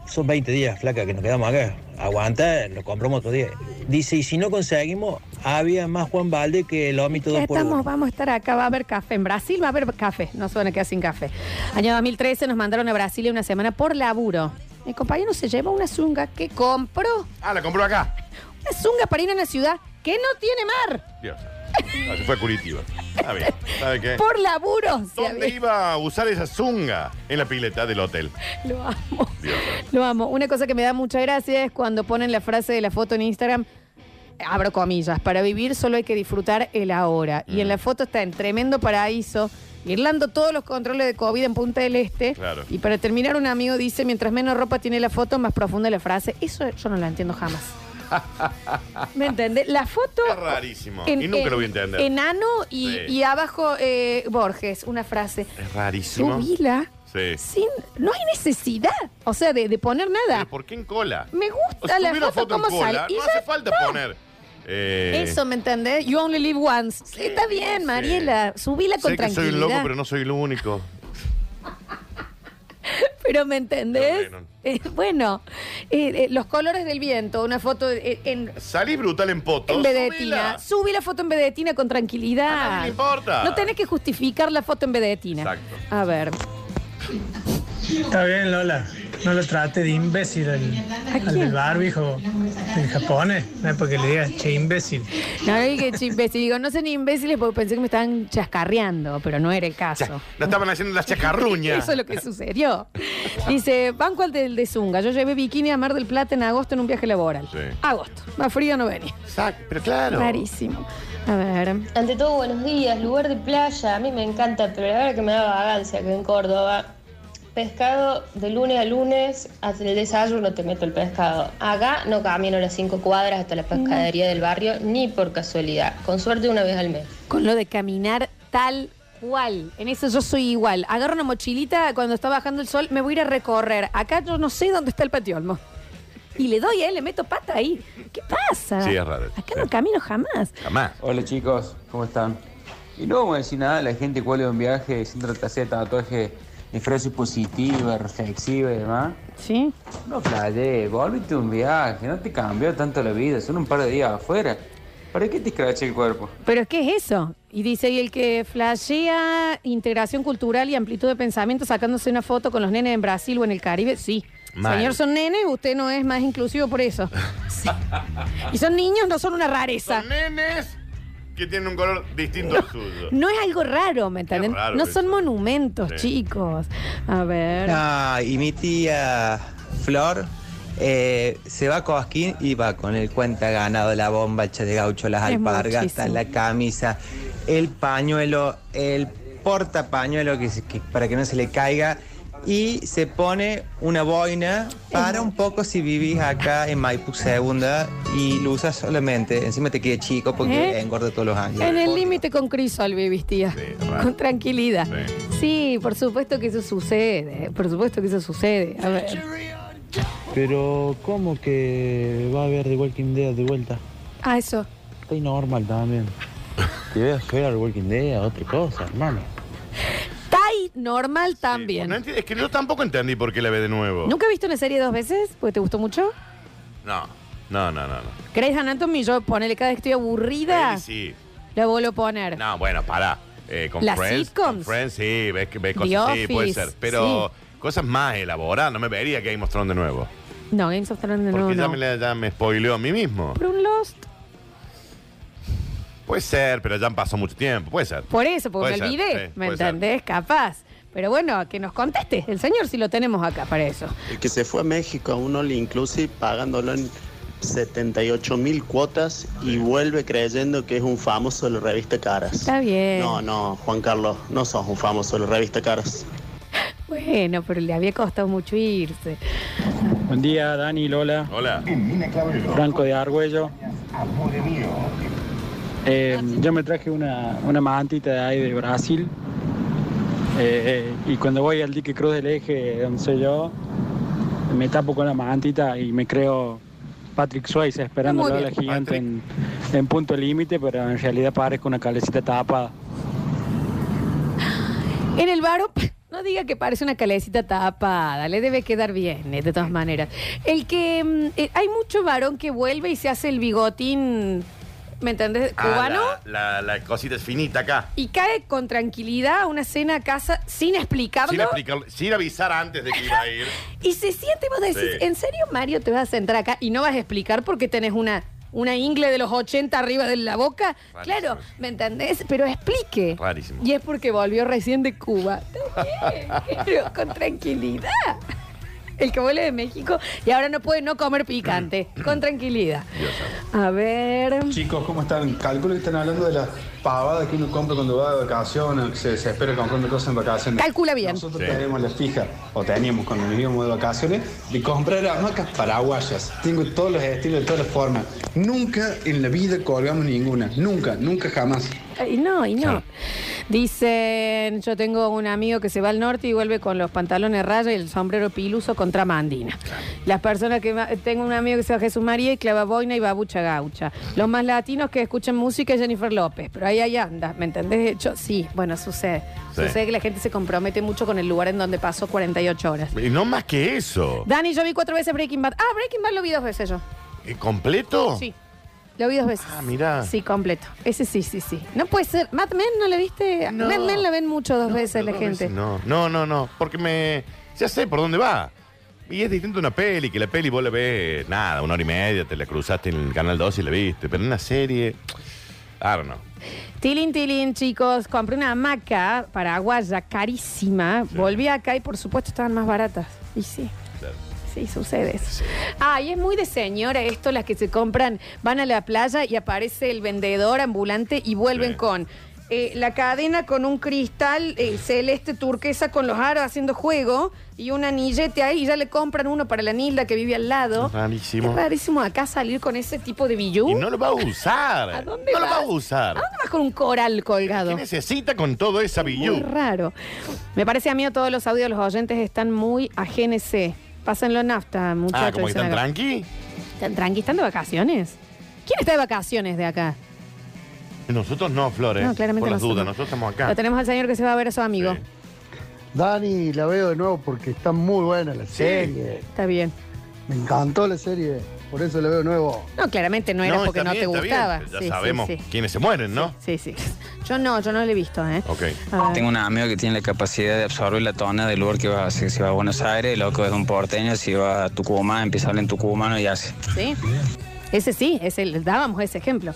[SPEAKER 7] son 20 días, flaca, que nos quedamos acá. Aguanta, lo compramos otro día. Dice, y si no conseguimos, había más Juan Valdés que el ómito
[SPEAKER 1] Ya
[SPEAKER 7] dos por
[SPEAKER 1] estamos,
[SPEAKER 7] uno.
[SPEAKER 1] vamos a estar acá, va a haber café. En Brasil va a haber café, no se van a quedar sin café. Año 2013 nos mandaron a Brasilia una semana por laburo. Mi compañero se lleva una zunga que compró.
[SPEAKER 2] Ah, la compró acá.
[SPEAKER 1] Una zunga para ir a una ciudad que no tiene mar.
[SPEAKER 2] Dios. Ah, se fue a Curitiba. Está bien. ¿Sabe qué?
[SPEAKER 1] Por laburo. se
[SPEAKER 2] ¿Dónde
[SPEAKER 1] había-
[SPEAKER 2] iba a usar esa zunga? En la pileta del hotel.
[SPEAKER 1] Lo amo. Lo amo. Una cosa que me da mucha gracia es cuando ponen la frase de la foto en Instagram. Abro comillas, para vivir solo hay que disfrutar el ahora. Y
[SPEAKER 2] Mm.
[SPEAKER 1] en la foto está en tremendo paraíso, irlando todos los controles de COVID en Punta del Este.
[SPEAKER 2] Claro.
[SPEAKER 1] Y para terminar, un amigo dice, mientras menos ropa tiene la foto, más profunda la frase. Eso yo no la entiendo jamás. ¿Me entendés? La foto...
[SPEAKER 2] Es rarísimo. y nunca lo voy a entender.
[SPEAKER 1] Enano y,
[SPEAKER 2] Sí.
[SPEAKER 1] y abajo eh, Borges, una frase.
[SPEAKER 2] es rarísimo.
[SPEAKER 1] Subila.
[SPEAKER 2] Sí.
[SPEAKER 1] Sin, no hay necesidad, o sea, de, de poner nada.
[SPEAKER 2] ¿Por qué en cola?
[SPEAKER 1] Me
[SPEAKER 2] O
[SPEAKER 1] gusta
[SPEAKER 2] sea,
[SPEAKER 1] la
[SPEAKER 2] subí
[SPEAKER 1] foto,
[SPEAKER 2] una foto en
[SPEAKER 1] cómo sale.
[SPEAKER 2] cola,
[SPEAKER 1] Y
[SPEAKER 2] No
[SPEAKER 1] ya
[SPEAKER 2] hace falta
[SPEAKER 1] está.
[SPEAKER 2] poner. eh,
[SPEAKER 1] Eso, ¿me entendés? You only live once. Está bien, Mariela. Subila con
[SPEAKER 2] Sé que soy
[SPEAKER 1] tranquilidad.
[SPEAKER 2] un loco, pero no soy el único.
[SPEAKER 1] Pero, ¿me entendés? Eh, bueno, eh, eh, los colores del viento, una foto eh, en,
[SPEAKER 2] Salís brutal en poto.
[SPEAKER 1] en vedetina.
[SPEAKER 2] Oh, subila.
[SPEAKER 1] Subí la foto en vedetina con tranquilidad.
[SPEAKER 2] A nadie le importa.
[SPEAKER 1] No tenés que justificar la foto en vedetina.
[SPEAKER 2] Exacto.
[SPEAKER 1] A ver.
[SPEAKER 10] Está bien, Lola. No lo trate de imbécil al, al del barbijo, del japonés. No es porque le digas che imbécil.
[SPEAKER 1] No, dije imbécil. Digo, no son imbéciles porque pensé que me estaban chascarreando, pero no era el caso.
[SPEAKER 2] La estaban haciendo las chacarruñas.
[SPEAKER 1] Eso es lo que sucedió. Dice, banco al del de Zunga. Yo llevé bikini a Mar del Plata en agosto en un viaje laboral. Agosto. Más frío no venía.
[SPEAKER 2] Exacto, pero claro.
[SPEAKER 1] Rarísimo. A ver.
[SPEAKER 23] Ante todo, buenos días. Lugar de playa. A mí me encanta, pero la verdad que me da vagancia que en Córdoba. Pescado de lunes a lunes, hasta el desayuno te meto el pescado. Acá no camino las cinco cuadras hasta la pescadería del barrio, ni por casualidad. Con suerte una vez al mes.
[SPEAKER 1] Con lo de caminar tal cual. En eso yo soy igual. Agarro una mochilita cuando está bajando el sol, me voy a ir a recorrer. Acá yo no sé dónde está el patiolmo. Y le doy, ¿eh? le meto pata ahí. ¿Qué pasa?
[SPEAKER 2] Sí, es raro.
[SPEAKER 1] Acá no camino jamás.
[SPEAKER 2] Jamás.
[SPEAKER 11] Hola chicos, ¿cómo están? Y no vamos a decir nada, la gente cuál es un viaje sin tratarse de tatuaje de frase positiva, reflexiva y demás.
[SPEAKER 1] Sí.
[SPEAKER 11] No flayé, volvete un viaje, no te cambió tanto la vida, son un par de días afuera. ¿Para qué te escrache el cuerpo?
[SPEAKER 1] Pero es que es eso. Y dice, y el que flashea integración cultural y amplitud de pensamiento sacándose una foto con los nenes en Brasil o en el Caribe, sí.
[SPEAKER 2] Mal.
[SPEAKER 1] Señor, son nenes, usted no es más inclusivo por eso. Ah, Sí. Y son niños, no son una rareza.
[SPEAKER 2] Son nenes que tienen un color distinto al suyo.
[SPEAKER 1] No es algo raro, ¿me entienden?
[SPEAKER 11] raro
[SPEAKER 1] No
[SPEAKER 11] eso.
[SPEAKER 1] son monumentos, chicos. A ver.
[SPEAKER 22] No, y mi tía Flor eh, se va a Cosquín y va con el cuenta ganado, la bombacha de gaucho, las
[SPEAKER 1] Es
[SPEAKER 22] alpargatas,
[SPEAKER 1] muchísimo.
[SPEAKER 22] la camisa, el pañuelo, el portapañuelo que, se- que- para que no se le caiga. Y se pone una boina para un poco si vivís acá en Maipú Segunda y lo usas solamente. Encima te queda chico porque
[SPEAKER 1] ¿Eh?
[SPEAKER 22] engorda todos los años.
[SPEAKER 1] En el límite con Crisol vivís, tía. con tranquilidad. Sí. por supuesto que eso sucede. Por supuesto que eso sucede. A ver.
[SPEAKER 7] Pero, ¿cómo que va a haber The Walking Dead de vuelta?
[SPEAKER 1] Ah, eso.
[SPEAKER 7] Está normal también. Te voy a esperar The Walking Dead, otra cosa, hermano.
[SPEAKER 1] Tai normal también.
[SPEAKER 2] No enti- es que yo tampoco entendí por qué la ve de nuevo.
[SPEAKER 1] ¿Nunca he visto una serie dos veces? ¿Porque te gustó mucho?
[SPEAKER 2] No, no, no, no. no.
[SPEAKER 1] Grey's Anatomy, yo ponele cada vez que estoy aburrida,
[SPEAKER 2] Ahí Sí.
[SPEAKER 1] la vuelvo a poner.
[SPEAKER 2] No, bueno, pará. Eh, con
[SPEAKER 1] Las
[SPEAKER 2] Friends, con
[SPEAKER 1] sitcoms.
[SPEAKER 2] Friends, sí, ves que ves
[SPEAKER 1] The
[SPEAKER 2] cosas, sí, puede
[SPEAKER 1] Office,
[SPEAKER 2] ser. Pero cosas más elaboradas, no me vería que hay mostrón de nuevo.
[SPEAKER 1] No, Games of Thrones
[SPEAKER 2] Porque
[SPEAKER 1] no,
[SPEAKER 2] ya,
[SPEAKER 1] no.
[SPEAKER 2] me, la- ya me spoileó a mí mismo.
[SPEAKER 1] Por un Lost.
[SPEAKER 2] Puede ser, pero ya pasó mucho tiempo, puede ser.
[SPEAKER 1] Por eso, porque
[SPEAKER 2] Puede
[SPEAKER 1] me
[SPEAKER 2] ser,
[SPEAKER 1] olvidé.
[SPEAKER 2] sí,
[SPEAKER 1] ¿Me
[SPEAKER 2] puede ser.
[SPEAKER 1] entendés? Capaz. Pero bueno, que nos conteste el señor si lo tenemos acá para eso.
[SPEAKER 12] El que se fue a México a un All Inclusive pagándolo en 78 mil cuotas y vuelve creyendo que es un famoso de la revista Caras.
[SPEAKER 1] Está bien.
[SPEAKER 12] No, no, Juan Carlos, no sos un famoso de la revista Caras.
[SPEAKER 1] Bueno, pero le había costado mucho irse.
[SPEAKER 14] Buen día, Dani, Lola.
[SPEAKER 2] Hola.
[SPEAKER 14] Franco de Argüello. Eh, yo me traje una, una mantita de ahí de Brasil. Eh, eh, y cuando voy al dique Cruz del Eje, donde soy yo, me tapo con la mantita y me creo Patrick Swayze esperando
[SPEAKER 25] Muy
[SPEAKER 14] a la
[SPEAKER 25] bien.
[SPEAKER 14] gigante en, en punto límite, pero en realidad parezco una calecita tapada.
[SPEAKER 1] En el baro, no diga que parece una calecita tapada, le debe quedar bien, eh, de todas maneras. El que mm, eh, hay mucho varón que vuelve y se hace el bigotín, ¿me entendés?
[SPEAKER 2] Ah,
[SPEAKER 1] Cubano.
[SPEAKER 2] La, la- la cosita es finita acá.
[SPEAKER 1] Y cae con tranquilidad a una cena a casa sin explicarlo.
[SPEAKER 2] Sin, explicar- sin avisar antes de que iba a ir.
[SPEAKER 1] y se siente, vos decís,
[SPEAKER 2] Sí.
[SPEAKER 1] ¿en serio, Mario, te vas a sentar acá y no vas a explicar por qué tenés una, una ingle de los 80 arriba de la boca?
[SPEAKER 2] Rarísimo
[SPEAKER 1] Claro, ¿me entendés? Pero explique.
[SPEAKER 2] Rarísimo.
[SPEAKER 1] Y es porque volvió recién de Cuba. Está bien, pero con tranquilidad. El que vuelve de México y ahora no puede no comer picante. Con tranquilidad. A ver.
[SPEAKER 26] Chicos, ¿cómo están? Calculo que están hablando de las pavadas que uno compra cuando va de vacaciones, se desespera comprando cosas en vacaciones.
[SPEAKER 1] Calcula bien.
[SPEAKER 26] Nosotros tenemos la fija, o teníamos cuando nos íbamos de vacaciones, de comprar hamacas paraguayas. Tengo todos los estilos, de todas las formas. Nunca en la vida colgamos ninguna. Nunca, nunca jamás.
[SPEAKER 1] Eh, Y no, y no. Dicen, yo tengo un amigo que se va al norte y vuelve con los pantalones rayas y el sombrero piluso contra mandina. Las personas que... va- Tengo un amigo que se va a Jesús María y clava boina y babucha gaucha. Los más latinos que escuchan música es Jennifer López, pero ahí, ahí anda, ¿me entendés? De hecho, sí, bueno, sucede.
[SPEAKER 2] Sí.
[SPEAKER 1] Sucede que la gente se compromete mucho con el lugar en donde pasó 48 horas.
[SPEAKER 2] Y no más que eso.
[SPEAKER 1] Dani, yo vi cuatro veces Breaking Bad. Ah, Breaking Bad lo vi dos veces yo.
[SPEAKER 2] ¿Eh, ¿Completo?
[SPEAKER 1] Sí. Lo vi dos veces.
[SPEAKER 2] Ah, mirá.
[SPEAKER 1] Sí, completo. Ese sí, sí, sí. No puede ser. Mad Men no la viste. Mad Men la ven mucho dos veces la gente.
[SPEAKER 2] No, no, no, no. Porque me. Ya sé por dónde va. Y es distinto a una peli, que la peli vos la ves, nada, una hora y media, te la cruzaste en el canal 2 y la viste. Pero en una serie. Ah, no.
[SPEAKER 1] Tilín, tilín, chicos. Compré una hamaca paraguaya carísima. Volví acá y, por supuesto, estaban más baratas. Y sí. Sí, sucede eso. Ah, y es muy de señora esto, las que se compran, van a la playa y aparece el vendedor ambulante y vuelven con eh, la cadena con un cristal eh, celeste turquesa con los aros haciendo juego y un anillete ahí y ya le compran uno para la Nilda que vive al lado.
[SPEAKER 2] Rarísimo.
[SPEAKER 1] Es rarísimo acá salir con ese tipo de billú.
[SPEAKER 2] Y no lo va a usar.
[SPEAKER 1] ¿A dónde
[SPEAKER 2] no lo va
[SPEAKER 1] vas?
[SPEAKER 2] a usar.
[SPEAKER 1] ¿A dónde vas con un coral colgado?
[SPEAKER 2] Necesita con todo esa
[SPEAKER 1] Muy
[SPEAKER 2] billú.
[SPEAKER 1] raro. Me parece a mí todos los audios de los oyentes están muy a GNC. Pásenlo nafta, muchachos.
[SPEAKER 2] Ah, como que
[SPEAKER 1] dicen
[SPEAKER 2] están
[SPEAKER 1] acá.
[SPEAKER 2] tranqui.
[SPEAKER 1] ¿Están tranqui? ¿Están de vacaciones? ¿Quién está de vacaciones de acá?
[SPEAKER 2] Nosotros no, Flores.
[SPEAKER 1] No, claramente
[SPEAKER 2] Por las
[SPEAKER 1] nosotros
[SPEAKER 2] dudas,
[SPEAKER 1] no.
[SPEAKER 2] nosotros estamos
[SPEAKER 1] Lo
[SPEAKER 2] acá.
[SPEAKER 1] tenemos al señor que se va a ver a su amigo.
[SPEAKER 9] Dani, la veo de nuevo porque está muy buena la serie.
[SPEAKER 1] Está bien.
[SPEAKER 9] Me encantó la serie, por eso la veo de nuevo.
[SPEAKER 1] No, claramente no era porque
[SPEAKER 2] está
[SPEAKER 1] no te
[SPEAKER 2] bien, está bien.
[SPEAKER 1] gustaba.
[SPEAKER 2] Ya
[SPEAKER 1] Sí, sí,
[SPEAKER 2] sabemos
[SPEAKER 1] sí.
[SPEAKER 2] quiénes se mueren, ¿no?
[SPEAKER 1] Sí, sí. Yo no, yo no lo he visto, ¿eh?
[SPEAKER 2] Ok.
[SPEAKER 1] A ver.
[SPEAKER 8] Tengo un amigo que tiene la capacidad de absorber la tona del lugar que va a hacer. Si va a Buenos Aires, loco es un porteño. Si va a Tucumán, empieza a hablar en tucumano y hace.
[SPEAKER 1] Sí. Ese sí, ese, le dábamos ese ejemplo.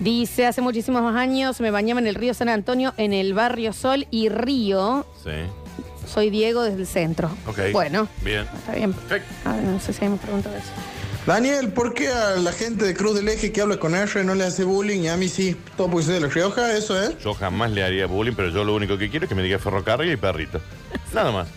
[SPEAKER 1] Dice, hace muchísimos años me bañaba en el río San Antonio, en el barrio Sol y Río.
[SPEAKER 2] Sí.
[SPEAKER 1] Soy Diego desde el centro.
[SPEAKER 2] Ok.
[SPEAKER 1] Bueno,
[SPEAKER 2] Bien.
[SPEAKER 1] está bien. A ver, no sé si hemos preguntado eso.
[SPEAKER 13] Daniel, ¿por qué a la gente de Cruz del Eje que habla con R no le hace bullying y a mí sí? Todo porque soy de La Rioja, eso es.
[SPEAKER 2] Yo jamás le haría bullying, pero yo lo único que quiero es que me diga ferrocarril y perrito. Nada más.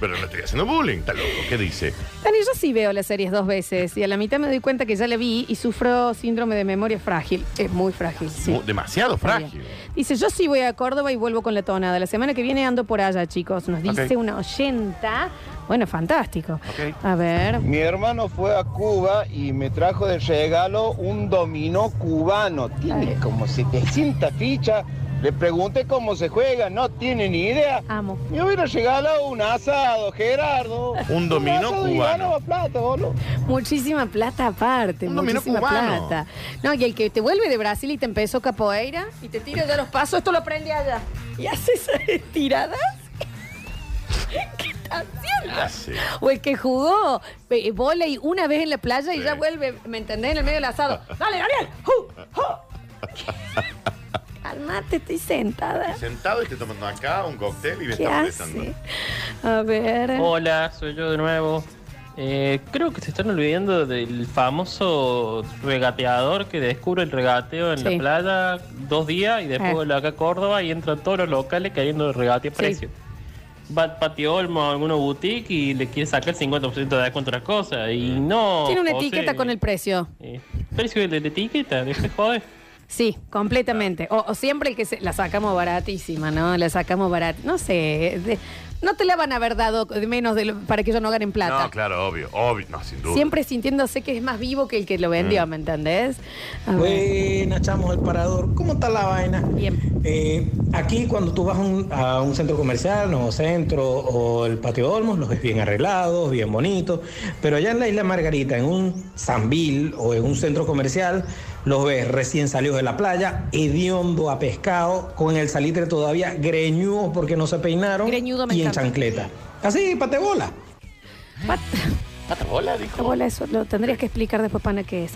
[SPEAKER 2] Pero no estoy haciendo bullying, está loco. ¿Qué dice?
[SPEAKER 1] Dani, yo sí veo las series dos veces y a la mitad me doy cuenta que ya la vi y sufro síndrome de memoria frágil. Es muy frágil, sí.
[SPEAKER 2] Mu- Demasiado frágil.
[SPEAKER 1] Dice, yo sí voy a Córdoba y vuelvo con la tonada. La semana que viene ando por allá, chicos. Nos dice
[SPEAKER 15] Ok.
[SPEAKER 1] una oyenta. Bueno, fantástico. A ver.
[SPEAKER 15] Mi hermano fue a Cuba y me trajo de regalo un dominó cubano. Tiene como 700 fichas. Le pregunté cómo se juega, no tiene ni idea.
[SPEAKER 1] Amo.
[SPEAKER 15] Me hubiera regalado un asado, Gerardo.
[SPEAKER 2] Un dominó
[SPEAKER 15] asado y
[SPEAKER 2] cubano.
[SPEAKER 15] ganaba plata, boludo.
[SPEAKER 1] Muchísima plata aparte,
[SPEAKER 15] Un dominó
[SPEAKER 1] muchísima
[SPEAKER 15] cubano.
[SPEAKER 1] plata. No, y el que te vuelve de Brasil y te empezó capoeira y te tira ya los pasos, esto lo aprende allá. Y hace esas tiradas. ¿Qué está haciendo?
[SPEAKER 2] Hace.
[SPEAKER 1] O el que jugó eh, volei una vez en la playa y ya vuelve, ¿me entendés? En el medio del asado. ¡Dale, Daniel! ¡Ju! ¡Ju! Calmate, estoy sentada.
[SPEAKER 2] Sentado y estoy tomando acá un cóctel y me
[SPEAKER 1] ¿Qué
[SPEAKER 2] está molestando.
[SPEAKER 1] hace? A ver.
[SPEAKER 24] Hola, soy yo de nuevo. Eh, creo que se están olvidando del famoso regateador que descubre el regateo en
[SPEAKER 1] Sí.
[SPEAKER 24] la playa dos días y después
[SPEAKER 1] Eh.
[SPEAKER 24] vuelve acá a Córdoba y entran todos los locales cayendo de regate a precio. Va a Patio Olmo a alguna boutique y le quiere sacar el 50% de descuento a las cosas. Y
[SPEAKER 15] Oh,
[SPEAKER 24] no.
[SPEAKER 1] Tiene una
[SPEAKER 24] José,
[SPEAKER 1] etiqueta con el precio.
[SPEAKER 24] eh, precio de la etiqueta, deja de joder.
[SPEAKER 1] Sí, completamente. O, o siempre el que se, la sacamos baratísima, ¿no? La sacamos barata. No sé. de- no te la van a haber dado de menos de lo- para que ellos no ganen plata.
[SPEAKER 2] No, claro, obvio, obvio, no, sin duda. Mm.
[SPEAKER 1] Siempre sintiéndose que es más vivo que el que lo vendió, ¿me entendés? A ver.
[SPEAKER 16] Buenas, chamos, el parador. ¿Cómo está la vaina?
[SPEAKER 1] Bien.
[SPEAKER 16] Eh, aquí, cuando tú vas a un, a un centro comercial, Nuevo Centro o el Patio Olmos, los ves bien arreglados, bien bonitos. Pero allá en la Isla Margarita, en un Sambil o en un centro comercial, los ves recién salidos de la playa, hediondo a pescado, con el salitre todavía greñudo porque no se peinaron
[SPEAKER 1] me
[SPEAKER 16] y en
[SPEAKER 1] encanta.
[SPEAKER 16] chancleta. Así, patebola.
[SPEAKER 2] ¿Patabola,
[SPEAKER 1] Hola, eso lo tendrías que explicar después, pana, qué es.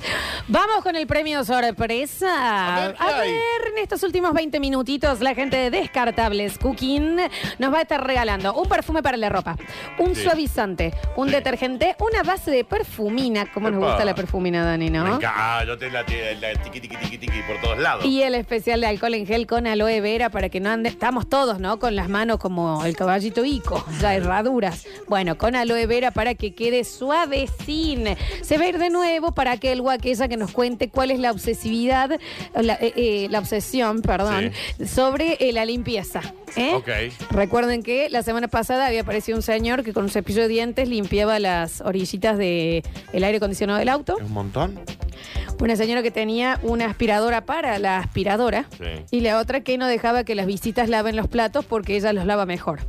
[SPEAKER 1] Vamos con el premio sorpresa. A ver, en estos últimos 20 minutitos, la gente de Descartables Cooking nos va a estar regalando un perfume para la ropa, un
[SPEAKER 18] Sí.
[SPEAKER 1] suavizante, un detergente, una base de perfumina. ¿Cómo nos
[SPEAKER 2] Epa.
[SPEAKER 1] gusta la perfumina, Dani, no?
[SPEAKER 2] Me encanta, ah, yo te la, te- la tiqui, tiqui, tiqui, tiqui por todos lados.
[SPEAKER 1] Y el especial de alcohol en gel con aloe vera para que no ande. Estamos todos, ¿no? Con las manos como el caballito Ico, ya herraduras. Bueno, con aloe vera para que quede suavecín. Se va a ir de nuevo para que el o aquella que nos cuente cuál es la obsesividad, la, eh, eh, la obsesión, perdón, sobre eh, la limpieza. ¿eh?
[SPEAKER 2] Ok.
[SPEAKER 1] Recuerden que la semana pasada había aparecido un señor que con un cepillo de dientes limpiaba las orillitas del aire acondicionado del auto.
[SPEAKER 2] ¿Un montón?
[SPEAKER 1] Una señora que tenía una aspiradora para la aspiradora
[SPEAKER 2] Sí.
[SPEAKER 1] y la otra que no dejaba que las visitas laven los platos porque ella los lava mejor.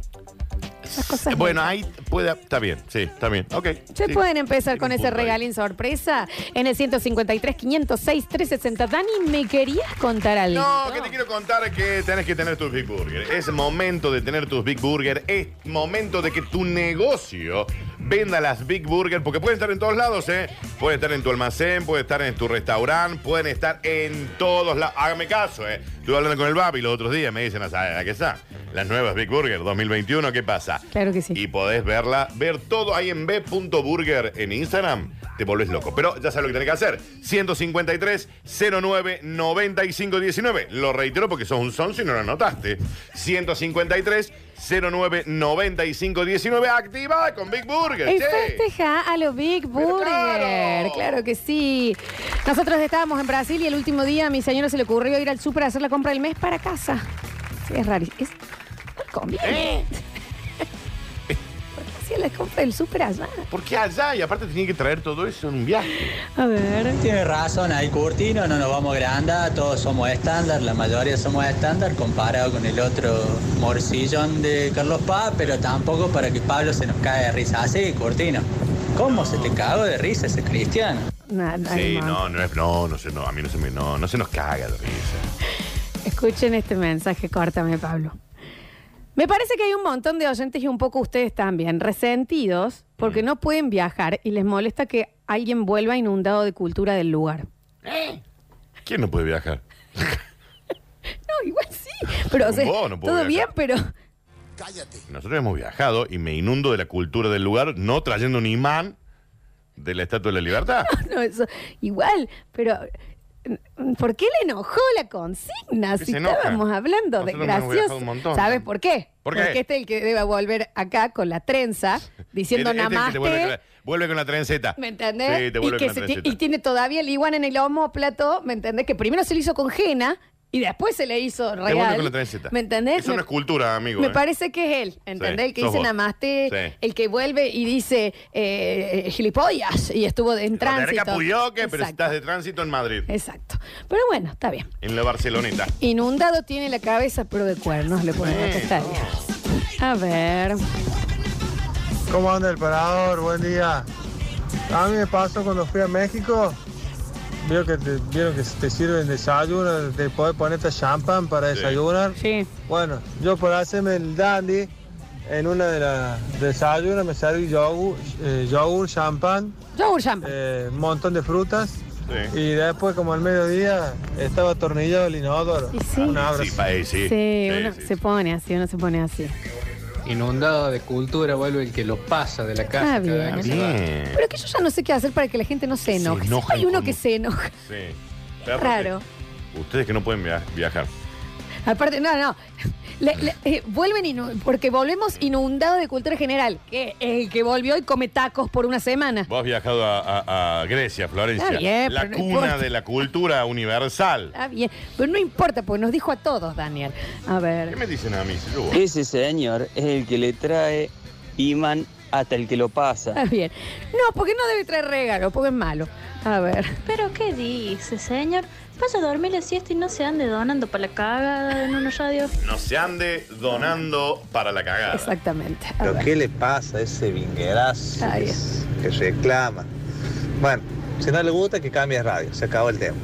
[SPEAKER 1] esas cosas.
[SPEAKER 2] Bueno, ahí puede. Está bien, sí, está bien. Ok.
[SPEAKER 1] Se
[SPEAKER 2] sí.
[SPEAKER 1] pueden empezar con
[SPEAKER 2] Tiene un punto
[SPEAKER 1] ese
[SPEAKER 2] ahí.
[SPEAKER 1] regalín sorpresa en el 153, 506, 360. Dani, ¿me querías contar algo?
[SPEAKER 2] No, que te quiero contar que tenés que tener tus Big Burger. Es momento de tener tus Big Burger. Es momento de que tu negocio venda las Big Burger. Porque pueden estar en todos lados, ¿eh? Pueden estar en tu almacén, pueden estar en tu restaurante, pueden estar en todos lados. Hágame caso, ¿eh? Estuve hablando con el Babi los otros días. Me dicen, "Ah, ¿sabes ¿a qué está? Las nuevas Big Burger 2021, ¿qué pasa?
[SPEAKER 1] Claro que sí.
[SPEAKER 2] Y podés verla, ver todo ahí en b.burger en Instagram. Te volvés loco. Pero ya sabes lo que tenés que hacer. 153 09 95 19. Lo reitero porque sos un sonso y no lo anotaste. 153 09 95 19. Activa con Big Burger.
[SPEAKER 1] Y
[SPEAKER 2] che.
[SPEAKER 1] festeja a los Big Burger. Claro. que sí. Nosotros estábamos en Brasil y el último día a mi señora se le ocurrió ir al súper a hacer la compra del mes para casa. Sí, es raro. Es, no conviene. ¿Por qué hacía la compra del súper allá?
[SPEAKER 2] Porque allá, y aparte tenía que traer todo eso en un viaje.
[SPEAKER 1] A ver.
[SPEAKER 11] Tiene razón, ahí Curtino, no nos vamos granda, todos somos estándar, la mayoría somos estándar comparado con el otro morcillón de Carlos Paz, pero tampoco para que Pablo se nos caiga de risa. Ah, Así, Curtino, ¿cómo se te cagó de risa ese cristiano?
[SPEAKER 1] Nada, nada
[SPEAKER 2] Sí,
[SPEAKER 1] más.
[SPEAKER 2] no, no es, no, no sé, no, a mí no se me, no, no se nos caga de risa.
[SPEAKER 1] Escuchen este mensaje, córtame, Pablo. Me parece que hay un montón de oyentes y un poco ustedes también, resentidos porque no pueden viajar y les molesta que alguien vuelva inundado de cultura del lugar.
[SPEAKER 2] ¿Quién no puede viajar?
[SPEAKER 1] No, igual sí, pero o sea,
[SPEAKER 2] Vos no podés
[SPEAKER 1] todo
[SPEAKER 2] viajar.
[SPEAKER 1] bien, pero
[SPEAKER 2] Nosotros hemos viajado y me inundo de la cultura del lugar, no trayendo un imán de la Estatua de la Libertad.
[SPEAKER 1] no, eso, igual, pero ¿por qué le enojó la consigna
[SPEAKER 2] Que
[SPEAKER 1] si
[SPEAKER 2] se enoja.
[SPEAKER 1] estábamos hablando
[SPEAKER 2] Nosotros
[SPEAKER 1] de
[SPEAKER 2] hemos viajado
[SPEAKER 1] gracioso?
[SPEAKER 2] un montón.
[SPEAKER 1] ¿Sabes por qué?
[SPEAKER 2] ¿Por qué?
[SPEAKER 1] Porque este es el que debe volver acá con la trenza diciendo
[SPEAKER 2] Este-
[SPEAKER 1] nada
[SPEAKER 2] este es el que
[SPEAKER 1] más.
[SPEAKER 2] te vuelve, con la- vuelve con la trenceta.
[SPEAKER 1] ¿Me entendés?
[SPEAKER 2] Sí, te
[SPEAKER 1] y,
[SPEAKER 2] vuelve
[SPEAKER 1] que
[SPEAKER 2] con
[SPEAKER 1] se
[SPEAKER 2] la
[SPEAKER 1] ti-
[SPEAKER 2] trenceta.
[SPEAKER 1] y tiene todavía el iguana en el homóplato, ¿me entendés? Que primero se le hizo con Jena y después se le hizo
[SPEAKER 2] Te vuelve
[SPEAKER 1] real.
[SPEAKER 2] con la trenceta.
[SPEAKER 1] ¿Me entendés?
[SPEAKER 2] Eso
[SPEAKER 1] Me-
[SPEAKER 2] no es cultura, amigo.
[SPEAKER 1] me
[SPEAKER 2] ¿eh?
[SPEAKER 1] parece que es él, ¿entendés?
[SPEAKER 2] Sí,
[SPEAKER 1] el que
[SPEAKER 2] sos
[SPEAKER 1] dice
[SPEAKER 2] vos.
[SPEAKER 1] namaste,
[SPEAKER 2] Sí.
[SPEAKER 1] el que vuelve y dice eh, gilipollas y estuvo de- en
[SPEAKER 2] Paterca
[SPEAKER 1] tránsito.
[SPEAKER 2] Puyoque, pero si
[SPEAKER 1] Exacto.
[SPEAKER 2] estás de tránsito en Madrid,
[SPEAKER 1] Exacto. Pero bueno, está bien.
[SPEAKER 2] en la Barceloneta.
[SPEAKER 1] Inundado tiene la cabeza, pero de cuernos le ponen acá, está bien. A ver.
[SPEAKER 27] ¿Cómo anda el parador? Buen día. A mí me pasó cuando fui a México, vieron que te, vieron que te sirven desayuno, te puedes ponerte champán para desayunar.
[SPEAKER 1] Sí.
[SPEAKER 27] Bueno, yo por hacerme el dandy, en una de las desayunos me serví yogur, eh, yogur, champán. eh,
[SPEAKER 1] Yogur, champán.
[SPEAKER 27] Un montón de frutas. Y después, como al mediodía, estaba atornillado el inodoro. Un abrazo.
[SPEAKER 1] Sí, uno se pone así, uno se pone así.
[SPEAKER 28] Inundado de cultura vuelve el que lo pasa de la casa.
[SPEAKER 1] Ah, bien.
[SPEAKER 28] cada vez que se va.
[SPEAKER 1] Pero que yo ya no sé qué hacer para que la gente no se enoje. Siempre
[SPEAKER 2] enojan
[SPEAKER 1] hay uno
[SPEAKER 2] con-
[SPEAKER 1] que se enoja.
[SPEAKER 2] Sí.
[SPEAKER 1] Raro.
[SPEAKER 2] Ustedes que no pueden via- viajar.
[SPEAKER 1] Aparte, no, no. Le- le- eh, vuelven inu- porque volvemos inundados de cultura general. Que el que volvió y come tacos por una semana.
[SPEAKER 2] Vos has viajado a, a- a Grecia, Florencia.
[SPEAKER 1] Está bien,
[SPEAKER 2] la
[SPEAKER 1] pero no
[SPEAKER 2] cuna
[SPEAKER 1] importa.
[SPEAKER 2] de la cultura universal.
[SPEAKER 1] Está bien. Pero no importa, porque nos dijo a todos, Daniel. A
[SPEAKER 2] ¿Qué
[SPEAKER 1] ver.
[SPEAKER 2] me dicen a mí? Si yo voy.
[SPEAKER 29] Ese señor es el que le trae imán hasta el que lo pasa.
[SPEAKER 1] Está bien. No, porque no debe traer regalo, porque es malo. A ver.
[SPEAKER 30] ¿Pero qué dice, señor? Vaya a dormir la siesta y no se ande donando para la cagada en una radio.
[SPEAKER 2] No se ande donando para la cagada.
[SPEAKER 1] Exactamente. A
[SPEAKER 22] ¿Pero
[SPEAKER 1] ver.
[SPEAKER 22] qué le pasa a ese vinguerazo
[SPEAKER 1] Está
[SPEAKER 22] que,
[SPEAKER 1] bien.
[SPEAKER 22] que reclama? Bueno, si no le gusta, que cambie de radio. Se acabó el tema.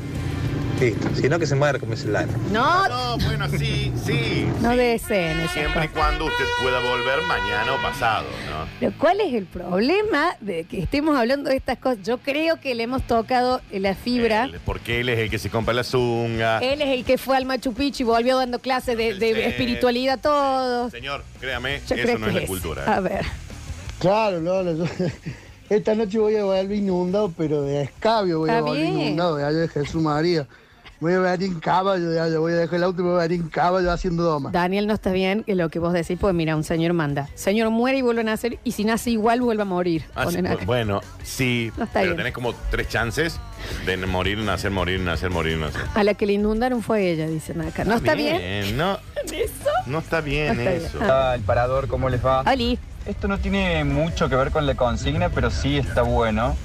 [SPEAKER 22] Listo. Si no, que se muera como dice el año.
[SPEAKER 1] No.
[SPEAKER 2] bueno, sí, sí.
[SPEAKER 1] No deseen esas
[SPEAKER 2] Siempre y
[SPEAKER 1] cosas.
[SPEAKER 2] cuando usted pueda volver mañana o pasado, ¿no?
[SPEAKER 1] Pero ¿cuál es el problema de que estemos hablando de estas cosas? Yo creo que le hemos tocado la fibra.
[SPEAKER 2] Porque él es el que se compra la zunga.
[SPEAKER 1] Él es el que fue al Machu Picchu y volvió dando clases de, de
[SPEAKER 2] Sí.
[SPEAKER 1] espiritualidad a todos.
[SPEAKER 2] Señor, créame, eso
[SPEAKER 1] Yo creo
[SPEAKER 2] no
[SPEAKER 1] que
[SPEAKER 2] es la
[SPEAKER 1] es.
[SPEAKER 2] cultura.
[SPEAKER 1] A ver.
[SPEAKER 9] Claro, Lola, yo- esta noche voy a volver inundado, pero de escabio voy a
[SPEAKER 1] Está
[SPEAKER 9] volver
[SPEAKER 1] bien.
[SPEAKER 9] inundado, de allá de Jesús María. Voy a ver en caballo de allá, voy a dejar el auto y voy a ver en caballo haciendo doma.
[SPEAKER 1] Daniel, no está bien que lo que vos decís, pues mira, un señor manda. Señor muere y vuelve a nacer, y si nace igual vuelve a morir.
[SPEAKER 2] Ah, sí,
[SPEAKER 1] Ponen acá.
[SPEAKER 2] bueno, sí,
[SPEAKER 1] No está
[SPEAKER 2] pero
[SPEAKER 1] bien.
[SPEAKER 2] tenés como tres chances de morir, nacer, morir, nacer, morir, nacer.
[SPEAKER 1] A la que le inundaron fue ella, dicen acá.
[SPEAKER 9] Ah,
[SPEAKER 1] ¿No está bien?
[SPEAKER 2] No,
[SPEAKER 1] ¿Eso?
[SPEAKER 2] no está bien
[SPEAKER 1] No está bien.
[SPEAKER 2] eso.
[SPEAKER 1] Ah.
[SPEAKER 5] el parador, ¿cómo les va?
[SPEAKER 1] Oli.
[SPEAKER 5] Esto no tiene mucho que ver con la consigna, pero sí está bueno.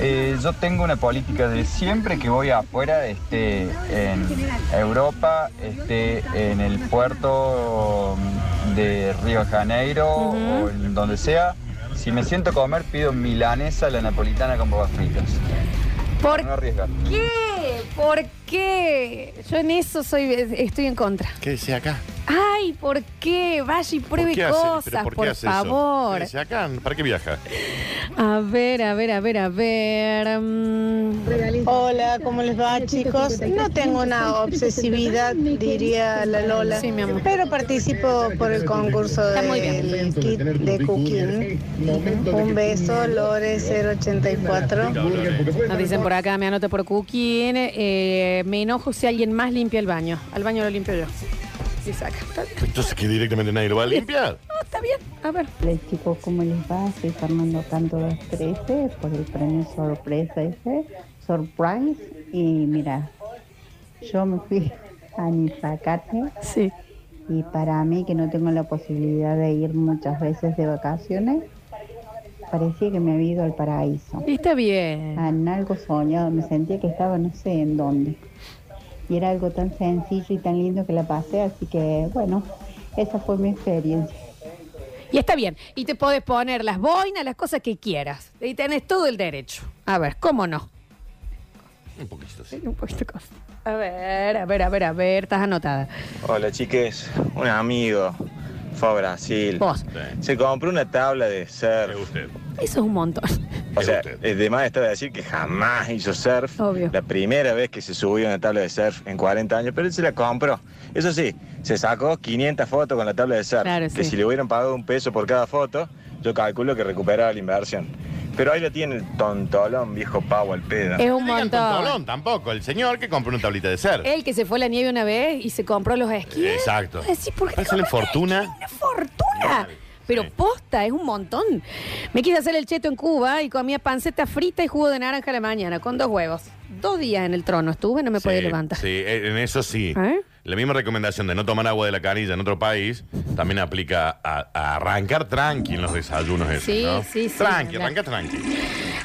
[SPEAKER 5] Eh, yo tengo una política de siempre que voy afuera, esté en Europa, esté en el puerto mm, de Río de Janeiro o en donde sea, si me siento a comer pido milanesa, la napolitana con papas fritas.
[SPEAKER 1] ¿Por
[SPEAKER 5] No arriesgar.
[SPEAKER 1] qué? ¿Por qué? Yo en eso soy, estoy en contra.
[SPEAKER 2] ¿Qué dice acá?
[SPEAKER 1] Ay, ¿por qué? Vaya y
[SPEAKER 2] ¿Por
[SPEAKER 1] pruebe
[SPEAKER 2] qué hace? ¿Pero
[SPEAKER 1] cosas, por,
[SPEAKER 2] qué hace eso?
[SPEAKER 1] favor.
[SPEAKER 2] ¿Qué dice acá? ¿Para qué viaja?
[SPEAKER 1] A ver, a ver, a ver, a ver. mm.
[SPEAKER 6] Hola, ¿cómo les va, chicos? No tengo una obsesividad, diría la Lola, pero participo por el concurso del kit de cooking. Un beso, Lore 084.
[SPEAKER 1] Nos dicen por acá, me anoto por cookie. eh, me enojo si alguien más limpia el baño. Al baño lo limpio yo. Sí, saca. Está bien.
[SPEAKER 2] Entonces que directamente nadie lo va a limpiar.
[SPEAKER 1] No, está bien. A ver.
[SPEAKER 10] Hola chicos, ¿cómo les va? Soy Fernando Canto 213 por el premio sorpresa ese, Surprise. Y mira, yo me fui a Nipacate.
[SPEAKER 1] Sí.
[SPEAKER 10] Y para mí, que no tengo la posibilidad de ir muchas veces de vacaciones, parecía que me había ido al paraíso.
[SPEAKER 1] Y está bien.
[SPEAKER 10] En algo soñado, me sentía que estaba no sé en dónde. Y era algo tan sencillo y tan lindo que la pasé, así que bueno, esa fue mi experiencia.
[SPEAKER 1] Y está bien. Y te podés poner las boinas, las cosas que quieras. Y tenés todo el derecho. A ver, ¿cómo no?
[SPEAKER 2] Un poquito, sí.
[SPEAKER 1] Un poquito cosa. A ver, a ver, a ver, a ver. Estás anotada.
[SPEAKER 17] Hola chiques, un amigo fue a Brasil.
[SPEAKER 1] Vos.
[SPEAKER 17] Se compró una tabla de surf.
[SPEAKER 1] Eso es un montón.
[SPEAKER 17] O sea, es de más está de decir que jamás hizo surf.
[SPEAKER 1] Obvio.
[SPEAKER 17] La primera vez que se subió a una tabla de surf en 40 años, pero él se la compró. Eso sí, se sacó 500 fotos con la tabla de surf.
[SPEAKER 19] Claro,
[SPEAKER 17] que
[SPEAKER 19] sí.
[SPEAKER 17] si le hubieran pagado un peso por cada foto, yo calculo que recuperaba la inversión. Pero ahí lo tiene el tontolón, viejo pavo al pedo.
[SPEAKER 1] Es un
[SPEAKER 17] No digan
[SPEAKER 1] montón.
[SPEAKER 2] Tolón tampoco, el señor que compró una tablita de ser.
[SPEAKER 1] Él que se fue a la nieve una vez y se compró los esquís.
[SPEAKER 2] Exacto.
[SPEAKER 1] Vos decís, ¿por qué
[SPEAKER 2] Para hacerle
[SPEAKER 1] compras
[SPEAKER 2] fortuna.
[SPEAKER 1] fortuna. Pero posta, es un montón. Me quise hacer el cheto en Cuba y comía panceta frita y jugo de naranja a la mañana con dos huevos. Dos días en el trono estuve, no me podía
[SPEAKER 2] Sí,
[SPEAKER 1] levantar.
[SPEAKER 2] Sí, eh, en eso sí.
[SPEAKER 1] ¿Eh?
[SPEAKER 2] La misma recomendación de no tomar agua de la canilla en otro país también aplica a, a arrancar tranqui en los desayunos. esos,
[SPEAKER 1] Sí,
[SPEAKER 2] ¿no?
[SPEAKER 1] sí, sí,
[SPEAKER 2] Tranqui,
[SPEAKER 1] hablar.
[SPEAKER 2] arranca tranqui.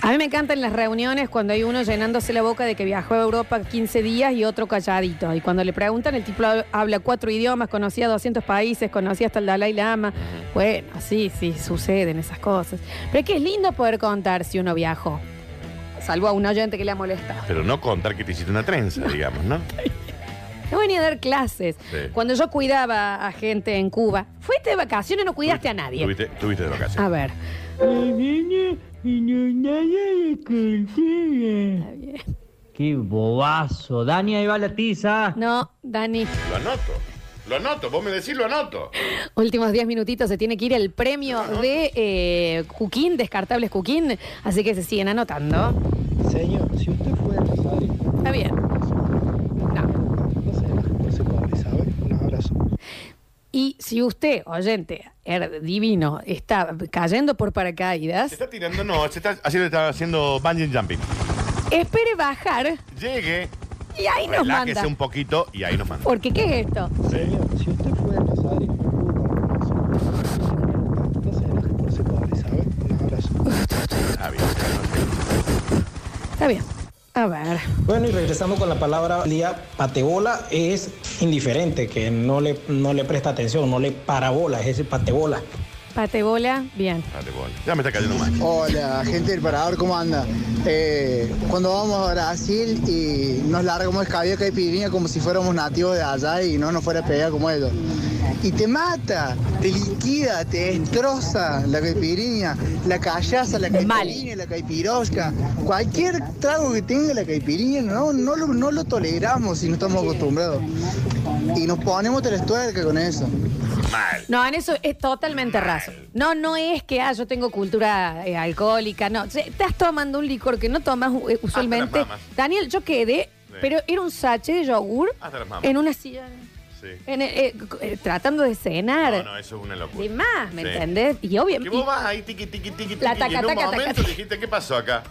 [SPEAKER 1] A mí me encantan las reuniones cuando hay uno llenándose la boca de que viajó a Europa 15 días y otro calladito. Y cuando le preguntan, el tipo hab- habla cuatro idiomas, conocía 200 países, conocía hasta el Dalai Lama. Bueno, sí, sí, suceden esas cosas. Pero es que es lindo poder contar si uno viajó. Salvo a un oyente que le ha molestado.
[SPEAKER 2] Pero no contar que te hiciste una trenza, digamos, ¿no?
[SPEAKER 1] No venía a dar clases.
[SPEAKER 2] Sí.
[SPEAKER 1] Cuando yo cuidaba a gente en Cuba, fuiste de vacaciones, no cuidaste a nadie.
[SPEAKER 2] Tuviste, tuviste de vacaciones.
[SPEAKER 1] A ver.
[SPEAKER 23] Qué bobazo. Dani, ahí va la tiza.
[SPEAKER 1] No, Dani.
[SPEAKER 2] Lo anoto. Lo anoto. Vos me decís, lo anoto.
[SPEAKER 1] Últimos 10 minutitos se tiene que ir el premio de eh, Cuquín, Descartables Cuquín. Así que se siguen anotando.
[SPEAKER 31] Señor, si usted fuera empresario,
[SPEAKER 1] Está bien.
[SPEAKER 31] no sé, la gente se pobre, ¿sabe? Un abrazo.
[SPEAKER 1] Y si usted, oyente, er- divino, está cayendo por paracaídas,
[SPEAKER 2] Está tirando, no, se está haciendo, está haciendo bungee jumping.
[SPEAKER 1] espere bajar
[SPEAKER 2] Llegue,
[SPEAKER 1] y ahí nos
[SPEAKER 2] relájese
[SPEAKER 1] manda.
[SPEAKER 2] un poquito y ahí nos manda.
[SPEAKER 1] Porque, ¿qué es esto?
[SPEAKER 31] Señor, si usted fuera empresario, no sé, la gente se pobre, ¿sabe? Un abrazo.
[SPEAKER 2] Está bien.
[SPEAKER 1] Está bien. A ver.
[SPEAKER 16] Bueno, y regresamos con la palabra del día. Patebola es indiferente, que no le, no le presta atención, no le parabola, es decir, patebola.
[SPEAKER 1] Patebola, bien.
[SPEAKER 2] Ya me está cayendo mal.
[SPEAKER 32] Hola, gente del Parador, ¿cómo anda? Eh, cuando vamos a Brasil y nos largamos escabio que hay pirinha como si fuéramos nativos de allá y no nos fuera a pegar como ellos. Y te mata, te liquida, te destroza la caipirinha, la callaza, la caipirinha, la caipirosca. Cualquier trago que tenga la caipirinha no, no, lo, no lo toleramos si no estamos acostumbrados. Y nos ponemos telestuerca con eso.
[SPEAKER 2] Mal.
[SPEAKER 1] No, en eso es totalmente raso. No, no es que ah, yo tengo cultura eh, alcohólica, no. Se- Estás tomando un licor que no tomas eh, usualmente.
[SPEAKER 2] mamas.
[SPEAKER 1] Daniel, yo quedé,
[SPEAKER 2] Sí.
[SPEAKER 1] pero era un sachet de yogur
[SPEAKER 2] Hasta las mamas.
[SPEAKER 1] en una silla,
[SPEAKER 2] Sí.
[SPEAKER 1] en, eh, eh, c- eh, tratando de cenar.
[SPEAKER 2] No, no, eso es una locura.
[SPEAKER 1] De más, ¿me
[SPEAKER 2] Sí.
[SPEAKER 1] entendés? Y
[SPEAKER 2] Que
[SPEAKER 1] obviamente.
[SPEAKER 2] vos vas ahí, tiqui, tiqui, tiqui, tiqui,
[SPEAKER 1] La
[SPEAKER 2] y
[SPEAKER 1] taca,
[SPEAKER 2] en un
[SPEAKER 1] taca,
[SPEAKER 2] momento
[SPEAKER 1] taca.
[SPEAKER 2] dijiste, ¿qué pasó acá?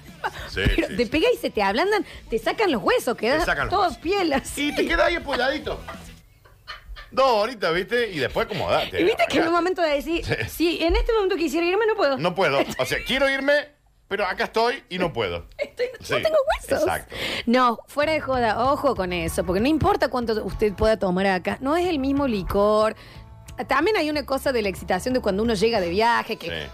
[SPEAKER 2] Sí, sí,
[SPEAKER 1] te pega y se te ablandan, te sacan los huesos, quedas
[SPEAKER 2] sacan los
[SPEAKER 1] todo piel así.
[SPEAKER 2] Y te quedas ahí apoyadito. Dos horitas, ¿viste? Y después acomodate.
[SPEAKER 1] Y viste que en un momento de decir,
[SPEAKER 2] Sí.
[SPEAKER 1] si en este momento quisiera irme, no puedo.
[SPEAKER 2] No puedo. O sea, quiero irme, pero acá estoy y no puedo. Sí,
[SPEAKER 1] No tengo huesos.
[SPEAKER 2] Exacto.
[SPEAKER 1] No, fuera de joda, ojo con eso, porque no importa cuánto usted pueda tomar acá, no es el mismo licor. También hay una cosa de la excitación de cuando uno llega de viaje, que eh,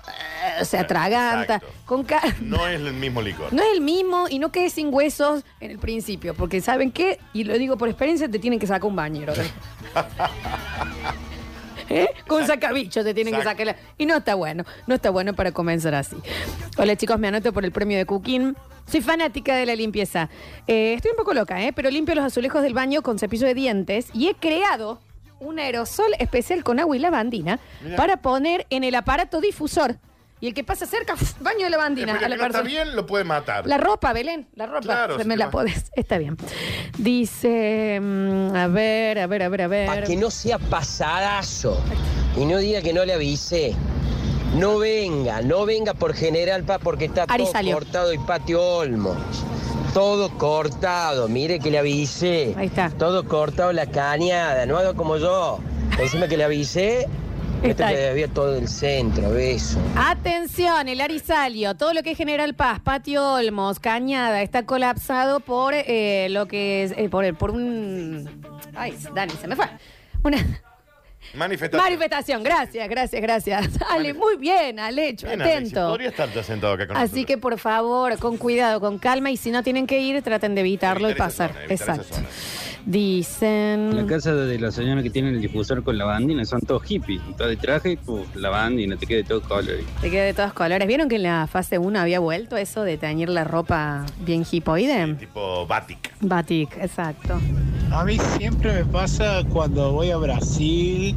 [SPEAKER 1] se atraganta. Con ca-
[SPEAKER 2] No es el mismo licor.
[SPEAKER 1] no es el mismo y no quede sin huesos en el principio, porque ¿saben qué? Y lo digo por experiencia, te tienen que sacar un bañero. ¿Eh? Con sacabichos te tienen que
[SPEAKER 7] Exacto.
[SPEAKER 1] sacar. la- Y no está bueno, no está bueno para comenzar así. Hola chicos, me anoto por el premio de Cooking. Soy fanática de la limpieza. Eh, estoy un poco loca, ¿eh? pero limpio los azulejos del baño con cepillo de dientes y he creado un aerosol especial con agua y lavandina
[SPEAKER 2] Mirá.
[SPEAKER 1] para poner en el aparato difusor. Y el que pasa cerca, ¡fuf! baño de lavandina.
[SPEAKER 2] Pero
[SPEAKER 1] a la
[SPEAKER 2] que no está
[SPEAKER 1] persona.
[SPEAKER 2] bien, lo puede matar.
[SPEAKER 1] La ropa, Belén, la ropa.
[SPEAKER 2] Claro,
[SPEAKER 1] Se
[SPEAKER 2] si
[SPEAKER 1] me
[SPEAKER 2] te
[SPEAKER 1] la
[SPEAKER 2] va-
[SPEAKER 1] podés. Está bien. Dice, mm, a ver, a ver, a ver, a ver.
[SPEAKER 8] Para que no sea pasadazo y no diga que no le avise. No venga, no venga por General Paz porque está
[SPEAKER 1] Ari
[SPEAKER 8] todo
[SPEAKER 1] salió.
[SPEAKER 8] cortado y Patio Olmos. Todo cortado, mire que le avise. Ahí está. Todo cortado la cañada, no haga como yo. Encima que le avise, esto
[SPEAKER 1] Está
[SPEAKER 8] que
[SPEAKER 1] ahí.
[SPEAKER 8] debía todo el centro, beso.
[SPEAKER 1] Atención, el Arisalio, todo lo que es General Paz, Patio Olmos, Cañada, está colapsado por eh, lo que es, eh, por, el- por un... Ay, Dani, se me fue. Una
[SPEAKER 2] Manifestación.
[SPEAKER 1] manifestación, gracias, gracias, gracias. Ale, muy bien, Alecho,
[SPEAKER 2] Bien, Alexis,
[SPEAKER 1] atento.
[SPEAKER 2] Podría estar sentado acá con
[SPEAKER 1] Así que por favor, con cuidado, con calma, y si no tienen que ir, traten de evitarlo y
[SPEAKER 11] Evitar esa
[SPEAKER 1] pasar.
[SPEAKER 11] zona, evitar esa
[SPEAKER 1] Exacto. Dicen...
[SPEAKER 11] La casa de la señora que tiene el difusor con lavandina son todos hippies. Todo de traje y pues lavandina, te quede todo colorido.
[SPEAKER 1] Te queda de todos colores. ¿Vieron que en la fase 1 había vuelto eso de teñir la ropa bien hipoide?
[SPEAKER 2] Tipo Batik.
[SPEAKER 1] Batik, exacto.
[SPEAKER 12] A mí siempre me pasa cuando voy a Brasil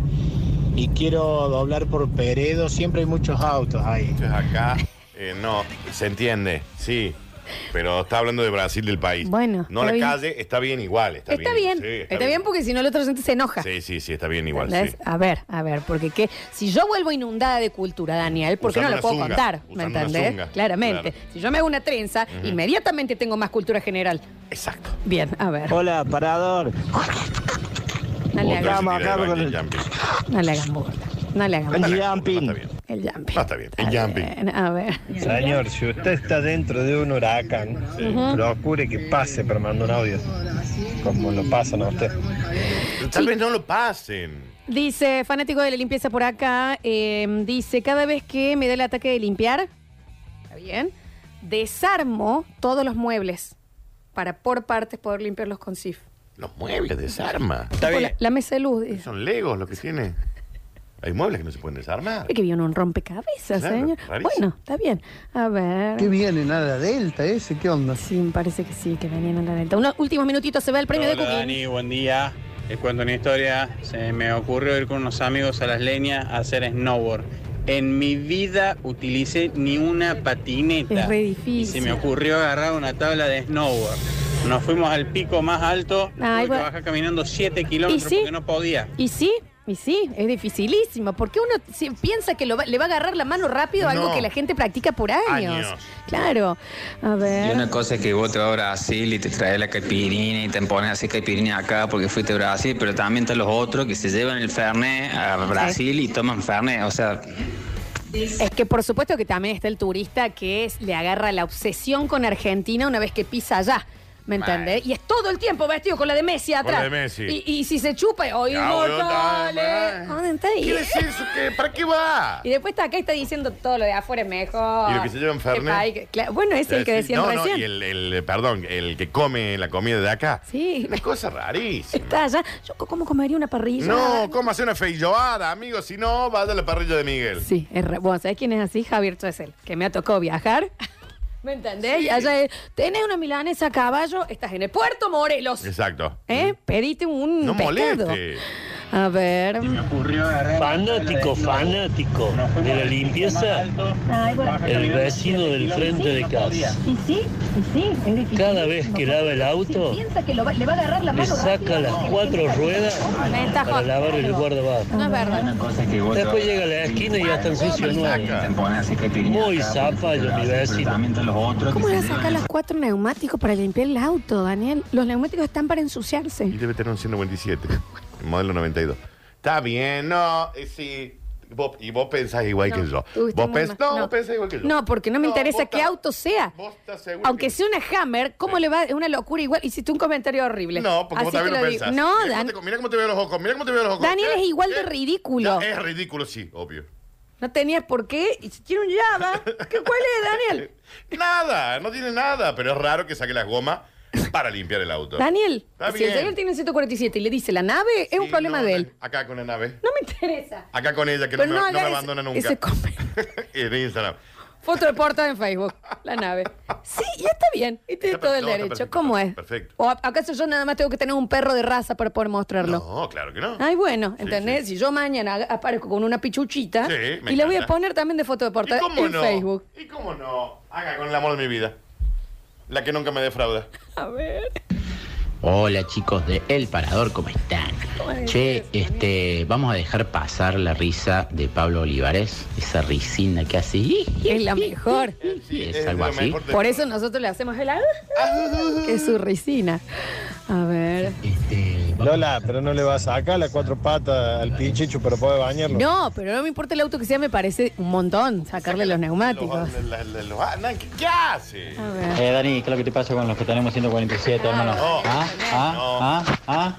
[SPEAKER 12] y quiero doblar por Peredo, siempre hay muchos autos ahí.
[SPEAKER 2] acá. Eh, no, se entiende, sí. Pero está hablando de Brasil, del país.
[SPEAKER 1] Bueno,
[SPEAKER 2] No
[SPEAKER 1] está
[SPEAKER 2] la
[SPEAKER 1] bien.
[SPEAKER 2] calle, está bien igual. Está,
[SPEAKER 1] Está bien,
[SPEAKER 2] Sí,
[SPEAKER 1] está, bien. porque si no el otro gente se enoja.
[SPEAKER 2] Sí, sí, sí, está bien igual.
[SPEAKER 1] ¿Entendés?
[SPEAKER 2] sí.
[SPEAKER 1] A ver, a ver, porque qué, si yo vuelvo inundada de cultura, Daniel, porque
[SPEAKER 2] Usando una
[SPEAKER 1] no lo puedo
[SPEAKER 2] zunga,
[SPEAKER 1] contar, ¿me
[SPEAKER 2] usando una
[SPEAKER 1] entendés?
[SPEAKER 2] zunga,
[SPEAKER 1] Claramente. Si yo me hago una trenza,
[SPEAKER 2] Ujú.
[SPEAKER 1] inmediatamente tengo más cultura general.
[SPEAKER 2] Exacto.
[SPEAKER 1] Bien, a ver.
[SPEAKER 12] Hola, parador.
[SPEAKER 2] Otra
[SPEAKER 1] No le hagan,
[SPEAKER 2] vez se tira del baño, el jumping.
[SPEAKER 1] no le hagan bola. No le hagan bola.
[SPEAKER 12] jumping.
[SPEAKER 1] El jumping.
[SPEAKER 2] No, Ah, está bien, el jumping.
[SPEAKER 1] Bien, A ver.
[SPEAKER 12] Señor, si usted está dentro de un huracán,
[SPEAKER 1] Ujú.
[SPEAKER 12] procure que pase, pero manda un audio. Como lo pasan a usted.
[SPEAKER 2] Tal vez no lo pasen.
[SPEAKER 1] Dice, fanático de la limpieza por acá, eh, dice, cada vez que me da el ataque de limpiar, ¿está bien? Desarmo todos los muebles para por partes poder limpiarlos con SIF.
[SPEAKER 2] Los muebles desarma.
[SPEAKER 1] Tipo La, la mesa de luz. dice.
[SPEAKER 2] Son legos los que tiene. Hay muebles que no se pueden desarmar.
[SPEAKER 1] Es que viene un rompecabezas,
[SPEAKER 2] Claro,
[SPEAKER 1] señor.
[SPEAKER 2] rarísimo.
[SPEAKER 1] Bueno, está bien. A ver.
[SPEAKER 9] ¿Qué viene? ¿Nada Delta ese? ¿Qué onda?
[SPEAKER 1] Sí, me parece que sí, que venían a la delta. Unos últimos minutitos se va el premio de
[SPEAKER 11] Hola,
[SPEAKER 1] Cooking.
[SPEAKER 11] Dani, buen día. Les cuento una historia. Se me ocurrió ir con unos amigos a las leñas a hacer snowboard. En mi vida utilicé ni una patineta.
[SPEAKER 1] Es re
[SPEAKER 11] Y se
[SPEAKER 1] difícil.
[SPEAKER 11] me ocurrió agarrar una tabla de snowboard. Nos fuimos al pico más alto.
[SPEAKER 1] Ay,
[SPEAKER 11] tuve que
[SPEAKER 1] bueno.
[SPEAKER 11] bajar caminando 7 kilómetros
[SPEAKER 1] sí?
[SPEAKER 11] porque no podía.
[SPEAKER 1] Y sí, y sí, es dificilísimo. Porque uno si- piensa que lo va- le va a agarrar la mano rápido a algo
[SPEAKER 11] No.
[SPEAKER 1] que la gente practica por años.
[SPEAKER 11] Años.
[SPEAKER 1] Claro. A
[SPEAKER 14] Y
[SPEAKER 1] ver.
[SPEAKER 14] una cosa es que vos te vas a Brasil y te traes la caipirina y te pones así caipirina acá porque fuiste a Brasil, pero también están los otros que se llevan el fernet a Brasil y toman fernet, o sea,
[SPEAKER 1] Es que por supuesto que también está el turista que es, le agarra la obsesión con Argentina una vez que pisa allá. ¿Me
[SPEAKER 2] Mal.
[SPEAKER 1] entendés? Y es todo el tiempo vestido con la de Messi
[SPEAKER 2] Con
[SPEAKER 1] atrás.
[SPEAKER 2] la de Messi.
[SPEAKER 1] Y, y si se chupa, ¡oh,
[SPEAKER 2] Ya, boludo, está,
[SPEAKER 1] inmortales!
[SPEAKER 2] mal.
[SPEAKER 1] ¿Dónde Ah, está ahí?
[SPEAKER 2] ¿Qué es eso? ¿Qué? ¿Para qué va?
[SPEAKER 1] Y después está acá y está diciendo todo lo de afuera es mejor.
[SPEAKER 2] Y lo que se lleva en
[SPEAKER 1] Qué
[SPEAKER 2] Fernet.
[SPEAKER 1] pa- que- cla- Bueno, es el que
[SPEAKER 2] Sí,
[SPEAKER 1] decían
[SPEAKER 2] no,
[SPEAKER 1] recién.
[SPEAKER 2] No, y el, el- eh, perdón, el que come la comida de acá.
[SPEAKER 1] Sí.
[SPEAKER 2] Una cosa rarísima.
[SPEAKER 1] Está allá. Yo co- cómo comería una parrilla.
[SPEAKER 2] No, cómase una feijoada, amigo. Si no, vaya a la parrilla de Miguel.
[SPEAKER 1] Sí, es re- bueno, ¿sabés quién es así? Javier Choesel, que me ha tocado viajar. ¿Me entendés? Y allá es, tenés una milanesa a caballo, estás en el puerto Morelos.
[SPEAKER 2] Exacto.
[SPEAKER 1] ¿Eh? Pedite un
[SPEAKER 2] Mm. No
[SPEAKER 1] pescado.
[SPEAKER 2] moleste.
[SPEAKER 1] A ver.
[SPEAKER 14] Fanático, fanático de la limpieza, el vecino del frente de casa. Cada vez que lava el auto,
[SPEAKER 1] que lo va- le va a agarrar la
[SPEAKER 14] le
[SPEAKER 1] mano
[SPEAKER 14] saca las cuatro ruedas
[SPEAKER 1] Me está
[SPEAKER 14] para
[SPEAKER 1] jodiendo.
[SPEAKER 14] lavar el
[SPEAKER 1] No es
[SPEAKER 14] guardabarro.
[SPEAKER 1] verdad.
[SPEAKER 14] Después llega a la esquina y ya está en sucio nuevo. Muy zapallo, mi vecino.
[SPEAKER 1] ¿Cómo le sacar los cuatro neumáticos para limpiar el auto, Daniel? Los neumáticos están para ensuciarse.
[SPEAKER 2] Y debe tener un 197. el modelo 92. Está bien, no. eh, Sí. Vos- y vos pensás igual que yo.
[SPEAKER 1] Uy, está
[SPEAKER 2] Vos
[SPEAKER 1] muy
[SPEAKER 2] pens-
[SPEAKER 1] mal.
[SPEAKER 2] no, vos pensás igual que yo.
[SPEAKER 1] No, porque no me
[SPEAKER 2] No,
[SPEAKER 1] interesa
[SPEAKER 2] vos
[SPEAKER 1] qué auto sea. Aunque sea una Hammer, ¿cómo le va? Es una locura igual. Hiciste un comentario horrible.
[SPEAKER 2] No, porque vos
[SPEAKER 1] Así te
[SPEAKER 2] también
[SPEAKER 1] lo
[SPEAKER 2] lo
[SPEAKER 1] digo.
[SPEAKER 2] pensás.
[SPEAKER 1] No,
[SPEAKER 2] Mirá
[SPEAKER 1] Dan-
[SPEAKER 2] cómo te- Mirá cómo te veo los ojos, mirá cómo te veo los ojos.
[SPEAKER 1] Daniel
[SPEAKER 2] ¿Qué?
[SPEAKER 1] es igual de
[SPEAKER 2] ¿Qué?
[SPEAKER 1] ridículo.
[SPEAKER 2] No, es ridículo, sí, obvio.
[SPEAKER 1] No tenías por qué. Y si quiere un Java. ¿qué- ¿Cuál es, Daniel?
[SPEAKER 2] Nada, no tiene nada, pero es raro que saque las gomas para limpiar el auto.
[SPEAKER 1] Daniel,
[SPEAKER 2] Está
[SPEAKER 1] si el
[SPEAKER 2] bien.
[SPEAKER 1] señor tiene 147 y le dice la nave, es un problema de él.
[SPEAKER 2] Acá con la nave.
[SPEAKER 1] No me interesa.
[SPEAKER 2] Acá con ella, que no
[SPEAKER 1] Pero
[SPEAKER 2] me,
[SPEAKER 1] no
[SPEAKER 2] no
[SPEAKER 1] haga
[SPEAKER 2] me
[SPEAKER 1] ese-
[SPEAKER 2] abandona nunca.
[SPEAKER 1] ese
[SPEAKER 2] en Instagram.
[SPEAKER 1] Foto de portada en Facebook, la nave. Sí, ya está bien. Y tiene todo el
[SPEAKER 2] no, está
[SPEAKER 1] derecho.
[SPEAKER 2] perfecto,
[SPEAKER 1] ¿Cómo es?
[SPEAKER 2] perfecto.
[SPEAKER 1] ¿O a- acaso yo nada más tengo que tener un perro de raza para poder mostrarlo?
[SPEAKER 2] No, claro que no.
[SPEAKER 1] Ay, bueno, ¿entendés? Si yo mañana haga- aparezco con una pichuchita
[SPEAKER 2] Sí, me
[SPEAKER 1] y
[SPEAKER 2] encanta.
[SPEAKER 1] la voy a poner también de foto de portada
[SPEAKER 2] cómo
[SPEAKER 1] en
[SPEAKER 2] no?
[SPEAKER 1] Facebook.
[SPEAKER 2] ¿Y cómo no? Haga con el amor de mi vida. La que nunca me defrauda.
[SPEAKER 1] A ver.
[SPEAKER 3] Hola chicos de El Parador, ¿cómo están? Che, este, vamos a dejar pasar la risa de Pablo Olivares, esa risina que hace.
[SPEAKER 1] Es la mejor.
[SPEAKER 3] Es algo así.
[SPEAKER 1] Por eso nosotros le hacemos
[SPEAKER 2] Ah.
[SPEAKER 1] el... que es su risina. A ver.
[SPEAKER 12] Lola, pero no le vas a sacar las cuatro patas al pinchicho para poder bañarlo.
[SPEAKER 1] No, pero no me importa el auto que sea, me parece un montón sacarle los neumáticos.
[SPEAKER 2] Los- la- la- los- ah, no, ¿qué, qué hace?
[SPEAKER 1] A ver.
[SPEAKER 7] Eh, Dani, ¿qué es lo que te pasa con los que tenemos 147, hermano?
[SPEAKER 2] No.
[SPEAKER 7] ¿Ah? ¿Ah?
[SPEAKER 2] No.
[SPEAKER 7] ¿Ah? ¿Ah?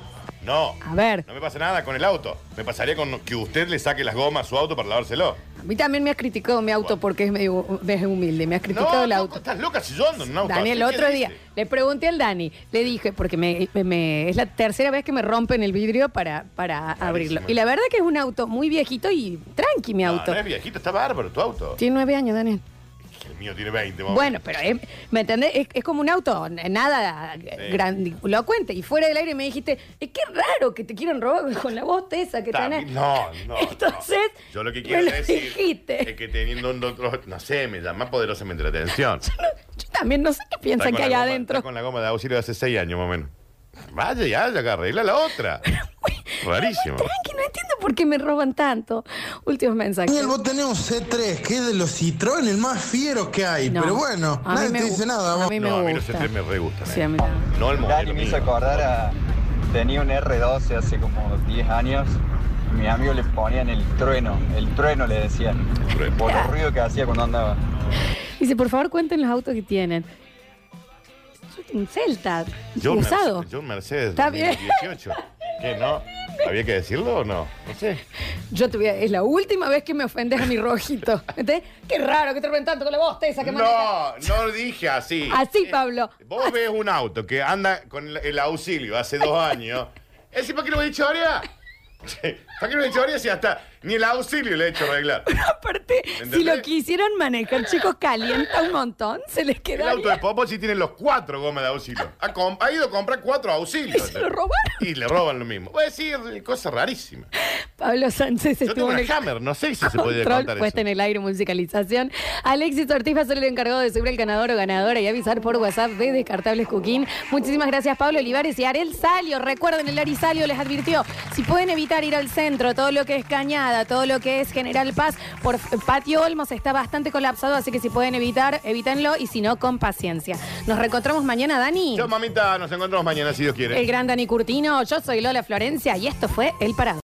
[SPEAKER 2] No.
[SPEAKER 1] A ver.
[SPEAKER 2] No me pasa nada con el auto. Me pasaría con que usted le saque las gomas a su auto para lavárselo.
[SPEAKER 1] A mí también me has criticado mi auto porque es medio es humilde. Me has criticado el auto.
[SPEAKER 2] Estás loca si yo ando en un auto.
[SPEAKER 1] Daniel, el
[SPEAKER 2] así, ¿qué
[SPEAKER 1] otro
[SPEAKER 2] dice?
[SPEAKER 1] día le pregunté al Dani, le dije, porque me, me- me- es la tercera vez que me rompen el vidrio para, para abrirlo. Y la verdad que es un auto muy viejito y tranqui mi
[SPEAKER 2] No,
[SPEAKER 1] auto.
[SPEAKER 2] no es viejito, está bárbaro tu auto.
[SPEAKER 1] Tiene nueve años, Daniel.
[SPEAKER 2] El mío tiene 20. vamos.
[SPEAKER 1] Bueno, pero es- ¿me entendés? Es, es como un auto, n- nada grandilocuente. Y fuera del aire me dijiste, es que raro que te quieran robar con la voz esa que
[SPEAKER 2] Está-
[SPEAKER 1] tenés.
[SPEAKER 2] No, no.
[SPEAKER 1] Entonces,
[SPEAKER 2] no. Yo lo que
[SPEAKER 1] me
[SPEAKER 2] quiero
[SPEAKER 1] lo
[SPEAKER 2] decir
[SPEAKER 1] dijiste.
[SPEAKER 2] es que teniendo un otro. No sé, me llama poderosamente la atención.
[SPEAKER 1] yo también no sé qué piensan
[SPEAKER 2] Está con
[SPEAKER 1] que hay
[SPEAKER 2] la goma-
[SPEAKER 1] adentro.
[SPEAKER 2] está con la goma de auxilio de hace 6 años más o menos. Vaya, ya, ya, acá, arregla la otra. Rarísimo.
[SPEAKER 1] Que no entiendo por qué me roban tanto. Últimos mensajes.
[SPEAKER 13] Daniel, vos tenés un C3, que es de los Citroën, el más fiero que hay.
[SPEAKER 1] No.
[SPEAKER 13] Pero bueno,
[SPEAKER 1] A mí
[SPEAKER 13] nadie
[SPEAKER 1] me
[SPEAKER 13] te dice
[SPEAKER 1] gu-
[SPEAKER 13] nada.
[SPEAKER 1] a
[SPEAKER 13] vos.
[SPEAKER 1] mí me
[SPEAKER 2] no, a mí los
[SPEAKER 1] gusta.
[SPEAKER 2] C3 me re gustan.
[SPEAKER 1] Sí,
[SPEAKER 2] eh.
[SPEAKER 1] a mí también.
[SPEAKER 2] No el modelo
[SPEAKER 5] Dani me hizo
[SPEAKER 2] mío.
[SPEAKER 5] acordar a. Tenía un R12 hace como 10 años. y Mis amigos le ponían el trueno. El trueno le decían. Por el ruido que hacía cuando andaba.
[SPEAKER 1] Dice, por favor, cuenten los autos que tienen. Un Celta,
[SPEAKER 2] Yo
[SPEAKER 1] usado.
[SPEAKER 2] Mercedes, yo Mercedes
[SPEAKER 1] Está bien.
[SPEAKER 2] 2018. ¿Qué no? ¿Había que decirlo o no? No sé.
[SPEAKER 1] Yo te voy a- es la última vez que me ofendes a mi rojito. ¿Entendés? Qué raro que te roben tanto con la voz, esa que maneja.
[SPEAKER 2] No, Eh, no dije así.
[SPEAKER 1] Así, Pablo.
[SPEAKER 2] Vos ves un auto que anda con el, el auxilio hace dos años. ¿Ese para qué lo he hecho ahora? ¿Para qué lo he hecho ahora si hasta ni el auxilio le he hecho arreglar?
[SPEAKER 1] Aparte, si lo quisieran manejar, chicos, calienta un montón, se les
[SPEAKER 2] El
[SPEAKER 1] queda.
[SPEAKER 2] auto de Popo sí tiene los cuatro gomas de auxilio. Ha, com- ha ido a comprar cuatro auxilios.
[SPEAKER 1] se lo robaron.
[SPEAKER 2] Y le roban lo mismo. Voy a decir cosas rarísimas.
[SPEAKER 1] Pablo
[SPEAKER 2] Yo
[SPEAKER 1] Sánchez
[SPEAKER 2] tengo
[SPEAKER 1] estuvo en
[SPEAKER 2] una
[SPEAKER 1] el
[SPEAKER 2] Hammer, no sé si se puede
[SPEAKER 1] control,
[SPEAKER 2] contar eso.
[SPEAKER 1] puesta en el aire, musicalización. Alexis Ortiz va a ser el encargado de subir el ganador o ganadora y avisar por WhatsApp de Descartables Cooking. Muchísimas gracias, Pablo Olivares y Arel Salio. Recuerden, el Ari Salio les advirtió, si pueden evitar ir al centro, todo lo que es Cañada, todo lo que es General Paz, por F- Patio Olmos está bastante colapsado, así que si pueden evitar, evítenlo y si no, con paciencia. Nos reencontramos mañana, Dani.
[SPEAKER 2] Chao, mamita. Nos encontramos mañana, si Dios quiere.
[SPEAKER 1] el gran Dani Curtino, yo soy Lola Florencia y esto fue El Parado.